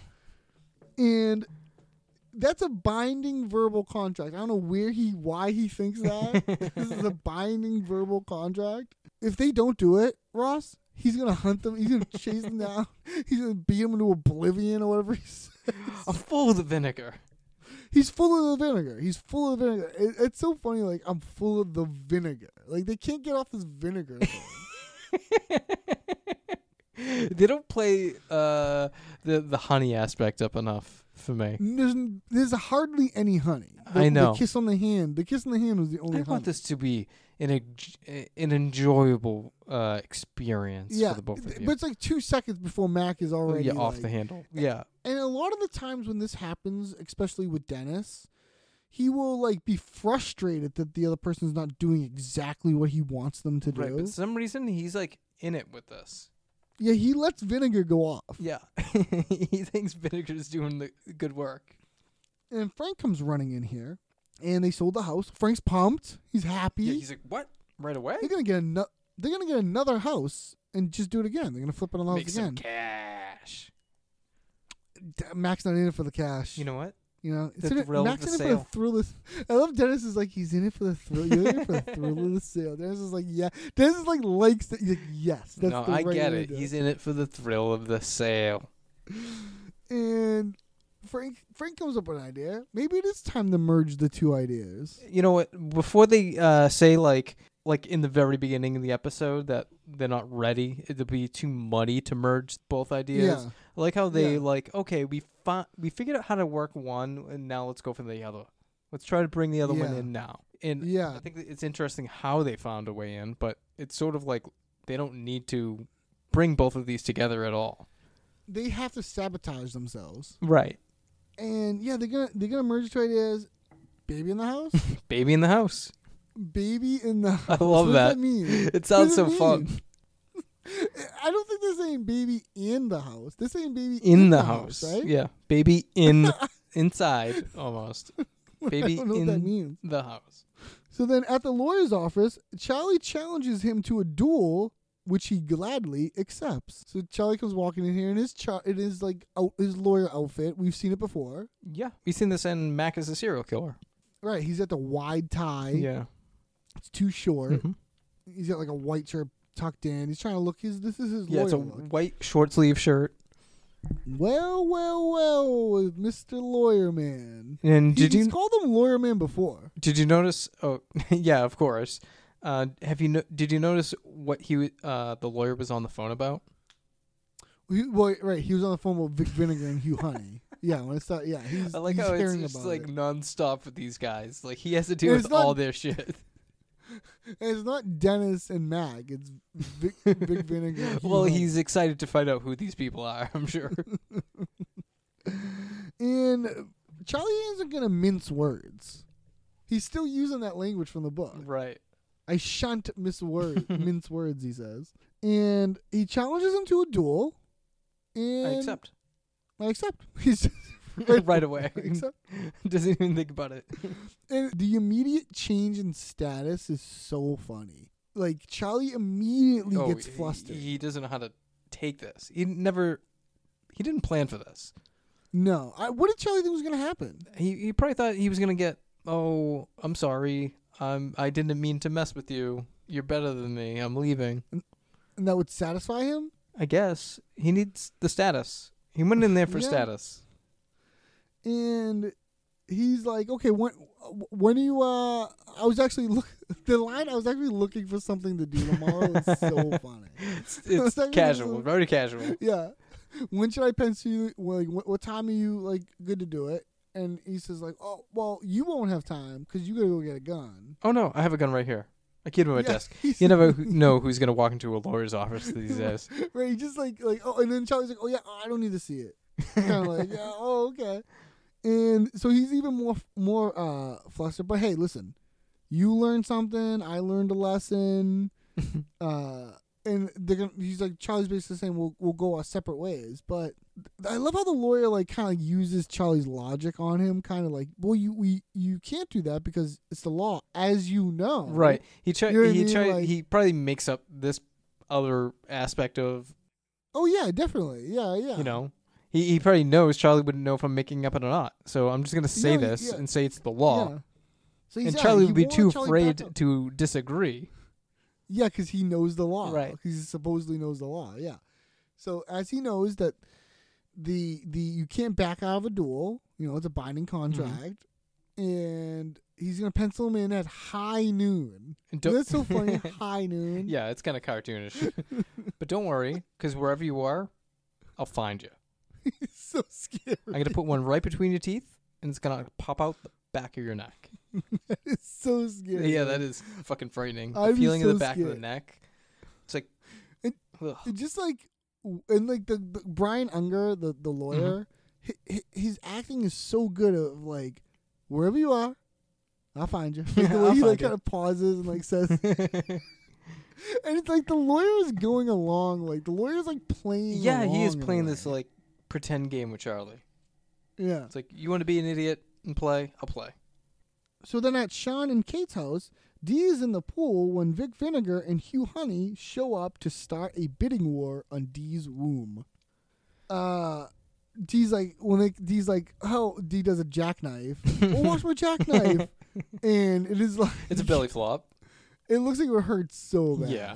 Speaker 5: And that's a binding verbal contract. I don't know where he why he thinks that. this is a binding verbal contract. If they don't do it, Ross, he's gonna hunt them. He's gonna chase them down. He's gonna beat them into oblivion or whatever. He says.
Speaker 1: I'm full of the vinegar.
Speaker 5: He's full of the vinegar. He's full of the vinegar. It, it's so funny. Like I'm full of the vinegar. Like they can't get off this vinegar. thing.
Speaker 1: They don't play uh, the the honey aspect up enough for me.
Speaker 5: There's n- there's hardly any honey. The,
Speaker 1: I know.
Speaker 5: The kiss on the hand. The kiss on the hand was the
Speaker 1: I
Speaker 5: only honey.
Speaker 1: want this to be an en- an enjoyable uh, experience
Speaker 5: yeah,
Speaker 1: for the both of
Speaker 5: th-
Speaker 1: you.
Speaker 5: but it's like two seconds before Mac is already
Speaker 1: yeah, off
Speaker 5: like-
Speaker 1: the handle. Yeah,
Speaker 5: And a lot of the times when this happens, especially with Dennis, he will like be frustrated that the other person's not doing exactly what he wants them to do.
Speaker 1: right. But some reason he's like in it with this.
Speaker 5: yeah, he lets vinegar go off,
Speaker 1: Yeah, he thinks Vinegar's doing the the good work.
Speaker 5: and Frank comes running in here, and they sold the house. Frank's pumped. He's happy.
Speaker 1: Yeah, he's like, what? Right away?
Speaker 5: they're gonna get another. They're gonna get another house and just do it again. They're gonna flip it on the house
Speaker 1: Make
Speaker 5: again.
Speaker 1: some cash.
Speaker 5: D- Mac's not in it for the cash.
Speaker 1: You know what?
Speaker 5: You know, it's
Speaker 1: The
Speaker 5: in it-
Speaker 1: thrill of
Speaker 5: Mac's
Speaker 1: the
Speaker 5: in it for the
Speaker 1: sale.
Speaker 5: thrill. Of, I love Dennis is like he's in it for the thrill. You're in it for the thrill of the sale. Dennis is like yeah. Dennis is like likes that. Like, yes, that's
Speaker 1: no,
Speaker 5: the
Speaker 1: I
Speaker 5: right
Speaker 1: get
Speaker 5: way
Speaker 1: it.
Speaker 5: to do
Speaker 1: He's in it for the thrill of the sale.
Speaker 5: and Frank Frank comes up with an idea. Maybe it is time to merge the two ideas.
Speaker 1: You know what? Before they uh, say like like in the very beginning of the episode that they're not ready, it'd be too muddy to merge both ideas.
Speaker 5: Yeah.
Speaker 1: I like how they
Speaker 5: Yeah.
Speaker 1: like okay, we fi- we figured out how to work one, and now let's go for the other. Let's try to bring the other one
Speaker 5: Yeah.
Speaker 1: in now. And
Speaker 5: Yeah.
Speaker 1: I think that it's interesting how they found a way in, but it's sort of like they don't need to bring both of these together at all.
Speaker 5: They have to sabotage themselves.
Speaker 1: Right.
Speaker 5: And yeah, they're gonna they're gonna merge the two ideas. Baby in the house.
Speaker 1: Baby in the house.
Speaker 5: Baby in the house.
Speaker 1: I
Speaker 5: what
Speaker 1: love
Speaker 5: does
Speaker 1: that.
Speaker 5: mean? What
Speaker 1: It sounds
Speaker 5: does
Speaker 1: so
Speaker 5: mean?
Speaker 1: fun.
Speaker 5: I don't think they're saying baby in the house. They're saying baby
Speaker 1: in, the, house.
Speaker 5: right?
Speaker 1: Yeah, baby in inside almost. Baby
Speaker 5: don't know what
Speaker 1: in
Speaker 5: that means.
Speaker 1: the house.
Speaker 5: So then at the lawyer's office, Charlie challenges him to a duel, which he gladly accepts. So Charlie comes walking in here in his char- in his like out- his lawyer outfit. We've seen it before,
Speaker 1: Yeah, we've seen this in Mac is a serial killer.
Speaker 5: right? He's at the wide tie.
Speaker 1: Yeah, Mm-hmm.
Speaker 5: it's too short. He's got like a white shirt tucked in. He's trying to look. His this is his
Speaker 1: yeah.
Speaker 5: lawyer.
Speaker 1: It's a
Speaker 5: look.
Speaker 1: white short sleeve shirt.
Speaker 5: Well, well, well. with Mr. Lawyer Man.
Speaker 1: And
Speaker 5: He-
Speaker 1: did
Speaker 5: he's
Speaker 1: you-
Speaker 5: called him Lawyer Man before?
Speaker 1: Did you notice? Oh, yeah, of course. Uh, have you no, did you notice what he w- uh, the lawyer was on the phone about?
Speaker 5: He- well, right, he was on the phone with Vic Vinegar and Hugh Honey. Yeah, when it's not, yeah, he's,
Speaker 1: I like
Speaker 5: he's
Speaker 1: how it's
Speaker 5: hearing
Speaker 1: just
Speaker 5: about
Speaker 1: like
Speaker 5: it.
Speaker 1: nonstop with these guys. Like he has to deal
Speaker 5: And
Speaker 1: with
Speaker 5: it's not-
Speaker 1: all their shit.
Speaker 5: And it's not Dennis and Mag. It's Vic, Vic Vinegar. and Hugh
Speaker 1: well,
Speaker 5: Honey.
Speaker 1: he's excited to find out who these people are. I'm sure.
Speaker 5: and Charlie isn't gonna mince words. He's still using that language from the book.
Speaker 1: Right.
Speaker 5: I shunt miss word mince words, he says. And he challenges him to a duel. And
Speaker 1: accept.
Speaker 5: I accept. He's just
Speaker 1: right away.
Speaker 5: I accept.
Speaker 1: Doesn't even think about it.
Speaker 5: And the immediate change in status is so funny. Like Charlie immediately
Speaker 1: Oh,
Speaker 5: gets
Speaker 1: he-
Speaker 5: flustered.
Speaker 1: He doesn't know how to take this. He never. He didn't plan for this.
Speaker 5: No. I, what did Charlie think was gonna happen?
Speaker 1: He he probably thought he was gonna get. Oh, I'm sorry. I'm. I didn't mean to mess with you. You're better than me. I'm leaving.
Speaker 5: And that would satisfy him?
Speaker 1: I guess he needs the status. He went in there for
Speaker 5: Yeah.
Speaker 1: status.
Speaker 5: and he's like, "Okay, when when are you?" Uh, I was actually look the line. I was actually looking for something to do tomorrow. is so funny.
Speaker 1: It's,
Speaker 5: I was
Speaker 1: it's
Speaker 5: actually
Speaker 1: casual,
Speaker 5: looking-
Speaker 1: very casual.
Speaker 5: Yeah. When should I pencil you? well, Like, what, what time are you like good to do it? And he says like, "Oh, well, you won't have time because you gotta go get a gun."
Speaker 1: Oh no, I have a gun right here. I keep it on my
Speaker 5: Yeah,
Speaker 1: desk.
Speaker 5: he's-
Speaker 1: You never know who's gonna walk into a lawyer's office these days.
Speaker 5: Right? He just like like oh, and then Charlie's like, "Oh yeah, I don't need to see it." kind of like, yeah, oh okay. And so he's even more more uh flustered. But hey, listen, you learned something. I learned a lesson. uh, and they're gonna, he's like Charlie's basically saying we'll we'll go our separate ways. But I love how the lawyer like kind of uses Charlie's logic on him, kind of like, well, you we you can't do that because it's the law, as you know.
Speaker 1: Right. He tried.
Speaker 5: You know what I
Speaker 1: he
Speaker 5: mean?
Speaker 1: tried.
Speaker 5: Like-
Speaker 1: he probably makes up this other aspect of
Speaker 5: Oh yeah, definitely. Yeah, yeah.
Speaker 1: you know. He he probably knows Charlie wouldn't know if I'm making up it or not. So I'm just gonna say
Speaker 5: Yeah,
Speaker 1: this
Speaker 5: yeah.
Speaker 1: and say it's the law.
Speaker 5: Yeah. So he's-
Speaker 1: and
Speaker 5: yeah,
Speaker 1: Charlie
Speaker 5: he
Speaker 1: would be
Speaker 5: wore
Speaker 1: too
Speaker 5: Charlie
Speaker 1: afraid
Speaker 5: back up.
Speaker 1: to disagree.
Speaker 5: Yeah, because he knows the law.
Speaker 1: Right.
Speaker 5: 'Cause He supposedly knows the law. Yeah. So as he knows that the the you can't back out of a duel. You know, it's a binding
Speaker 1: Mm-hmm.
Speaker 5: contract, and he's gonna pencil him in at high noon.
Speaker 1: And don't-
Speaker 5: That's so funny. high noon.
Speaker 1: Yeah, it's kind of cartoonish. but don't worry, because wherever you are, I'll find you.
Speaker 5: so scary.
Speaker 1: I'm gonna put one right between your teeth, and it's gonna pop out the back of your neck.
Speaker 5: It's so scary.
Speaker 1: Yeah, that is fucking frightening. The
Speaker 5: I'd be
Speaker 1: feeling of the
Speaker 5: so
Speaker 1: back of the
Speaker 5: scared.
Speaker 1: neck. It's like, ugh.
Speaker 5: It just like w- and like the, the Brian Unger, the the lawyer,
Speaker 1: Mm-hmm.
Speaker 5: hi hi his acting is so good of like wherever you are, I'll find you. Like, the
Speaker 1: I'll
Speaker 5: way he
Speaker 1: find
Speaker 5: like
Speaker 1: you.
Speaker 5: kind of pauses and like says, and it's like the lawyer is going along. Like the lawyer's like playing.
Speaker 1: yeah, he is
Speaker 5: along in a
Speaker 1: playing
Speaker 5: way.
Speaker 1: this like pretend game with Charlie.
Speaker 5: Yeah.
Speaker 1: It's like you want to be an idiot and play, I'll play.
Speaker 5: So then at Sean and Kate's house, Dee is in the pool when Vic Vinegar and Hugh Honey show up to start a bidding war on Dee's womb. Uh Dee's like when they Dee's like, oh Dee does a jackknife. well watch my jackknife. and it is like
Speaker 1: It's a belly flop.
Speaker 5: it looks like it hurts so bad.
Speaker 1: Yeah.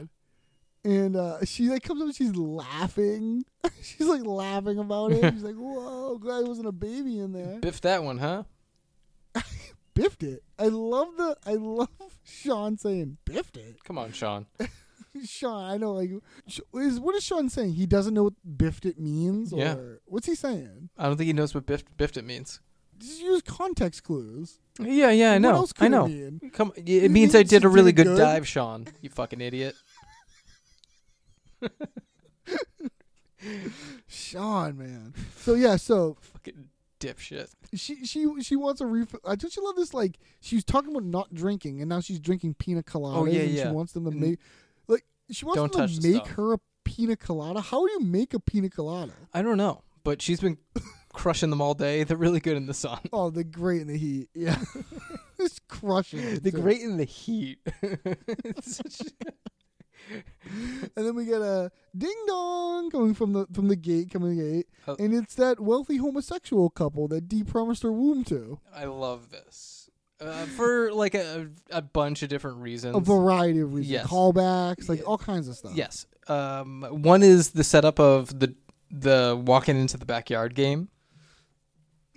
Speaker 5: And uh, she like comes up and she's laughing. she's like laughing about it. She's like, Whoa, glad there wasn't a baby in there
Speaker 1: Biff that one, huh?
Speaker 5: biffed it. I love the I love Sean saying biffed it.
Speaker 1: Come on, Sean.
Speaker 5: Sean, I know like Sh- is what is Sean saying? He doesn't know what biffed it means or
Speaker 1: Yeah.
Speaker 5: what's he saying?
Speaker 1: I don't think he knows what biff biffed it means.
Speaker 5: Just use context clues.
Speaker 1: Yeah, yeah, I
Speaker 5: What
Speaker 1: know.
Speaker 5: else could
Speaker 1: I
Speaker 5: it
Speaker 1: know.
Speaker 5: mean?
Speaker 1: Come, y-
Speaker 5: You
Speaker 1: it means
Speaker 5: think
Speaker 1: I
Speaker 5: she
Speaker 1: did
Speaker 5: did
Speaker 1: a really
Speaker 5: it
Speaker 1: good,
Speaker 5: good?
Speaker 1: dive, Sean. You fucking idiot.
Speaker 5: Sean, man. So yeah, so
Speaker 1: Fucking dipshit.
Speaker 5: she she she wants a refill. I don't you love this like she was talking about not drinking and now she's drinking pina coladas
Speaker 1: Oh, yeah,
Speaker 5: and
Speaker 1: yeah.
Speaker 5: she wants them to
Speaker 1: And
Speaker 5: make like she wants
Speaker 1: don't
Speaker 5: them
Speaker 1: touch
Speaker 5: to
Speaker 1: the
Speaker 5: make
Speaker 1: stuff.
Speaker 5: her a pina colada. How do you make a pina colada?
Speaker 1: I don't know, but she's been crushing them all day. They're really good in the sun.
Speaker 5: Oh, the great in the heat. Yeah. It's crushing. it,
Speaker 1: They're
Speaker 5: too.
Speaker 1: great in the heat. It's such-
Speaker 5: and then we get a ding dong coming from the from the gate, coming the gate,
Speaker 1: Oh.
Speaker 5: and it's that wealthy homosexual couple that Dee promised her womb to.
Speaker 1: I love this uh, for like a a bunch of different reasons.
Speaker 5: A variety of reasons,
Speaker 1: Yes.
Speaker 5: callbacks, like all kinds of stuff.
Speaker 1: Yes. Um, one is the setup of the the walking into the backyard game.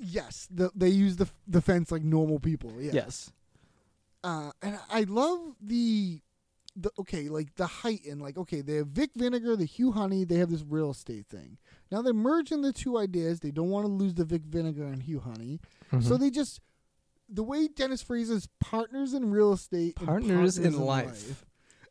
Speaker 5: Yes, the, they use the the fence like normal people. Yes.
Speaker 1: Yes.
Speaker 5: Uh, and I love the the okay, like the height and like okay, they have Vic Vinegar, the Hugh Honey. They have this real estate thing. Now they're merging the two ideas. They don't want to lose the Vic Vinegar and Hugh Honey, so
Speaker 1: Mhm.
Speaker 5: they just the way Dennis Fraser's partners in real estate, and
Speaker 1: Partners in life.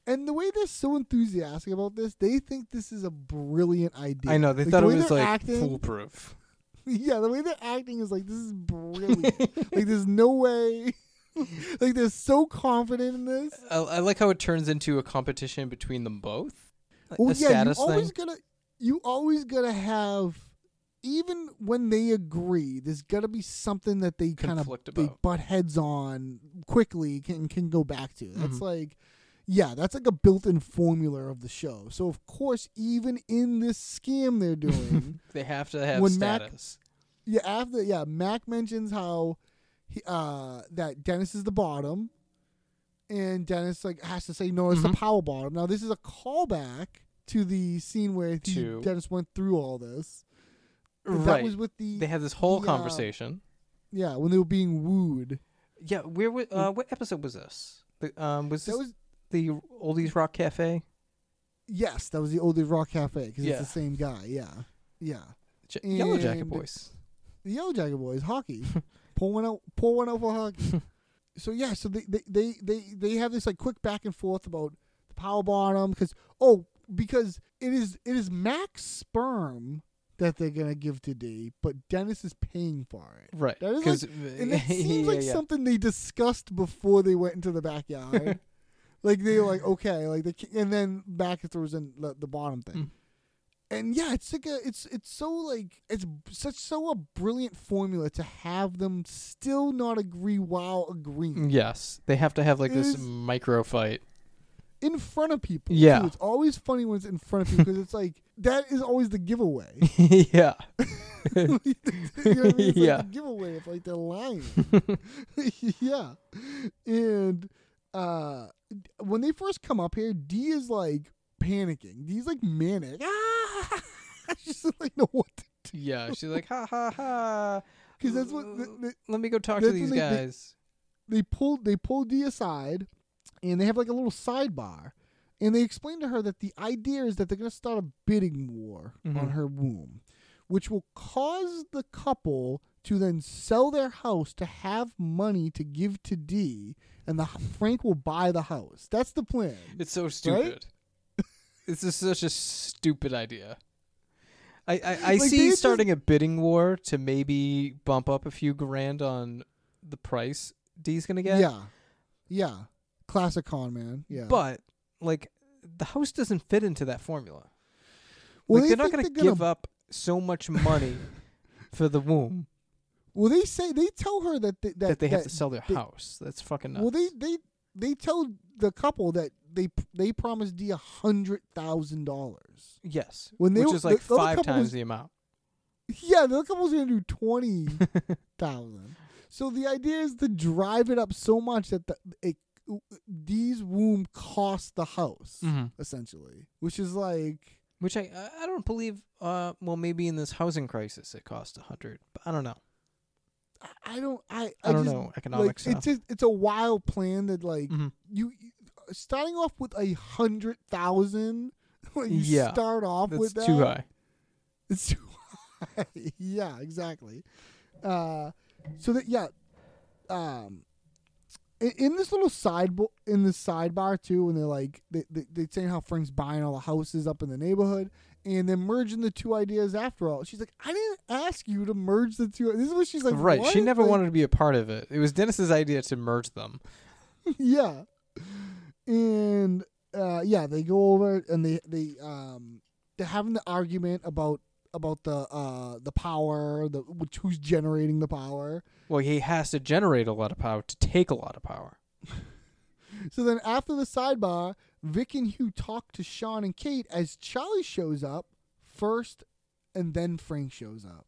Speaker 5: And the way they're so enthusiastic about this, they think this is a brilliant idea.
Speaker 1: I know they
Speaker 5: Like,
Speaker 1: thought
Speaker 5: the
Speaker 1: it
Speaker 5: way
Speaker 1: was
Speaker 5: they're
Speaker 1: like
Speaker 5: acting-
Speaker 1: foolproof.
Speaker 5: yeah, the way they're acting is like this is brilliant. like there's no way. like they're so confident in this.
Speaker 1: I, I like how it turns into a competition between them both. Like
Speaker 5: Oh
Speaker 1: a
Speaker 5: yeah, you
Speaker 1: status
Speaker 5: always
Speaker 1: thing.
Speaker 5: gotta you always gotta have even when they agree, there's gotta be something that they kind of
Speaker 1: Conflict
Speaker 5: they
Speaker 1: about.
Speaker 5: butt heads on quickly can can go back to. That's
Speaker 1: Mhm.
Speaker 5: like yeah, that's like a built-in formula of the show. So of course, even in this scam they're doing,
Speaker 1: They have to have
Speaker 5: when Mac-
Speaker 1: status.
Speaker 5: Yeah, after yeah, Mac mentions how he, uh that Dennis is the bottom, and Dennis like has to say no, it's
Speaker 1: Mm-hmm.
Speaker 5: the power bottom. Now this is a callback to the scene where he-
Speaker 1: To-
Speaker 5: Dennis went through all this. But
Speaker 1: right.
Speaker 5: That was with the
Speaker 1: they had this whole
Speaker 5: the, uh,
Speaker 1: conversation.
Speaker 5: yeah, when they were being wooed.
Speaker 1: Yeah, where was uh, what episode was this? The, um, was
Speaker 5: That
Speaker 1: this
Speaker 5: was-
Speaker 1: the Oldies Rock Cafe?
Speaker 5: Yes, that was the old Rock Cafe because
Speaker 1: Yeah.
Speaker 5: it's the same guy. Yeah, yeah.
Speaker 1: J- Yellow Jacket
Speaker 5: And-
Speaker 1: Boys.
Speaker 5: The Yellow Jacket Boys, hockey. pour one out pour one out for hockey. so yeah, so they, they, they, they, they have this like quick back and forth about the power bottom because oh because it is it is Mac's sperm that they're gonna give to D, but Dennis is paying for it.
Speaker 1: Right,
Speaker 5: That is
Speaker 1: 'cause-
Speaker 5: like, and it seems
Speaker 1: yeah,
Speaker 5: like
Speaker 1: yeah.
Speaker 5: something they discussed before they went into the backyard. like they were like okay, like they ca- and then Mac throws in the, the bottom thing and yeah, it's like a, it's it's so like it's b- such so a brilliant formula to have them still not agree while agreeing
Speaker 1: Mm. Yes, they have to have like this
Speaker 5: Is-
Speaker 1: micro fight.
Speaker 5: in front of people. too.
Speaker 1: Yeah.
Speaker 5: it's always funny when it's in front of people because it's like that is always the giveaway.
Speaker 1: yeah,
Speaker 5: you know what I mean? It's
Speaker 1: Yeah.
Speaker 5: like the giveaway of like they're lying. yeah, and uh, d- when they first come up here, D is like panicking. D's like manic. Ah, she's like, no what. to do.
Speaker 1: yeah. She's like, ha ha ha.
Speaker 5: 'Cause that's what the- the-
Speaker 1: Let me go talk to
Speaker 5: that's when
Speaker 1: these
Speaker 5: they- they-
Speaker 1: guys.
Speaker 5: they pulled they pulled Dee aside, and they have like a little sidebar, and they explain to her that the idea is that they're gonna start a bidding war
Speaker 1: Mm-hmm.
Speaker 5: on her womb, which will cause the couple to then sell their house to have money to give to Dee, and the Frank will buy the house. That's the plan.
Speaker 1: It's so stupid. This is such a stupid idea. I, I, I
Speaker 5: Like, they
Speaker 1: see
Speaker 5: just-
Speaker 1: starting a bidding war to maybe bump up a few grand on the price D's gonna get.
Speaker 5: Yeah, yeah. Classic con man. Yeah,
Speaker 1: But like the house doesn't fit into that formula.
Speaker 5: Well,
Speaker 1: like,
Speaker 5: they
Speaker 1: they're not
Speaker 5: think
Speaker 1: gonna
Speaker 5: they're gonna-
Speaker 1: give up so much money for the womb
Speaker 5: well, they say they tell her that they, that,
Speaker 1: that they have
Speaker 5: that
Speaker 1: to sell their
Speaker 5: they-
Speaker 1: house. That's fucking nuts.
Speaker 5: Well, they they they told the couple that they they promised D a hundred thousand dollars.
Speaker 1: yes,
Speaker 5: when they
Speaker 1: which
Speaker 5: were-
Speaker 1: is like
Speaker 5: the other
Speaker 1: five
Speaker 5: couple
Speaker 1: times
Speaker 5: was-
Speaker 1: the amount.
Speaker 5: Yeah, the other couple's gonna do twenty thousand. So the idea is to drive it up so much that the it, D's womb cost the house
Speaker 1: Mhm.
Speaker 5: essentially, which is like
Speaker 1: Which I I- I don't believe. Uh, well, maybe in this housing crisis it cost a hundred. But I don't know.
Speaker 5: I don't I
Speaker 1: I don't
Speaker 5: just-
Speaker 1: know economics
Speaker 5: Like,
Speaker 1: stuff.
Speaker 5: it's just, it's a wild plan that like
Speaker 1: Mhm.
Speaker 5: you you- starting off with a hundred thousand. Like you
Speaker 1: Yeah,
Speaker 5: start off
Speaker 1: That's
Speaker 5: with that.
Speaker 1: too high.
Speaker 5: It's too high. yeah, exactly. Uh, so that yeah, um, in, in this little side bo- in this sidebar too, when they're like they they they're saying how Frank's buying all the houses up in the neighborhood, and then merging the two ideas. After all, she's like, I didn't ask you to merge the two. This is what she's like.
Speaker 1: Right. She
Speaker 5: "What?"
Speaker 1: never
Speaker 5: Like,
Speaker 1: wanted to be a part of it. It was Dennis's idea to merge them.
Speaker 5: yeah. And uh, yeah, they go over and they they um they're having the argument about about the uh the power, the which who's generating the power.
Speaker 1: Well, he has to generate a lot of power to take a lot of power.
Speaker 5: So then after the sidebar, Vic and Hugh talk to Sean and Kate as Charlie shows up first and then Frank shows up.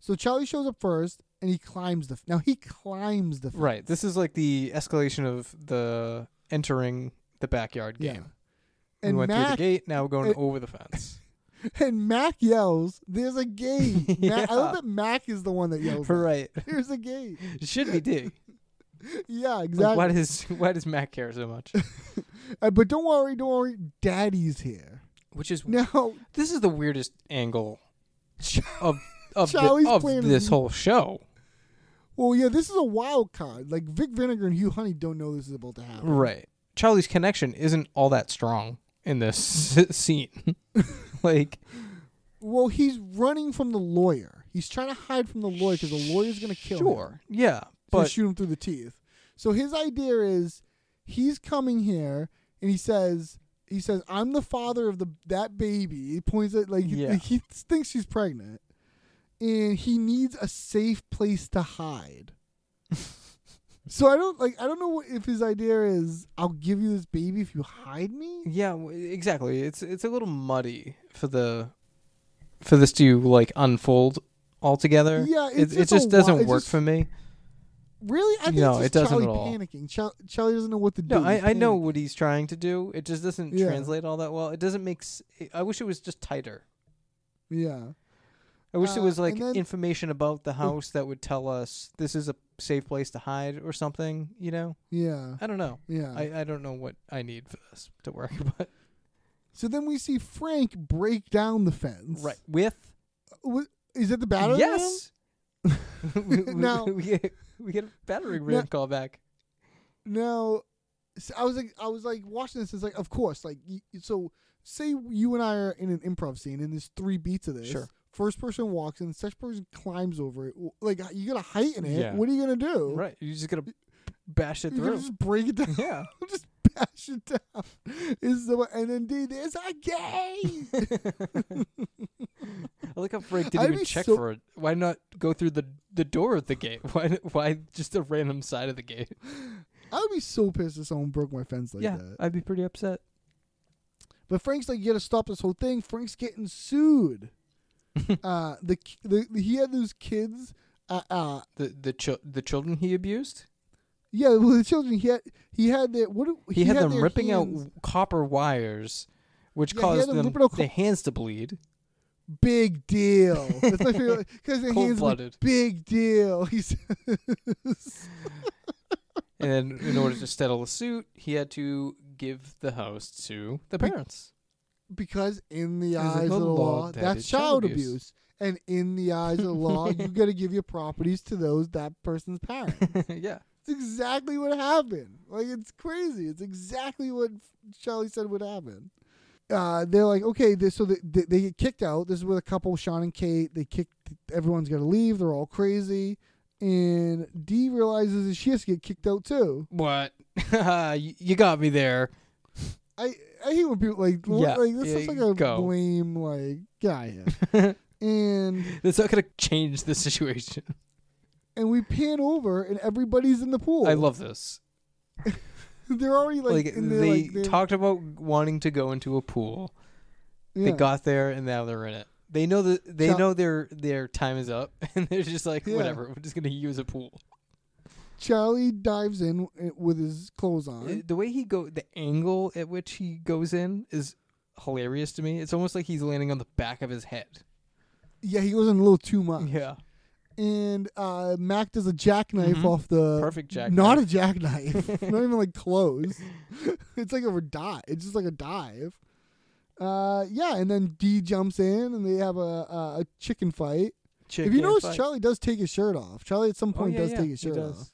Speaker 5: So Charlie shows up first and he climbs the now he climbs the fence.
Speaker 1: Right. This is like the escalation of the entering the backyard
Speaker 5: Yeah.
Speaker 1: game.
Speaker 5: And
Speaker 1: we went through
Speaker 5: Mac-
Speaker 1: the gate. Now we're going
Speaker 5: it-
Speaker 1: over the fence.
Speaker 5: And Mac yells, "There's a gate." Mac, I love
Speaker 1: Yeah.
Speaker 5: that Mac is the one that yells. that.
Speaker 1: Right.
Speaker 5: There's a gate.
Speaker 1: It should be Dig.
Speaker 5: Yeah, exactly.
Speaker 1: Like, why does why does Mac care so much?
Speaker 5: Uh, but don't worry, don't worry. Daddy's here.
Speaker 1: Which is
Speaker 5: now
Speaker 1: this is the weirdest angle of of, the,
Speaker 5: Charlie's
Speaker 1: of
Speaker 5: playing
Speaker 1: this
Speaker 5: his-
Speaker 1: whole show.
Speaker 5: Well, yeah, this is a wild card. Like Vic Vinegar and Hugh Honey don't know this is about to happen.
Speaker 1: Right. Charlie's connection isn't all that strong in this s- scene. like
Speaker 5: Well, he's running from the lawyer. He's trying to hide from the lawyer because the lawyer's going to kill him.
Speaker 1: Sure. Yeah,
Speaker 5: So
Speaker 1: but-
Speaker 5: shoot him through the teeth. So his idea is he's coming here and he says he says I'm the father of the that baby. He points at like
Speaker 1: Yeah.
Speaker 5: he, he thinks she's pregnant and he needs a safe place to hide. so I don't like I don't know what, if his idea is I'll give you this baby if you hide me.
Speaker 1: yeah, w- exactly. It's it's a little muddy for the for this to like unfold altogether.
Speaker 5: Yeah, it's
Speaker 1: it, it
Speaker 5: just a
Speaker 1: just doesn't
Speaker 5: wi- it
Speaker 1: work
Speaker 5: just-
Speaker 1: for me.
Speaker 5: Really? I think
Speaker 1: No,
Speaker 5: it's just
Speaker 1: it doesn't
Speaker 5: Charlie
Speaker 1: at all.
Speaker 5: panicking. Char- Charlie doesn't know what to do.
Speaker 1: No,
Speaker 5: He's
Speaker 1: I, I know
Speaker 5: panicking.
Speaker 1: what he's trying to do. It just doesn't
Speaker 5: Yeah.
Speaker 1: translate all that well. It doesn't make. S- I wish it was just tighter.
Speaker 5: Yeah.
Speaker 1: I wish
Speaker 5: Uh,
Speaker 1: there was like
Speaker 5: and then-
Speaker 1: information about the house that would tell us this is a safe place to hide or something. You know?
Speaker 5: Yeah.
Speaker 1: I don't know.
Speaker 5: Yeah.
Speaker 1: I, I don't know what I need for this to work, but
Speaker 5: So then we see Frank break down the fence.
Speaker 1: right with
Speaker 5: Wh- Is it the battering
Speaker 1: yes. we, we-
Speaker 5: Now-
Speaker 1: we get, we get a battering ram callback.
Speaker 5: ram? No. So I was like, I was like watching this. It's like, of course, like y- y- so. Say you and I are in an improv scene, and there's three beats of this.
Speaker 1: Sure.
Speaker 5: First person walks in, second person climbs over it. W- Like you got a height in it.
Speaker 1: Yeah.
Speaker 5: What are you gonna do?
Speaker 1: Right, you're just gonna bash it
Speaker 5: You're gonna
Speaker 1: through.
Speaker 5: just break it down.
Speaker 1: Yeah.
Speaker 5: just bash it down. Is the and then dude, there's a gay.
Speaker 1: I like how Frank didn't
Speaker 5: I'd
Speaker 1: even
Speaker 5: be
Speaker 1: check
Speaker 5: so-
Speaker 1: for it. Why not go through the the door of the gate? Why why just the random side of the gate?
Speaker 5: I would be so pissed if someone broke my fence like
Speaker 1: yeah,
Speaker 5: that.
Speaker 1: I'd be pretty upset.
Speaker 5: But Frank's like, you gotta stop this whole thing. Frank's getting sued. uh, the, ki- the he had those kids. Uh, uh,
Speaker 1: The the chil- the children he abused.
Speaker 5: yeah, well, the children. He had he had their what? do-
Speaker 1: He, had, them
Speaker 5: their
Speaker 1: ripping
Speaker 5: hands
Speaker 1: out copper wires, which
Speaker 5: Yeah, he had
Speaker 1: caused
Speaker 5: them
Speaker 1: them
Speaker 5: ripping out
Speaker 1: the
Speaker 5: co-
Speaker 1: hands to bleed.
Speaker 5: Big deal. That's my favorite because their hands were
Speaker 1: Cold-blooded.
Speaker 5: big deal. He says.
Speaker 1: And in order to settle the suit, he had to give the house to the
Speaker 5: Be-
Speaker 1: parents.
Speaker 5: because in the
Speaker 1: Because
Speaker 5: eyes of the law,
Speaker 1: that
Speaker 5: that's
Speaker 1: is child
Speaker 5: child
Speaker 1: abuse.
Speaker 5: abuse. and in the eyes of the law, you got to give your properties to those that person's parents.
Speaker 1: yeah.
Speaker 5: It's exactly what happened. Like it's crazy. It's exactly what Charlie said would happen. Uh, they're like, okay, this, so they, they, they get kicked out. This is where the couple, Sean and Kate, they kicked. Everyone's got to leave. They're all crazy, and Dee realizes that she has to get kicked out too.
Speaker 1: What? you you got me there.
Speaker 5: I I hate when people like l-
Speaker 1: Yeah,
Speaker 5: like this
Speaker 1: yeah,
Speaker 5: is like a
Speaker 1: go.
Speaker 5: blame like guy here. and
Speaker 1: That's not gonna change the situation.
Speaker 5: and we pan over and everybody's in the pool.
Speaker 1: I love this.
Speaker 5: They're already Oh. like,
Speaker 1: Like,
Speaker 5: in there,
Speaker 1: they
Speaker 5: like, they're-
Speaker 1: talked about wanting to go into a pool. They
Speaker 5: Yeah.
Speaker 1: got there and now they're in it. They know that they
Speaker 5: Chal-
Speaker 1: know their their time is up and they're just like
Speaker 5: Yeah.
Speaker 1: whatever. We're just gonna use a pool.
Speaker 5: Charlie dives in w- with his clothes on.
Speaker 1: Uh, The way he go, the angle at which he goes in is hilarious to me. It's almost like he's landing on the back of his head.
Speaker 5: Yeah, he goes in a little too much.
Speaker 1: Yeah.
Speaker 5: And uh, Mac does a jackknife
Speaker 1: Mhm.
Speaker 5: off the
Speaker 1: Perfect jackknife.
Speaker 5: Not a jackknife. not even like close. it's like a dive. It's just like a dive. Uh, yeah, and then D jumps in and they have a a, a chicken fight. if
Speaker 1: Chicken
Speaker 5: you notice,
Speaker 1: fight.
Speaker 5: Charlie does take his shirt off. Charlie at some
Speaker 1: Oh,
Speaker 5: point
Speaker 1: yeah,
Speaker 5: does
Speaker 1: yeah,
Speaker 5: take his
Speaker 1: he
Speaker 5: shirt
Speaker 1: does.
Speaker 5: off.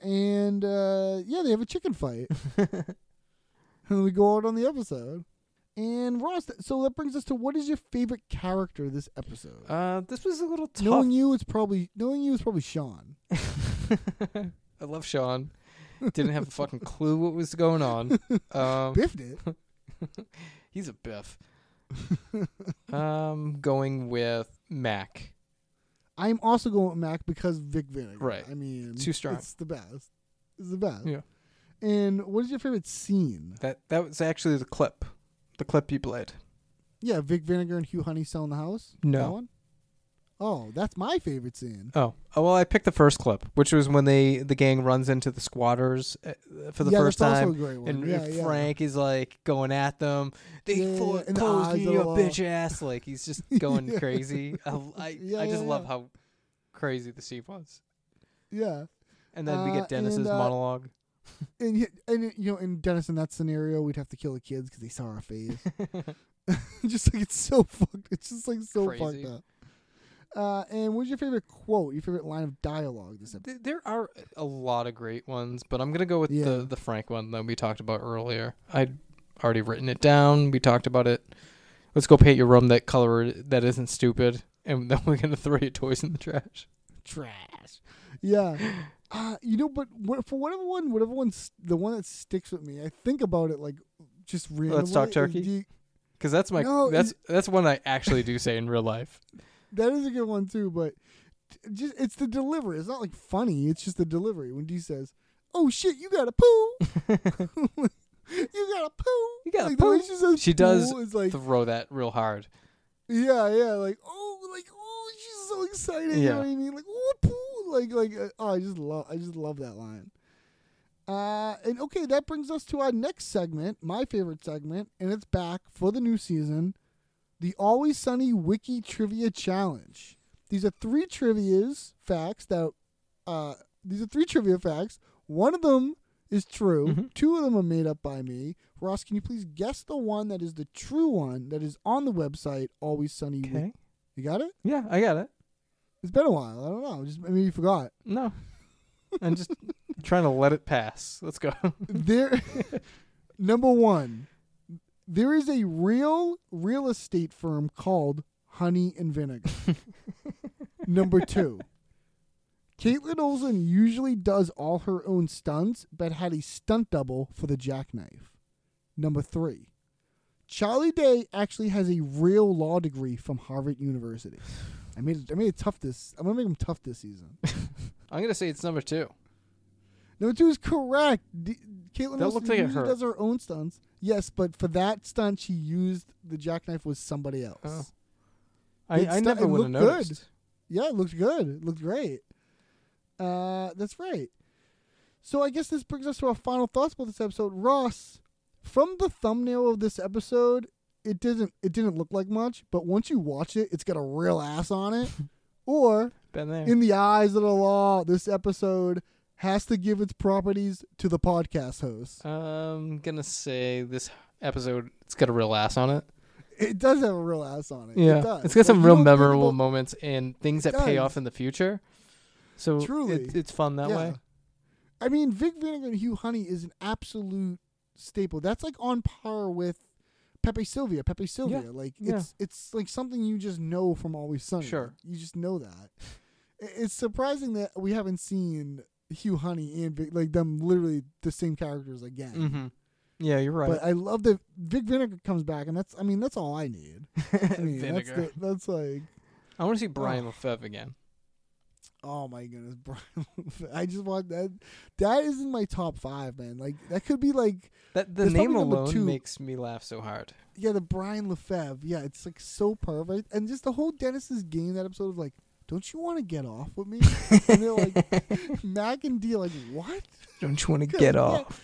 Speaker 5: Uh, and uh, yeah, they have a chicken fight. and we go out on the episode. And Ross, th- so that brings us to what is your favorite character this episode?
Speaker 1: Uh, this was a little tough.
Speaker 5: Knowing you, it's probably knowing you, it's probably Sean.
Speaker 1: I love Sean. Didn't have a fucking clue what was going on. Um,
Speaker 5: Biffed it.
Speaker 1: he's a biff. um, going with Mac.
Speaker 5: I'm also going with Mac because Vic Vinegar.
Speaker 1: Right.
Speaker 5: I mean,
Speaker 1: Too strong.
Speaker 5: It's the best. It's the best.
Speaker 1: Yeah.
Speaker 5: And what is your favorite scene?
Speaker 1: That that was actually the clip, the clip you played.
Speaker 5: Yeah, Vic Vinegar and Hugh Honey selling the house.
Speaker 1: No.
Speaker 5: That one? Oh, that's my favorite scene.
Speaker 1: Oh, oh, well, I picked the first clip, which was when they the gang runs into the squatters uh, for the
Speaker 5: Yeah,
Speaker 1: first
Speaker 5: that's also
Speaker 1: time,
Speaker 5: a great one.
Speaker 1: and
Speaker 5: Yeah, yeah.
Speaker 1: Frank is like going at them. They
Speaker 5: Yeah, yeah, yeah,
Speaker 1: foreclosed
Speaker 5: and the eyes
Speaker 1: you,
Speaker 5: are
Speaker 1: you
Speaker 5: all-
Speaker 1: bitch ass. Like he's just going
Speaker 5: Yeah.
Speaker 1: crazy. I, I,
Speaker 5: Yeah,
Speaker 1: I just
Speaker 5: yeah,
Speaker 1: love
Speaker 5: yeah.
Speaker 1: how crazy the scene was.
Speaker 5: Yeah.
Speaker 1: And then we
Speaker 5: Uh,
Speaker 1: get Dennis's
Speaker 5: and, uh,
Speaker 1: monologue.
Speaker 5: And y- and you know, in Dennis, in that scenario, we'd have to kill the kids because they saw our face. just like it's so fucked. It's just like so
Speaker 1: Crazy.
Speaker 5: fucked up. Uh, and what's your favorite quote? Your favorite line of dialogue? This episode?
Speaker 1: Th- There are a lot of great ones, but I'm gonna go with the the Frank one that we talked about earlier. I'd already written it down. We talked about it. Let's go paint your room that color that isn't stupid, and then we're gonna throw your toys in the trash.
Speaker 5: Trash. Yeah. Uh, you know, but what, for whatever one, whatever one's the one that sticks with me, I think about it like just randomly.
Speaker 1: Let's talk
Speaker 5: is
Speaker 1: turkey,
Speaker 5: the-
Speaker 1: because that's my
Speaker 5: No,
Speaker 1: that's that's one I actually do say in real life.
Speaker 5: That is a good one too, but t- just it's the delivery. It's not like funny. It's just the delivery. When D says, "Oh shit, you got to poo," you got to poo, you got to like, the way She, says
Speaker 1: She does
Speaker 5: poo is like,
Speaker 1: throw that real hard.
Speaker 5: yeah, yeah, like oh, like oh, she's so excited. You
Speaker 1: Yeah.
Speaker 5: know what I mean? Like oh, poo, like like uh, oh, I just love, I just love that line. Uh, and okay, that brings us to our next segment, my favorite segment, and it's back for the new season, the Always Sunny Wiki Trivia Challenge. These are three trivia's facts that, uh, these are three trivia facts. One of them is true. Two of them are made up by me. Ross, can you please guess the one that is the true one that is on the website Always Sunny? Wiki?
Speaker 1: Okay.
Speaker 5: You got it?
Speaker 1: Yeah, I got it.
Speaker 5: It's been a while. I don't know. Just maybe you forgot.
Speaker 1: No. I'm just trying to let it pass. Let's go.
Speaker 5: there number one there is a real real estate firm called honey and vinegar number two caitlin olsen usually does all her own stunts but had a stunt double for the jackknife number three charlie day actually has a real law degree from harvard university i made it, i made it tough this i'm gonna make them tough this season
Speaker 1: I'm gonna say it's number two.
Speaker 5: Number two is correct. D- Caitlin
Speaker 1: That
Speaker 5: Olsen
Speaker 1: looked like it
Speaker 5: usually
Speaker 1: hurt.
Speaker 5: does her own stunts. Yes, but for that stunt, she used the jackknife was somebody else.
Speaker 1: Oh. I-
Speaker 5: It
Speaker 1: I
Speaker 5: stu-
Speaker 1: never
Speaker 5: it
Speaker 1: would've
Speaker 5: looked good.
Speaker 1: noticed.
Speaker 5: Yeah, it looked good. It looked great. Uh, that's right. So I guess this brings us to our final thoughts about this episode. Ross, from the thumbnail of this episode, it doesn't it didn't look like much, but once you watch it, it's got a real ass on it. or
Speaker 1: Been there.
Speaker 5: in the eyes of the law, this episode has to give its properties to the podcast host.
Speaker 1: I'm gonna say this episode it's got a real ass on it.
Speaker 5: It does have a real ass on it.
Speaker 1: Yeah,
Speaker 5: It does.
Speaker 1: has got some
Speaker 5: Like, you
Speaker 1: real
Speaker 5: don't think
Speaker 1: memorable
Speaker 5: about-
Speaker 1: moments and things
Speaker 5: It
Speaker 1: that pay
Speaker 5: does.
Speaker 1: off in the future. So
Speaker 5: Truly.
Speaker 1: it, it's fun that
Speaker 5: Yeah.
Speaker 1: way.
Speaker 5: I mean, Vic Vinegar and Hugh Honey is an absolute staple. That's like on par with Pepe Sylvia. Pepe Sylvia. Like
Speaker 1: Yeah.
Speaker 5: it's it's like something you just know from Always Sunny.
Speaker 1: Sure.
Speaker 5: You just know that. I- It's surprising that we haven't seen Hugh Honey and Vic, like them literally the same characters again.
Speaker 1: Mm-hmm. Yeah, you're right.
Speaker 5: But I love that Vic Vinegar comes back, and that's I mean that's all I need. I mean, that's,
Speaker 1: Vinegar.
Speaker 5: the, that's like
Speaker 1: I
Speaker 5: uh,
Speaker 1: want to see Brian Lefebvre again.
Speaker 5: oh my goodness, Brian. I just want that. That is in my top five, man. Like that could be like
Speaker 1: That the
Speaker 5: that's
Speaker 1: name
Speaker 5: probably number
Speaker 1: alone
Speaker 5: two.
Speaker 1: makes me laugh so hard.
Speaker 5: Yeah, the Brian Lefebvre. Yeah, it's like so perfect, and just the whole Dennis's game that episode of like, don't you want to get off with me? and they're like, Mac and D are like, what?
Speaker 1: Don't you want to
Speaker 5: Good
Speaker 1: get
Speaker 5: Lord.
Speaker 1: off?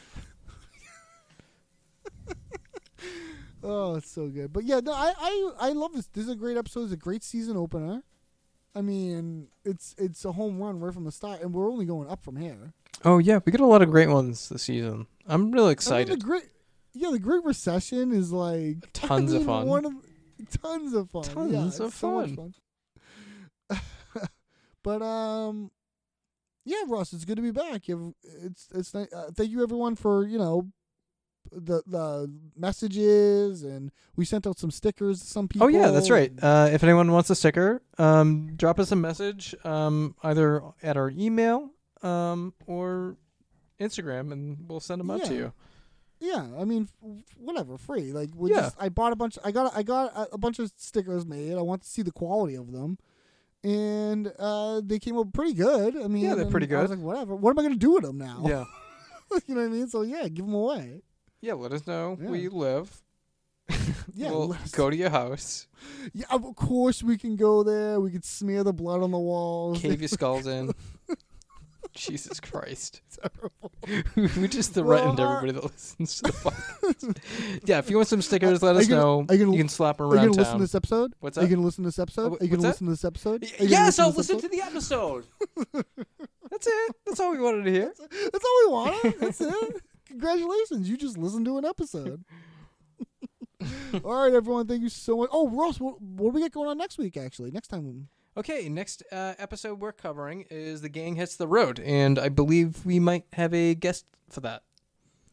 Speaker 5: Oh, it's so good. But yeah, no, I, I I love this. This is a great episode. It's a great season opener. I mean, it's it's a home run right from the start, and we're only going up from here.
Speaker 1: Oh yeah, we get a lot of great ones this season. I'm really excited.
Speaker 5: I mean, the great, yeah, the Great Recession is like I
Speaker 1: Tons of
Speaker 5: mean,
Speaker 1: fun.
Speaker 5: One of tons of fun. yeah,
Speaker 1: Tons
Speaker 5: it's
Speaker 1: of
Speaker 5: so much
Speaker 1: fun.
Speaker 5: fun. but um, yeah, Ross, it's good to be back. You have, it's it's ni- uh, thank you everyone for you know the the messages and we sent out some stickers to some people.
Speaker 1: Oh yeah, that's right. Uh, if anyone wants a sticker, um, drop us a message um, either at our email um, or Instagram, and we'll send them out to
Speaker 5: Yeah.
Speaker 1: you.
Speaker 5: Yeah, I mean, f- whatever, free. Like, we
Speaker 1: Yeah.
Speaker 5: just I bought a bunch. I got I got a, a bunch of stickers made. I want to see the quality of them, and uh, they came out pretty good. I mean,
Speaker 1: Yeah, they're
Speaker 5: and
Speaker 1: pretty
Speaker 5: I was
Speaker 1: good.
Speaker 5: like, whatever. What am I gonna do with them now?
Speaker 1: Yeah,
Speaker 5: you know what I mean. So yeah, give them away.
Speaker 1: yeah. Let us know where you live,
Speaker 5: Yeah,
Speaker 1: we'll
Speaker 5: let's-
Speaker 1: go to your house,
Speaker 5: Yeah, of course we can go there. We could smear the blood on the walls.
Speaker 1: cave your skulls in. Jesus Christ.
Speaker 5: Terrible.
Speaker 1: we just threatened
Speaker 5: Well, uh,
Speaker 1: everybody that listens to the podcast. yeah, if you want some stickers, let us
Speaker 5: you gonna-
Speaker 1: know.
Speaker 5: are you gonna-
Speaker 1: you can slap 'em
Speaker 5: Are
Speaker 1: around
Speaker 5: you gonna listen
Speaker 1: town.
Speaker 5: to this episode?
Speaker 1: What's
Speaker 5: Are you
Speaker 1: that?
Speaker 5: gonna listen to this episode?
Speaker 1: wha-
Speaker 5: Are you gonna
Speaker 1: what's that?
Speaker 5: listen to this episode? Are you gonna
Speaker 1: yes, I'll
Speaker 5: this
Speaker 1: listen to
Speaker 5: episode?
Speaker 1: the episode. That's it. That's all we wanted to hear.
Speaker 5: That's all we want. That's it. Congratulations, you just listened to an episode. all right, everyone. Thank you so much. Oh, Ross, what, what do we got going on next week? Actually, next time.
Speaker 1: Okay, next uh, episode we're covering is The Gang Hits the Road, and I believe we might have a guest for that.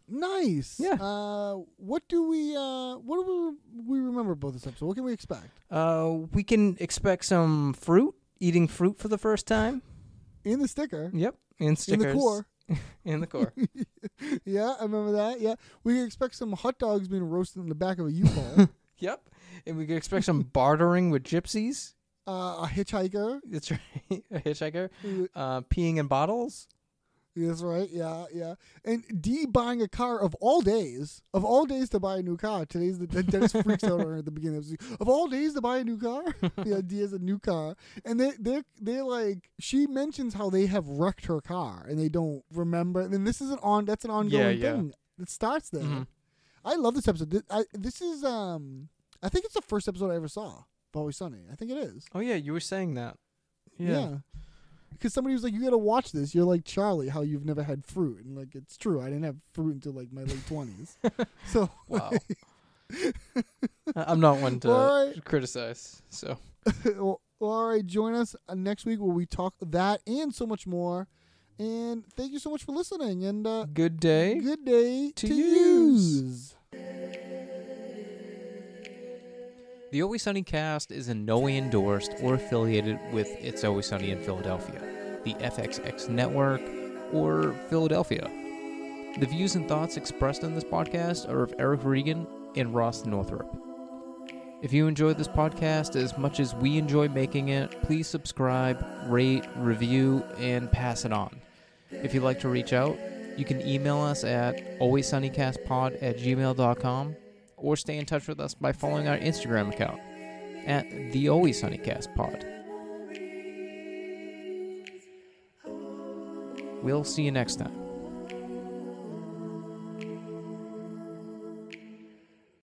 Speaker 5: Nice. Yeah. Uh, what do we? Uh, what do we, we remember about this episode? What can we expect?
Speaker 1: Uh, we can expect some fruit, eating fruit for the first time.
Speaker 5: In the sticker.
Speaker 1: Yep, and stickers.
Speaker 5: In the core.
Speaker 1: In the core.
Speaker 5: Yeah, I remember that. Yeah, we can expect some hot dogs being roasted in the back of a U-Haul.
Speaker 1: yep. And we can expect some bartering with gypsies.
Speaker 5: uh, a hitchhiker.
Speaker 1: That's right. A hitchhiker.
Speaker 5: Mm.
Speaker 1: Uh, peeing in bottles.
Speaker 5: That's right. Yeah, yeah. And D buying a car of all days, of all days to buy a new car. Today's the Dennis freaks out on her at the beginning of the episode. Of all days to buy a new car, the idea is a new car. And they they they like she mentions how they have wrecked her car and they don't remember. And this is an on that's an ongoing
Speaker 1: yeah. Mm-hmm.
Speaker 5: thing. It starts there. I love this episode. This, I, this is um I think it's the first episode I ever saw. of Always Sunny. I think it is.
Speaker 1: Oh yeah, you were saying that.
Speaker 5: Yeah. Because somebody was like, "You gotta watch this." You're like Charlie, how you've never had fruit, and like it's true. I didn't have fruit until like my late twenties. so
Speaker 1: Wow. I- I'm not one to
Speaker 5: All right.
Speaker 1: criticize. So
Speaker 5: well, all right, join us uh, next week where we talk that and so much more. And thank you so much for listening. And uh,
Speaker 1: good day.
Speaker 5: good day to,
Speaker 1: to
Speaker 5: yous.
Speaker 1: The Always Sunny cast is in no way endorsed or affiliated with It's Always Sunny in Philadelphia, the FXX network, or Philadelphia. The views and thoughts expressed in this podcast are of Eric Regan and Ross Northrup. If you enjoyed this podcast as much as we enjoy making it, please subscribe, rate, review, and pass it on. If you'd like to reach out, you can email us at alwayssunnycastpod at gmail.com or stay in touch with us by following our Instagram account at the Always Sunnycast Pod. We'll see you next time.